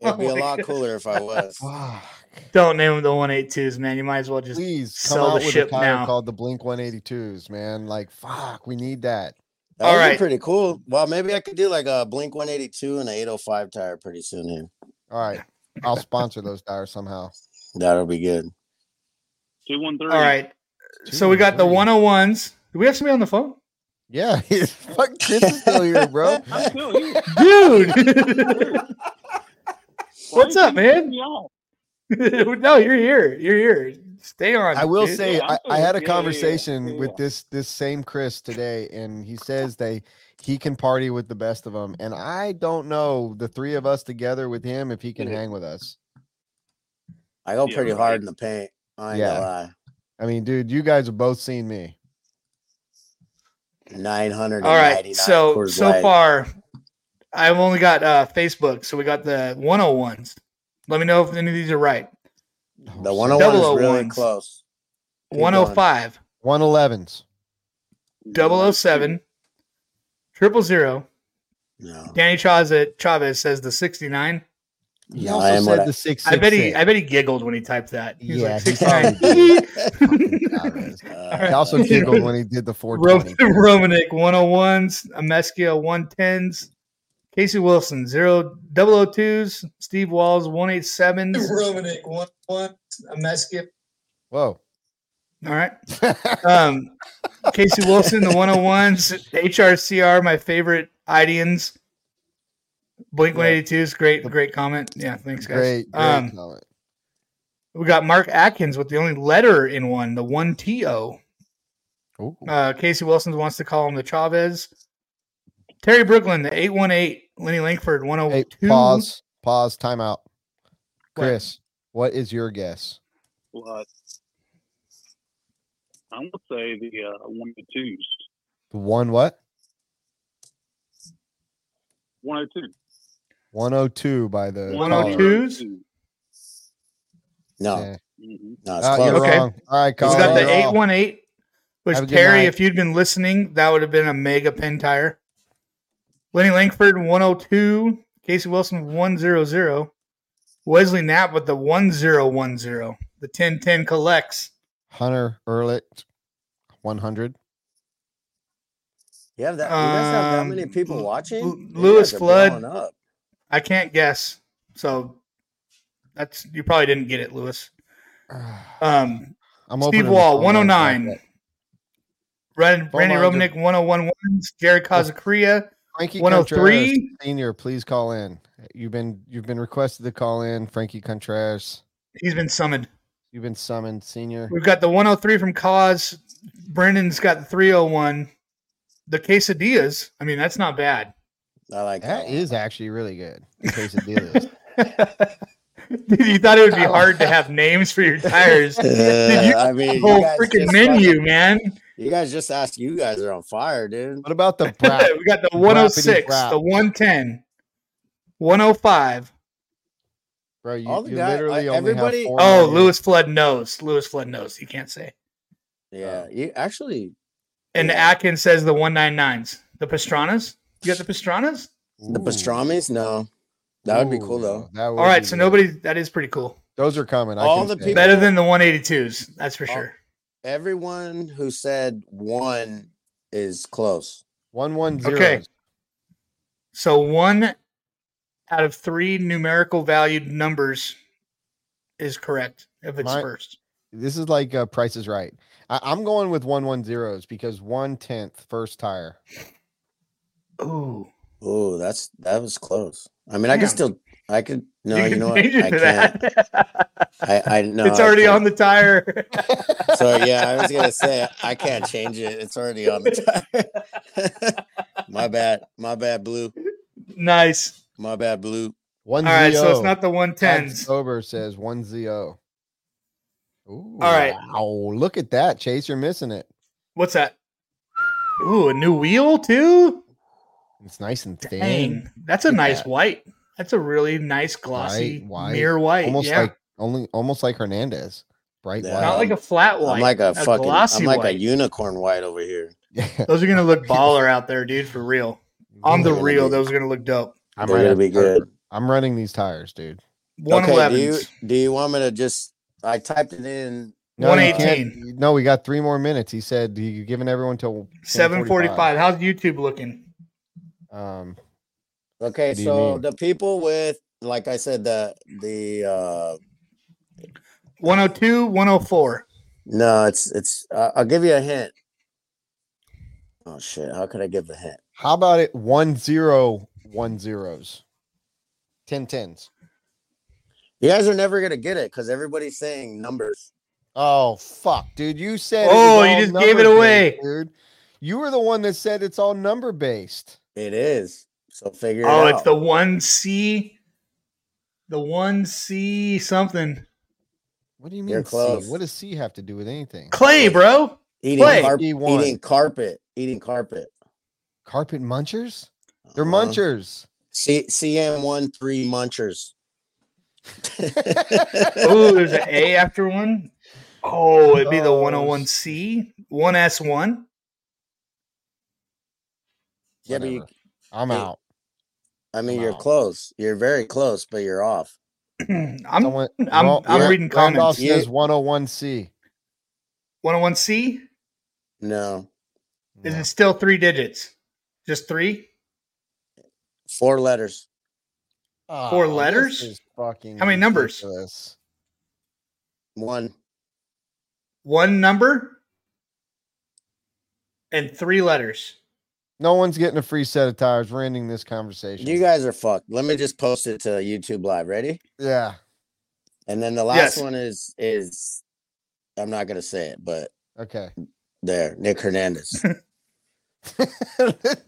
D: It'd be a lot cooler
B: [laughs]
D: if I was.
C: Fuck.
B: Don't name them the 182s, man. You might as well just.
C: Please come
B: sell
C: out
B: the
C: with a
B: ship
C: tire
B: now.
C: called the Blink 182s, man. Like, fuck, we need that.
D: That
B: All
D: would be
B: right.
D: pretty cool. Well, maybe I could do like a Blink 182 and a 805 tire pretty soon here.
C: All right. I'll sponsor those tires somehow.
D: That'll be good.
H: Two one three.
B: All right. So we got the 101s. Do we have somebody on the
C: [laughs]
B: phone?
C: Yeah, he's fuck Chris is still here, bro.
H: I'm still here.
B: Dude.
H: Why
B: [laughs] What's
H: you
B: up,
H: keep cutting
B: man?
H: me off?
B: [laughs] no, you're here. You're here. Stay on.
C: I will
B: dude.
C: say
H: Yeah,
C: I, I
H: absolutely.
C: had a
H: Yeah, yeah, yeah.
C: conversation
H: Yeah, yeah.
C: with this this same Chris today, and he says they he can party with the best of them, and I don't know the three of us together with him if he can
H: Yeah.
C: hang with us.
D: I go
H: Yeah,
D: pretty
H: right.
D: hard in the paint. I ain't
C: Yeah.
D: gonna lie.
C: I mean, dude, you guys have both seen me.
D: 999.
B: All right. So
D: Coors
B: so
D: Light.
B: far, I've only got uh, Facebook. So we got the 101s. Let me know if any of these are right.
D: The 101 is really
B: 001s.
D: close. Keep going.
B: 105,
C: One elevens.
B: 007, triple zero.
D: No. [laughs]
B: [laughs] Danny Chavez, Chavez says the 69.
C: He
D: No,
C: also
D: I am what
C: said
D: I-
C: the six.
B: I bet he
C: six
B: I bet he giggled when he typed that. He was
C: Yeah,
B: like
C: he
B: 69.
C: six.
B: [laughs]
C: Alvarez.
D: Uh,
C: He also
B: Alright.
C: giggled when he did
B: [laughs]
C: the four
B: Ro-
C: twenty.
B: Romanek 101s, Ameskia 110s, Casey Wilson 0 002s, Steve Walls 187s.
I: Romanek one one. I'm asking.
C: Whoa. [laughs]
B: All right. Um, Casey Wilson, the 101s, HRCR, my favorite IDNs. Blink 182s, great, great comment. Yeah, thanks, guys.
C: great, great
B: um,
C: comment.
B: we got Mark Atkins with the only letter in one, the 1TO.
C: Ooh.
B: Uh, Casey Wilson wants to call him the Chavez. Terry Brooklyn, the 818. Lenny Langford,
C: Hey,
B: 102.
C: pause. Pause. Timeout. Chris, what is your guess?
H: But I'm gonna say the uh, one to twos,
C: The one what?
H: one oh two.
C: 102 by the
B: One
C: caller.
B: oh twos.
D: No,
C: Yeah.
H: Mm-hmm.
D: no, it's
C: Uh,
D: close.
C: you're
B: Okay.
C: wrong. All right,
B: He's
C: caller.
B: got the
C: you're
B: eight
C: off.
B: one eight. Which
C: Have a good
B: Terry,
C: night.
B: if you'd been listening, that would have been a mega pin tire. Lenny Langford one oh two. Casey Wilson one zero zero. Wesley Knapp with the one zero one zero. The ten ten collects.
C: Hunter Ehrlich, 100. [sighs]
D: You have that. you guys have that many
B: Um,
D: people
B: L-
D: watching.
B: L-
D: You
B: Lewis
D: guys are
B: Flood.
D: blowing Up.
B: I can't guess. So that's you probably didn't get it, Lewis. Um,
C: I'm
B: Steve
C: opening the
B: Wall,
C: phone lines back
B: 109.
C: up.
B: Ran,
C: Phone
B: Randy
C: lines are-
B: Romanek, 101. Jared oh Kazakuria,
C: Frankie
B: 103.
C: Contreras, senior, please call in. You've been you've been requested to call in, Frankie Contreras.
B: He's been summoned.
C: You've been summoned, senior.
B: We've got the 103 from Cause. Brendan's got the 301. The quesadillas. I mean, that's not bad. [laughs]
D: I like
C: That
D: that.
C: is actually really good. In case it
D: [laughs]
C: is.
B: Dude, you thought it would be
D: Oh.
B: hard to have names for
D: [laughs]
B: your tires.
D: one.
B: [laughs] Dude, you
D: Uh, I mean, you
B: Whole
D: guys
B: freaking
D: just
B: menu,
D: fucking-
B: man. [laughs]
D: you guys just asked. You guys are on fire, dude.
C: What about the
B: [laughs] we
C: brat?
B: got the 106,
C: brap.
B: the 110, 105.
C: Bro, you,
D: All the
C: you
D: guy-
C: literally
D: I-
C: only
D: everybody-
C: have four.
B: Oh,
C: more
B: Lewis Flood knows. Lewis Flood knows. He can't say. Oh.
D: Yeah, you actually.
B: And
D: Yeah.
B: Atkins says the 199s. The Pastranas? You got the Pastranas?
C: years.
D: The
C: Ooh.
D: pastrami's? No, that would be
C: Ooh,
D: cool though.
C: That would
B: All right,
C: be
B: so
C: good.
B: nobody, that is pretty cool.
C: Those are coming. I
D: All
C: can
D: the
C: say
D: people-
C: that.
B: Better than the 182s, that's for
D: Oh.
B: sure.
D: Everyone who said one is close.
C: one one zero.
B: Okay. So one out of three numerical valued numbers is correct if it's
C: My-
B: first.
C: This is like uh, Price is Right. I, I'm going with one one zeros because one tenth first tire.
B: [laughs] Ooh.
D: Oh, that's that was close. I mean, I
B: Damn.
D: could still, I could. No, you,
B: can
D: know what?
B: change it
D: I
B: to
D: can't.
B: that.
D: I,
B: [laughs]
D: I no.
B: it's
D: I
B: already
D: can't.
B: on the tire. [laughs]
D: So yeah, I was gonna say I can't change it. It's already on the tire.
B: [laughs]
D: [laughs] my bad. My bad, blue.
B: nice.
D: My bad, blue.
C: One
B: All right, so it's
C: zero.
B: not the
C: Todd
B: 110s.
C: Sober says one zero. Ooh,
B: right.
C: Wow, look at that, Chase. You're missing it.
B: What's that? Ooh, a new wheel too?
C: It's nice and thin,
B: Dang, that's a
C: Look at
B: nice
C: that.
B: white. That's a really nice glossy
C: Bright white,
B: mirror white.
C: almost
B: yeah,
C: like only almost like Hernandez. Bright
D: Yeah.
B: not like
C: white.
B: a flat white.
D: uh, I'm like a, fucking. I'm
B: glossy
D: like
B: white.
D: a unicorn white over here.
C: [laughs] Yeah.
B: those are gonna
D: [laughs]
B: look baller out there, dude, for real. [laughs] On the
D: They're gonna
B: real,
D: be-
B: those are gonna look dope.
C: I
D: They're
C: might
D: gonna
C: have
D: be
C: to start-
D: good.
C: I'm running these tires, dude.
B: One
D: okay. Do you
B: elevens,
D: do you want me to just? I typed it in.
B: one
C: you can't-
B: eighteen,
C: you- No, we got three more minutes. He said you're giving everyone till
B: seven
C: 10:45.
B: forty five. How's YouTube looking?
C: Um,
D: Okay,
C: What do you
D: so
C: mean?
D: the people with, like I said, the the uh
B: 102, 104.
D: no, it's it's. Uh, I'll give you a hint. Oh shit! How could I give a hint?
C: how about it? One zero one zeros, ten tens.
D: You guys are never gonna get it because everybody's saying numbers.
C: Oh fuck, dude! You said.
B: Oh,
C: was
B: you
C: all
B: just gave it away.
C: number-based, dude. You were the one that said it's all number based.
D: It is. So figure it
B: Oh,
D: out.
B: it's the one C, the one C something.
C: What do you
D: You're
C: mean C?
D: close.
C: What does C have to do with anything?
B: Clay, bro.
D: eating,
B: play.
D: carp-
C: E1.
D: eating carpet. Eating carpet.
C: Carpet munchers? They're
D: Uh-huh.
C: munchers.
D: C- CM13 munchers.
B: Oh, there's an A after one. Oh, it'd be the
C: Oh,
B: 101C, 1S1.
D: [laughs] Yeah, but you-
C: Whatever. I'm
D: it-
C: out.
D: I mean,
C: I'm
D: you're
C: out.
D: close. You're very close, but you're off.
B: [clears throat] I'm
C: Someone-
B: [laughs] I'm,
C: Ra-
B: I'm
C: Ra-
B: reading
C: Randolph
B: comments.
D: You-
C: says 101C.
B: 101C
D: No,
B: is
C: No.
B: it still three digits? Just three?
D: four letters.
B: four
C: Oh, this
B: letters?
C: is fucking
B: How many numbers?
C: ridiculous.
D: One.
B: One number and three letters.
C: No one's getting a free set of tires. We're ending this conversation.
D: You guys are fucked. Let me just post it to YouTube Live. Ready?
C: yeah.
D: And then the last
B: Yes.
D: one is is I'm not gonna say it, but
C: Okay. [laughs]
D: there, Nick Hernandez.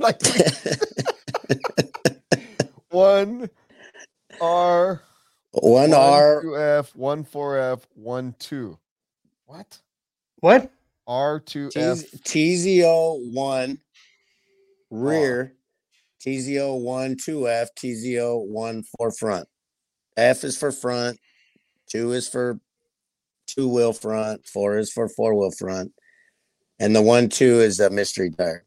C: like one R,
D: One R.
C: two F, one four F, one two. What?
B: What?
C: R two F.
D: TZO one rear, TZO one two F, TZO one for front. F is for front, two is for two wheel front, four is for four wheel front, and the one two is a mystery tire.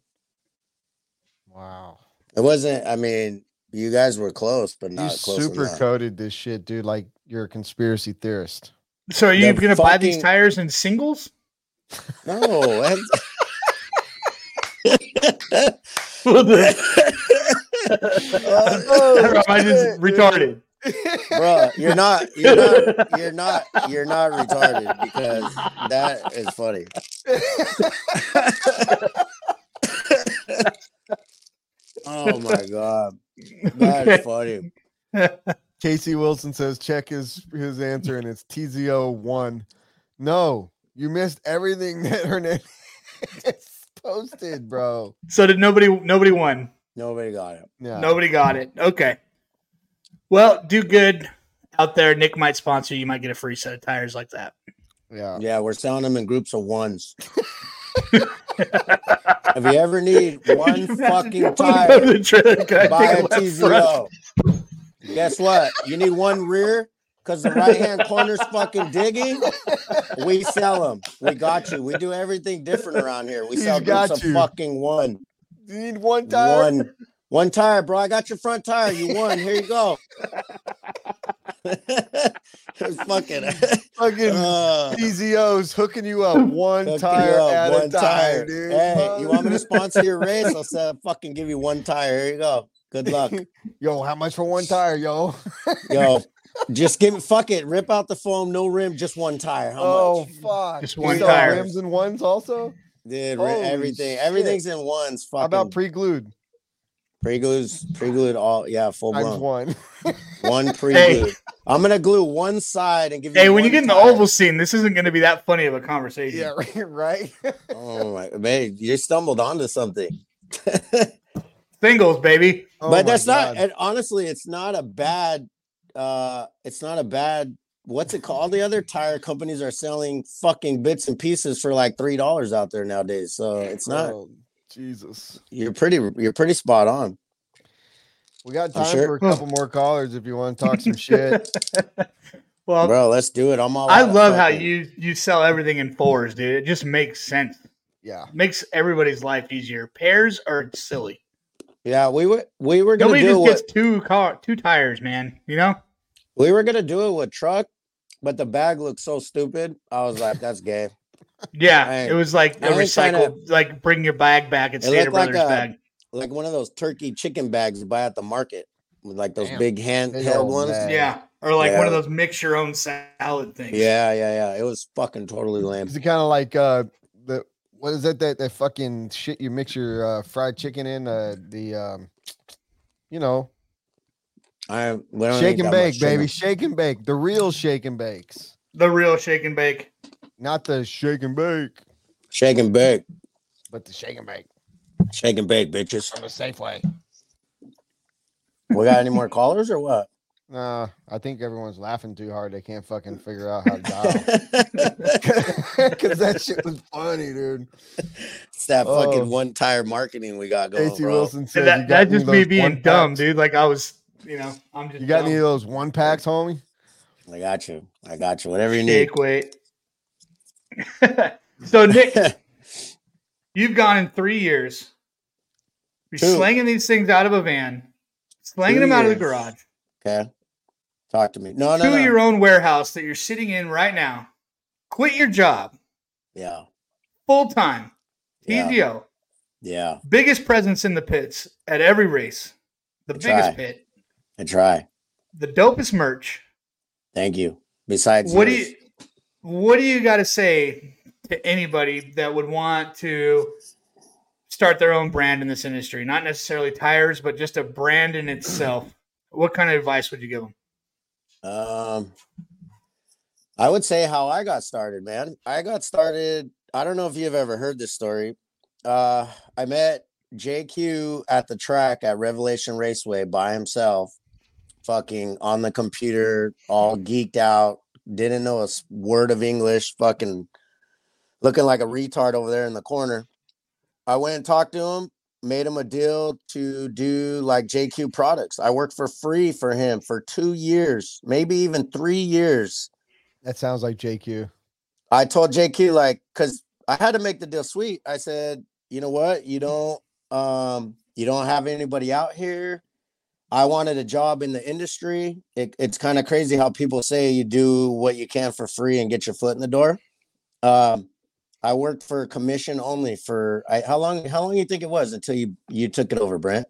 C: Wow.
D: It wasn't. I mean, you guys were close, but
C: You
D: not close
C: super
D: enough.
C: coded this shit, dude. Like you're a conspiracy theorist.
B: So are you
D: The
B: gonna buy these
D: fucking-
B: tires in singles?
C: [laughs]
D: no. [laughs]
B: [laughs]
D: that's-
B: Or am I just retarded?
D: Bruh, you're not, you're not, you're not, you're not retarded because that is funny. [laughs] oh my god, that is funny.
C: Casey Wilson says, check his his answer, and it's TZO one. No, you missed everything [laughs] that Hernandez posted, bro.
B: So did nobody nobody won.
D: Nobody got it.
C: Yeah.
B: Nobody got it. Okay. Well, do good out there. Nick might sponsor you. You might get a free set of tires like that.
C: Yeah.
D: Yeah, we're selling them in groups of ones. if you ever need
B: [laughs]
D: one fucking
B: Go
D: tire,
B: to the trailer. Can [laughs] I
D: buy
B: take a
D: a
B: left front?
D: TZO. Guess what? You need one rear because the right hand corner's fucking digging. We sell them. We got you. We do everything different around here. We
C: He's
D: sell
C: got
D: groups of
C: you.
D: fucking one,
C: You need one tire.
D: one, one tire, bro. I got your front tire. You won. Here you go. [laughs] fucking
C: Fucking
D: uh,
C: TZO's hooking you
D: [laughs]
C: up one
D: hook
C: tire
D: you up,
C: at
D: one
C: a time, dude.
D: Hey, you want me to sponsor your
C: [laughs]
D: race? I'll say, fucking give you one tire. Here you go. Good luck.
C: Yo, how much for one tire, yo?
D: Yo, just give it. Fuck it. Rip out the foam. No rim. Just one tire. How
C: oh
D: much?
C: fuck!
B: Just
C: You
B: one
C: sell
B: tire.
C: Rims and ones also.
D: Dude, ri-
C: holy
D: everything.
C: shit.
D: Everything's in ones.
C: How
D: Fucking
C: about pre-glued
D: pre glues. Pre glued all. Yeah, full
C: times
D: blown.
C: one? [laughs]
D: One pre glue.
B: Hey.
D: I'm gonna glue one side and give you.
B: Hey, when you
D: one
B: get in the
D: tire.
B: oval scene, this isn't going to be that funny of a conversation.
C: yeah, right. right? [laughs]
D: Oh my man, you stumbled onto something.
B: Singles, baby.
C: Oh my
D: but that's not.
C: God.
D: And honestly, it's not a bad. uh It's not a bad. What's it called? All the other tire companies are selling fucking bits and pieces for like three dollars out there nowadays. So it's not.
C: Oh, Jesus.
D: You're pretty. You're pretty spot on.
C: We got
D: I'm
C: time
D: sure-
C: for a couple more callers if you want to talk some
D: [laughs]
C: shit.
B: [laughs] Well,
D: bro let's do it i'm all
B: I
D: out of
B: love how
D: fucking-
B: you you sell everything in fours, dude. It just makes sense.
C: Yeah.
B: Makes everybody's life easier. Pairs are silly.
D: yeah we were we were gonna
B: Nobody
D: do
B: just gets
D: it with,
B: two car two tires, man. You know?
D: we were gonna do it with truck but the bag looked so stupid i was like that's gay
B: Yeah.
D: I ain't-
B: it was like a
D: I ain't trying to-
B: recycled, like bring your bag back. It's
D: It
B: Stater
D: looked like
B: Brothers
D: a-
B: bag.
D: like one of those turkey chicken bags you buy at the market with like those
C: Damn.
D: big hand
C: Big
D: held
C: old
D: ones
C: bag.
B: Yeah. Or like one of
D: Yeah.
B: those mix your own salad things.
D: yeah yeah yeah it was fucking totally lame
C: Is it kind of like uh the what is that that that fucking shit you mix your uh, fried chicken in uh, the um you know
D: i we don't
C: shake
D: need
C: and
D: that much
C: bake baby
D: sugar.
C: shake and bake the real shake and bakes
B: The real shake and bake.
C: not the shake and bake
D: shake and bake
C: but the shake and bake
D: shake and bake bitches
C: from a Safeway.
D: we got any more callers
C: [laughs]
D: or what
C: Nah, I think everyone's laughing too hard. They can't fucking figure out how to [laughs] dial because that shit was funny, dude.
D: it's that fucking
C: Oh.
D: one tire marketing we got going
C: Casey
D: bro.
C: Wilson said,
B: that,
C: "You got
B: that's
C: any
B: just
C: of
B: me
C: those
B: being
C: one
B: dumb,
C: packs?
B: dude. Like I was, you know, I'm just
C: You got
B: dumb.
C: any of those one packs, homie?"
D: i got you i got you whatever you need
B: Shake weight. [laughs] so
D: [laughs]
B: Nick, you've gone in three years. You're
D: Two.
B: slanging these things out of a van, slanging
D: Two
B: them out of the
D: years.
B: garage
D: Okay. Talk to me. No,
B: to
D: no, no.
B: your own warehouse that you're sitting in right now. Quit your job
D: yeah.
B: full time.
D: Yeah.
B: TZO,
D: Yeah.
B: biggest presence in the pits at every race, the
D: That's
B: biggest
D: right.
B: pit,
D: I try.
B: the dopest merch.
D: Thank you. Besides,
B: What do
D: yours,
B: you what do you got to say to anybody that would want to start their own brand in this industry? Not necessarily tires, but just a brand in itself. What kind of advice would you give them?
D: Um, I would say how I got started, man. I got started. I don't know if you've ever heard this story. Uh, I met JQ at the track at Revelation Raceway by himself fucking on the computer, all geeked out, didn't know a s- word of English, fucking looking like a retard over there in the corner. I went and talked to him, made him a deal to do like JQ products. I worked for free for him for two years, maybe even three years.
C: That sounds like JQ.
D: I told JQ like because I had to make the deal sweet. I said, you know what, you don't um you don't have anybody out here. I wanted a job in the industry. It, it's kind of crazy how people say you do what you can for free and get your foot in the door. Um, I worked for commission only for I, how long? How long you think it was until you you took it over, Brent?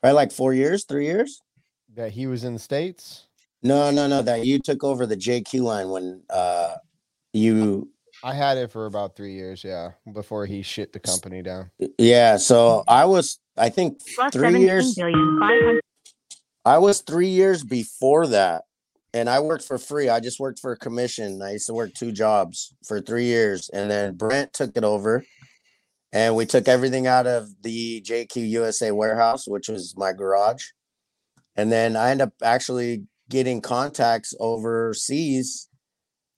D: Probably like four years, three years.
C: That he was in the states.
D: No, no, no. That you took over the JQ line when uh you
C: I had it for about three years. Yeah, before he shit the company down.
D: Yeah, so I was I think three years I was three years before that and I worked for free. I just worked for a commission. I used to work two jobs for three years and then Brent took it over and we took everything out of the JQ USA warehouse, which was my garage. And then I ended up actually getting contacts overseas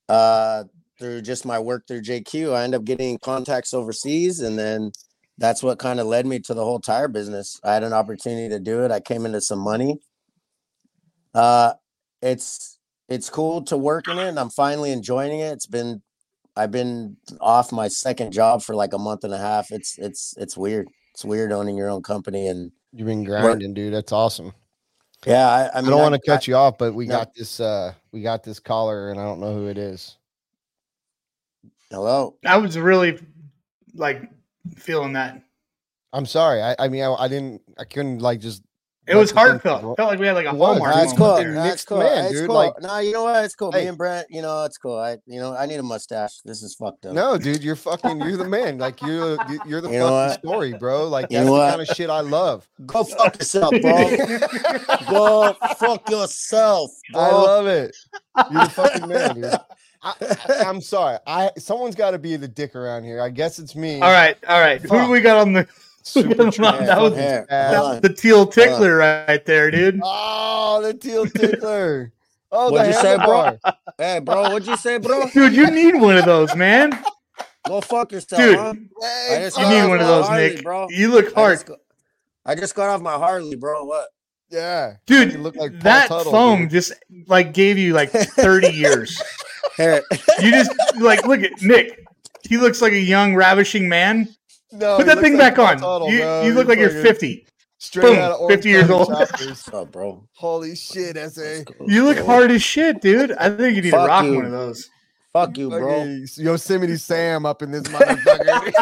D: uh through just my work through JQ. I ended up getting contacts overseas and then that's what kind of led me to the whole tire business. I had an opportunity to do it. I came into some money. Uh it's it's cool to work in it and I'm finally enjoying it. It's been I've been off my second job for like a month and a half. It's it's it's weird. It's weird owning your own company and
C: You've been grinding, dude. That's awesome.
D: yeah, I,
C: I,
D: I mean,
C: don't
D: I-
C: want to
D: I-
C: cut you off, but we
D: No.
C: got this. uh We got this caller, and I don't know who it is.
D: Hello.
B: I was really like feeling that.
C: I'm sorry. I, I mean, I, I didn't. I couldn't like just.
B: It
C: let
B: was
C: the thing
B: heartfelt.
C: dro-
B: Felt like we had like a
C: It was.
B: Hallmark
D: No,
B: moment.
D: it's cool.
C: fucking
D: No,
C: mixed
D: it's cool.
C: man,
D: it's
C: dude,
D: cool.
C: like-
D: no, you know what? It's cool.
C: Hey.
D: Me and Brent, you know, it's cool. I, you know, I need a mustache. This is fucked up.
C: No, dude, you're fucking. You're the man. Like you're. you- You're the
D: You know
C: fucking
D: what?
C: story, bro. Like
D: You
C: that's
D: know
C: the
D: what?
C: kind of shit I love.
D: [laughs] Go fuck yourself,
C: [laughs]
D: bro. Go fuck yourself, bro.
C: I love it. You're the fucking man,
D: [laughs]
C: dude. I, I, I'm sorry. I someone's got to be the dick around here. I guess it's me.
B: All right, [laughs] all right. Who do we got on the
C: Super
B: That
D: Yeah, [laughs]
B: was-
D: here,
C: that
D: hold
C: was
D: on.
B: the teal tickler right there, dude?
C: Oh, the
D: [laughs]
C: teal tickler. Oh,
D: What'd
C: the
D: you say, bro?
C: handlebar.
D: Hey, bro, what'd you say, bro?
B: Dude, you need one of those, man.
D: Go fuck yourself,
B: Dude,
D: huh?
C: Hey,
D: I just
B: You
D: got
B: need
D: off
B: one of
D: my
B: those,
D: Harley,
B: Nick.
D: bro.
B: You look
D: I
B: hard,
D: just, got, I just got off my Harley, bro. What?
C: yeah,
B: dude.
C: You look like Paul
B: that
C: Tuttle,
B: foam
C: dude.
B: just like gave you like
C: [laughs]
B: thirty years.
D: Here,
B: You just like look at Nick. He looks like a young, ravishing man. Put
C: No, Oh, he
B: that
C: looks
B: thing back
C: like Paul
B: on.
C: Tuttle,
B: you,
C: bro.
B: you look like you're
C: fucking
B: fifty.
C: Straight
B: Boom,
C: out of
B: 50 years
C: Orange
B: old.
C: County Choppers.
D: what's up, bro?
C: Holy shit, SA.
B: You look hard as shit, dude. I think you need to
D: Fuck
B: rock
D: you.
B: one of those.
D: Fuck you, bro.
C: Fucking Yosemite Sam up in this motherfucker.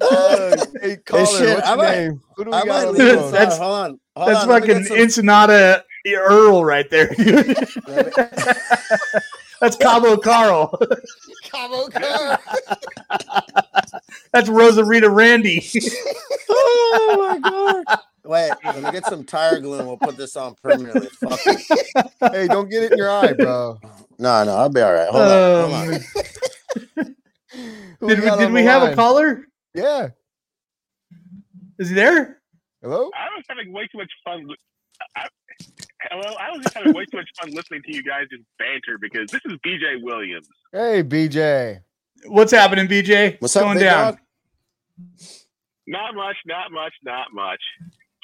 C: Uh, hey, caller,
D: shit,
C: what's
D: I
C: your
D: might-
C: name? Who do we
D: I might
C: got on the
D: leave
B: leave
D: this
C: phone?
B: That's-
D: out. Hold on. Hold
B: That's
D: on. let me get
B: fucking
D: some-
B: Ensenada Earl right there, dude.
D: let me-
B: [laughs] That's Cabo Carl.
C: Cabo Car.
B: That's Rosarita
C: [laughs]
B: Randy.
D: oh my god. [laughs] Wait, let me get some tire glue and we'll put this on permanently. Fuck it.
C: hey, don't get it in your eye, bro.
D: No, no, I'll be all right. Hold on. Hold on.
B: Um,
C: Who
B: Did we,
C: got
B: did
C: on
B: we
C: the
B: have a
C: line?
B: caller?
C: Yeah.
B: Is he there?
C: Hello?
H: I was having way too much fun. li- I, hello, I was just having way too much fun listening to you guys just banter because this is BJ Williams.
C: Hey, BJ.
B: What's happening, BJ?
D: What's up,
B: going
D: big
B: down?
D: dog?
H: Not much, not much, not much.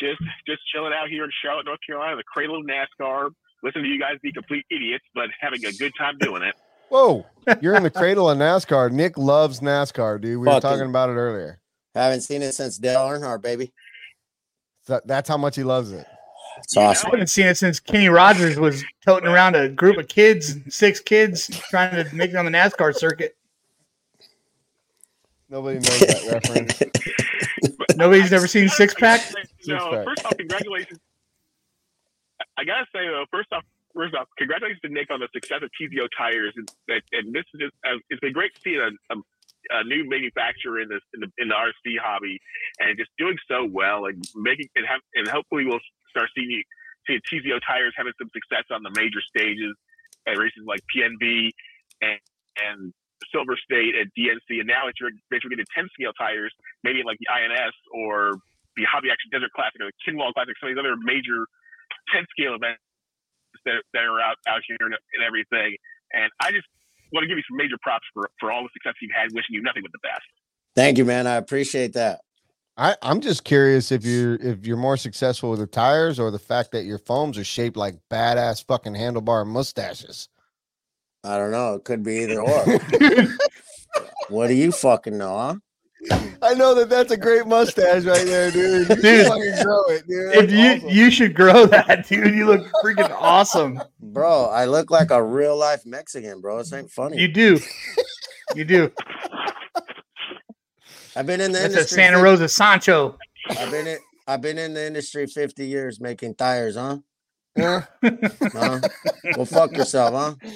H: Just just chilling out here in Charlotte, North Carolina, the cradle of NASCAR. Listening to you guys be complete idiots, but having a good time doing it.
C: Whoa. You're in the cradle of NASCAR. Nick loves NASCAR, dude. We were
D: Fucking-
C: talking about it earlier.
D: Haven't seen it since Dale Earnhardt, baby.
C: So that's how much he loves it.
D: It's awesome.
B: I haven't seen it since Kenny Rogers was toting around a group of kids, six kids, trying to make it on the NASCAR circuit.
C: Nobody knows that reference.
B: Nobody's ever seen Six Pack.
H: No,
C: Six-pack.
H: first off, congratulations. I gotta say though, first off, first off, congratulations to Nick on the success of TZO tires, and, and, and this is just, uh, it's been great to see a, a, a new manufacturer in this in the, in the RC hobby, and just doing so well, and making and have and hopefully we'll start seeing you see TZO tires having some success on the major stages at races like PNB and and Silver State at DNC, and now it's you're, that you're getting 10 scale tires, maybe like the INS or the Hobby Action Desert Classic or the Kinwall Classic, some of these other major 10 scale events that, that are out, out here and, and everything. And I just want to give you some major props for, for all the success you've had. Wishing you nothing but the best.
D: Thank you, man. I appreciate that.
C: I, I'm just curious if you're if you're more successful with the tires or the fact that your foams are shaped like badass fucking handlebar mustaches.
D: I don't know. It could be
B: [laughs]
D: either or. what do you fucking know, huh?
C: I know that that's a great mustache right there, [laughs] dude. You should
B: Dude.
C: fucking grow it, dude.
B: If
C: That's
B: you
C: awesome.
B: you should grow [laughs] that, dude. You look freaking awesome.
D: Bro, I look like a real life Mexican, bro. This ain't funny.
B: You do. You do.
D: I've been in the
B: That's a
D: industry.
B: Santa Rosa Sancho.
D: I've been in, I've been in the industry 50 years making tires, huh?
C: Yeah.
D: Huh? well, fuck yourself, huh?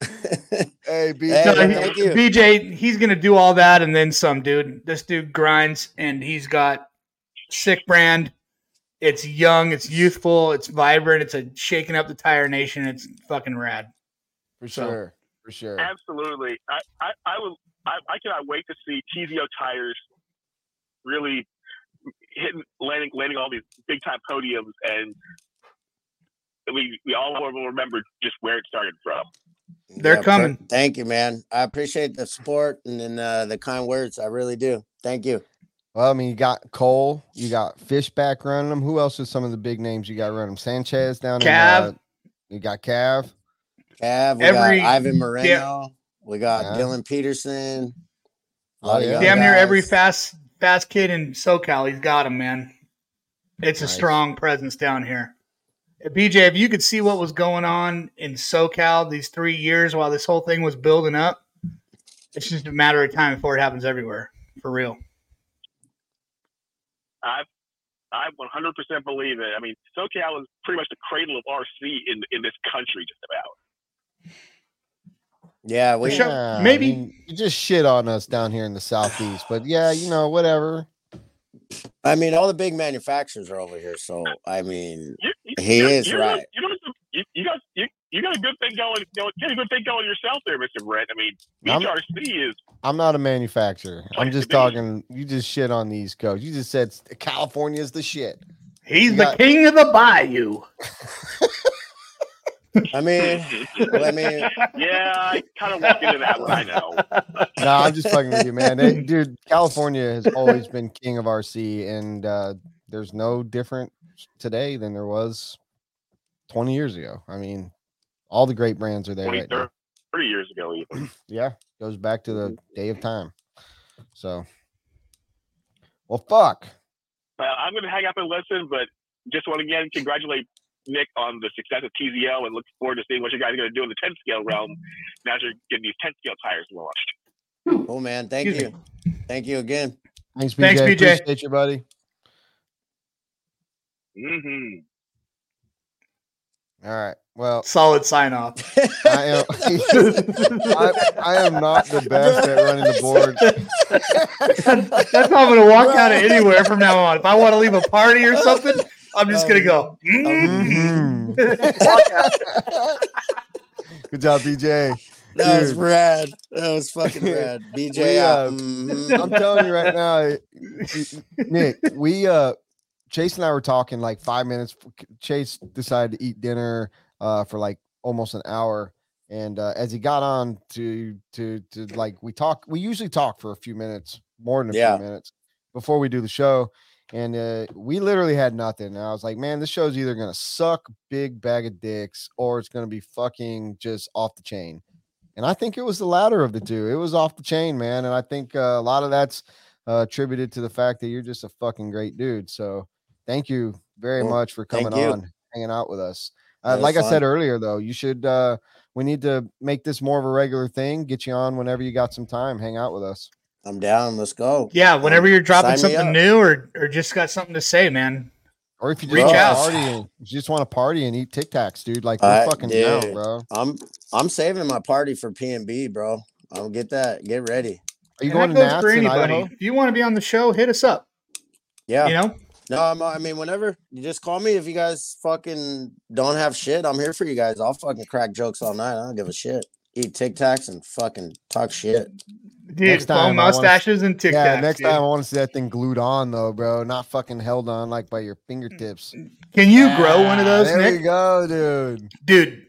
D: [laughs]
C: hey, B.
D: Hey,
B: No,
D: man,
B: he-
D: thank you.
B: BJ, he's gonna do all that and then some, dude. This dude grinds, and he's got sick brand. It's young, it's youthful, it's vibrant, it's a shaking up the tire nation. It's fucking rad.
C: for
B: so-
C: sure, for sure.
H: Absolutely. I, I, I will. I, I cannot wait to see TZO tires really hitting, landing, landing all these big time podiums, and we we all will remember just where it started from.
B: They're
D: Yeah, per-
B: coming.
D: Thank you, man. I appreciate the support and then uh, the kind words. I really do. Thank you.
C: Well, I mean, you got Cole, you got Fishback running them. Who else is some of the big names you got running them? Sanchez down in.
B: Cav.
C: Uh, you got Cav.
D: Cav, we
B: Every-
D: got Ivan Moreno. We got
C: Yeah.
D: Dylan Peterson.
C: Oh,
D: lot of
C: yeah.
D: young
B: Damn near every
D: guys.
B: fast fast kid in SoCal, he's got him, man. It's a
C: Nice.
B: strong presence down here. Uh, BJ, if you could see what was going on in SoCal these three years while this whole thing was building up, it's just a matter of time before it happens everywhere. For real.
H: I I 100% believe it. I mean, SoCal is pretty much the cradle of RC in in this country, just about.
D: Yeah, we
B: For sure.
C: Yeah, I
B: Maybe-
C: mean, you just shit on us down here in the southeast, but yeah, you know, whatever.
D: I mean all the big manufacturers are over here, so I mean
H: You, you,
D: He
H: you-
D: is
H: you,
D: right.
H: You, know, you, you got you, you got a good thing going. You, know, you got a good thing going yourself there, Mister Brett. I mean,
C: I'm-
H: BRC is [laughs]
C: I'm not a manufacturer. I'm
H: Place
C: just
H: to be.
C: talking. You just shit on the East Coast. You just said s- California's the shit.
B: He's
C: You
B: the
C: got-
B: king of the bayou.
D: I mean well,
B: [laughs]
D: I mean
H: yeah. I kind of walk into that one. I know.
C: No, I'm just fucking with you,
H: [laughs]
C: man. They- dude, California has always been king of RC, and uh, there's no different today than there was 20 years ago. I mean, all the great brands are there.
H: 20,
C: Right now.
H: 30, years ago, even.
C: Yeah, goes back to the
H: Mm-hmm.
C: day of time. So, well, fuck.
H: Well, Uh, I'm going to hang up and listen, but just want to again congratulate Nick on the success of TZO and look forward to seeing what you guys are going to do in the 10 scale realm now that you're getting these 10 scale tires launched.
D: oh man, thank
B: Excuse
D: you. Thank you again.
C: Thanks, BJ.
B: Thanks, BJ.
C: Appreciate you, buddy.
H: Mm-hmm.
C: All right. Well,
B: Solid sign off.
C: I am. [laughs] I, I am not the best at running the board.
B: [laughs] That's how I'm gonna walk out of anywhere from now on. If I want to leave a party or something, I'm just gonna go. mm-hmm.
C: Mhm. Good job, BJ.
D: That was
C: Dude.
D: rad. That was
B: [laughs]
D: fucking rad. BJ
C: We,
D: out.
C: uh,
D: Mhm.
C: I'm telling you right now, Nick, we uh Chase and I were talking like five minutes. Chase decided to eat dinner uh for like almost an hour. And uh, as he got on to to to like we talk, we usually talk for a few minutes, more than a
D: Yeah.
C: few minutes before we do the show. And uh, we literally had nothing. And I was like, man, this show's either gonna suck big bag of dicks or it's gonna be fucking just off the chain. And I think it was the latter of the two. It was off the chain, man. And I think uh, a lot of that's uh, attributed to the fact that you're just a fucking great dude. So thank you very
D: Well,
C: much for coming
D: you.
C: on, hanging out with us.
D: That
C: Uh,
D: was
C: like I said
D: fun.
C: earlier, though, you should. Uh, we need to make this more of a regular thing. Get you on whenever you got some time. Hang out with us.
D: I'm down. Let's go.
B: Yeah, whenever you're dropping
D: Sign me
B: something
D: up.
B: new or or just got something to say, man.
C: Or if you just
B: Reach
C: want to
B: out.
C: party, and, if you just want to party and eat Tic Tacs, dude. Like we're
D: I-
C: fucking down,
D: dude.
C: bro. Are
D: I'm I'm saving my party for PNB, bro. I'll get that. Get ready.
C: you
B: And
C: going
B: that
C: to
B: goes
C: Nats
B: for
C: in
B: anybody.
C: Idaho?
B: If you want to be on the show, hit us up.
D: Yeah.
B: You know,
D: No, I'm, I mean, whenever you just call me if you guys fucking don't have shit, I'm here for you guys. I'll fucking crack jokes all night. I don't give a shit. eat Tic Tacs and fucking talk shit.
B: Dude, long
C: I wanna s-
B: mustaches and tic tacs.
C: [laughs] Yeah, next
B: dude.
C: time I want to see that thing glued on though, bro. Not fucking held on like by your fingertips.
B: Can you grow one of
C: Ah,
B: those,
C: There you
B: Nick?
C: go, dude.
B: Dude,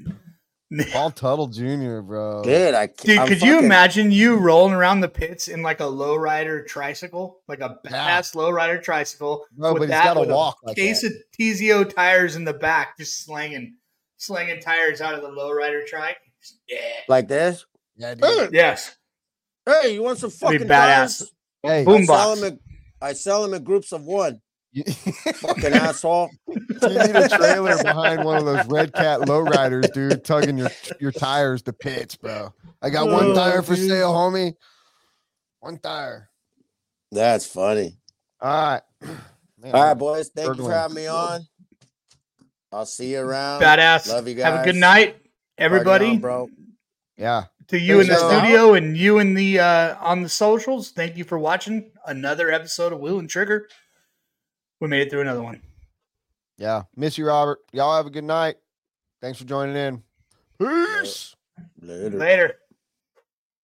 C: Paul Tuttle Jr., bro.
D: Dude, I c-
B: Oh. dude,
D: I'm
B: could you
D: fucking-
B: imagine you rolling around the pits in like a lowrider tricycle, like a badass lowrider tricycle
C: Bro, but
B: with
C: he's
B: that
C: gotta
B: with
C: walk
B: a
C: like
B: case of
C: that.
B: TZO tires in the back, just slinging, slinging tires out of the lowrider trike? Yeah.
D: like this?
C: Yeah, dude.
D: Hey,
B: Yes.
D: hey, you want some
B: That'd
D: fucking
B: be badass.
D: tires?
C: Hey,
B: Boom.
D: I sell
B: Boombox.
D: them in, I sell them in groups of one.
C: you, [laughs]
D: Fucking asshole.
C: you need a trailer behind one of those red cat lowriders, dude, tugging your your tires to pits, bro. I got one
B: Oh,
C: tire for
B: dude.
C: sale, homie. One tire.
D: That's funny.
C: All right. [clears throat] Man,
D: All right, boys. Thank you
C: Burgling.
D: for having me on. I'll see you around.
B: Badass.
D: Love you guys.
B: Have a good night,
D: Party
B: everybody.
D: on, bro.
C: Yeah.
B: to you in the
D: Thanks, y'all.
B: studio and you in the uh, on the socials. Thank you for watching another episode of Wheel and Trigger. We made it through another one.
C: Yeah. Miss you, Robert. Y'all have a good night. Thanks for joining in. Peace.
D: Later.
B: Later.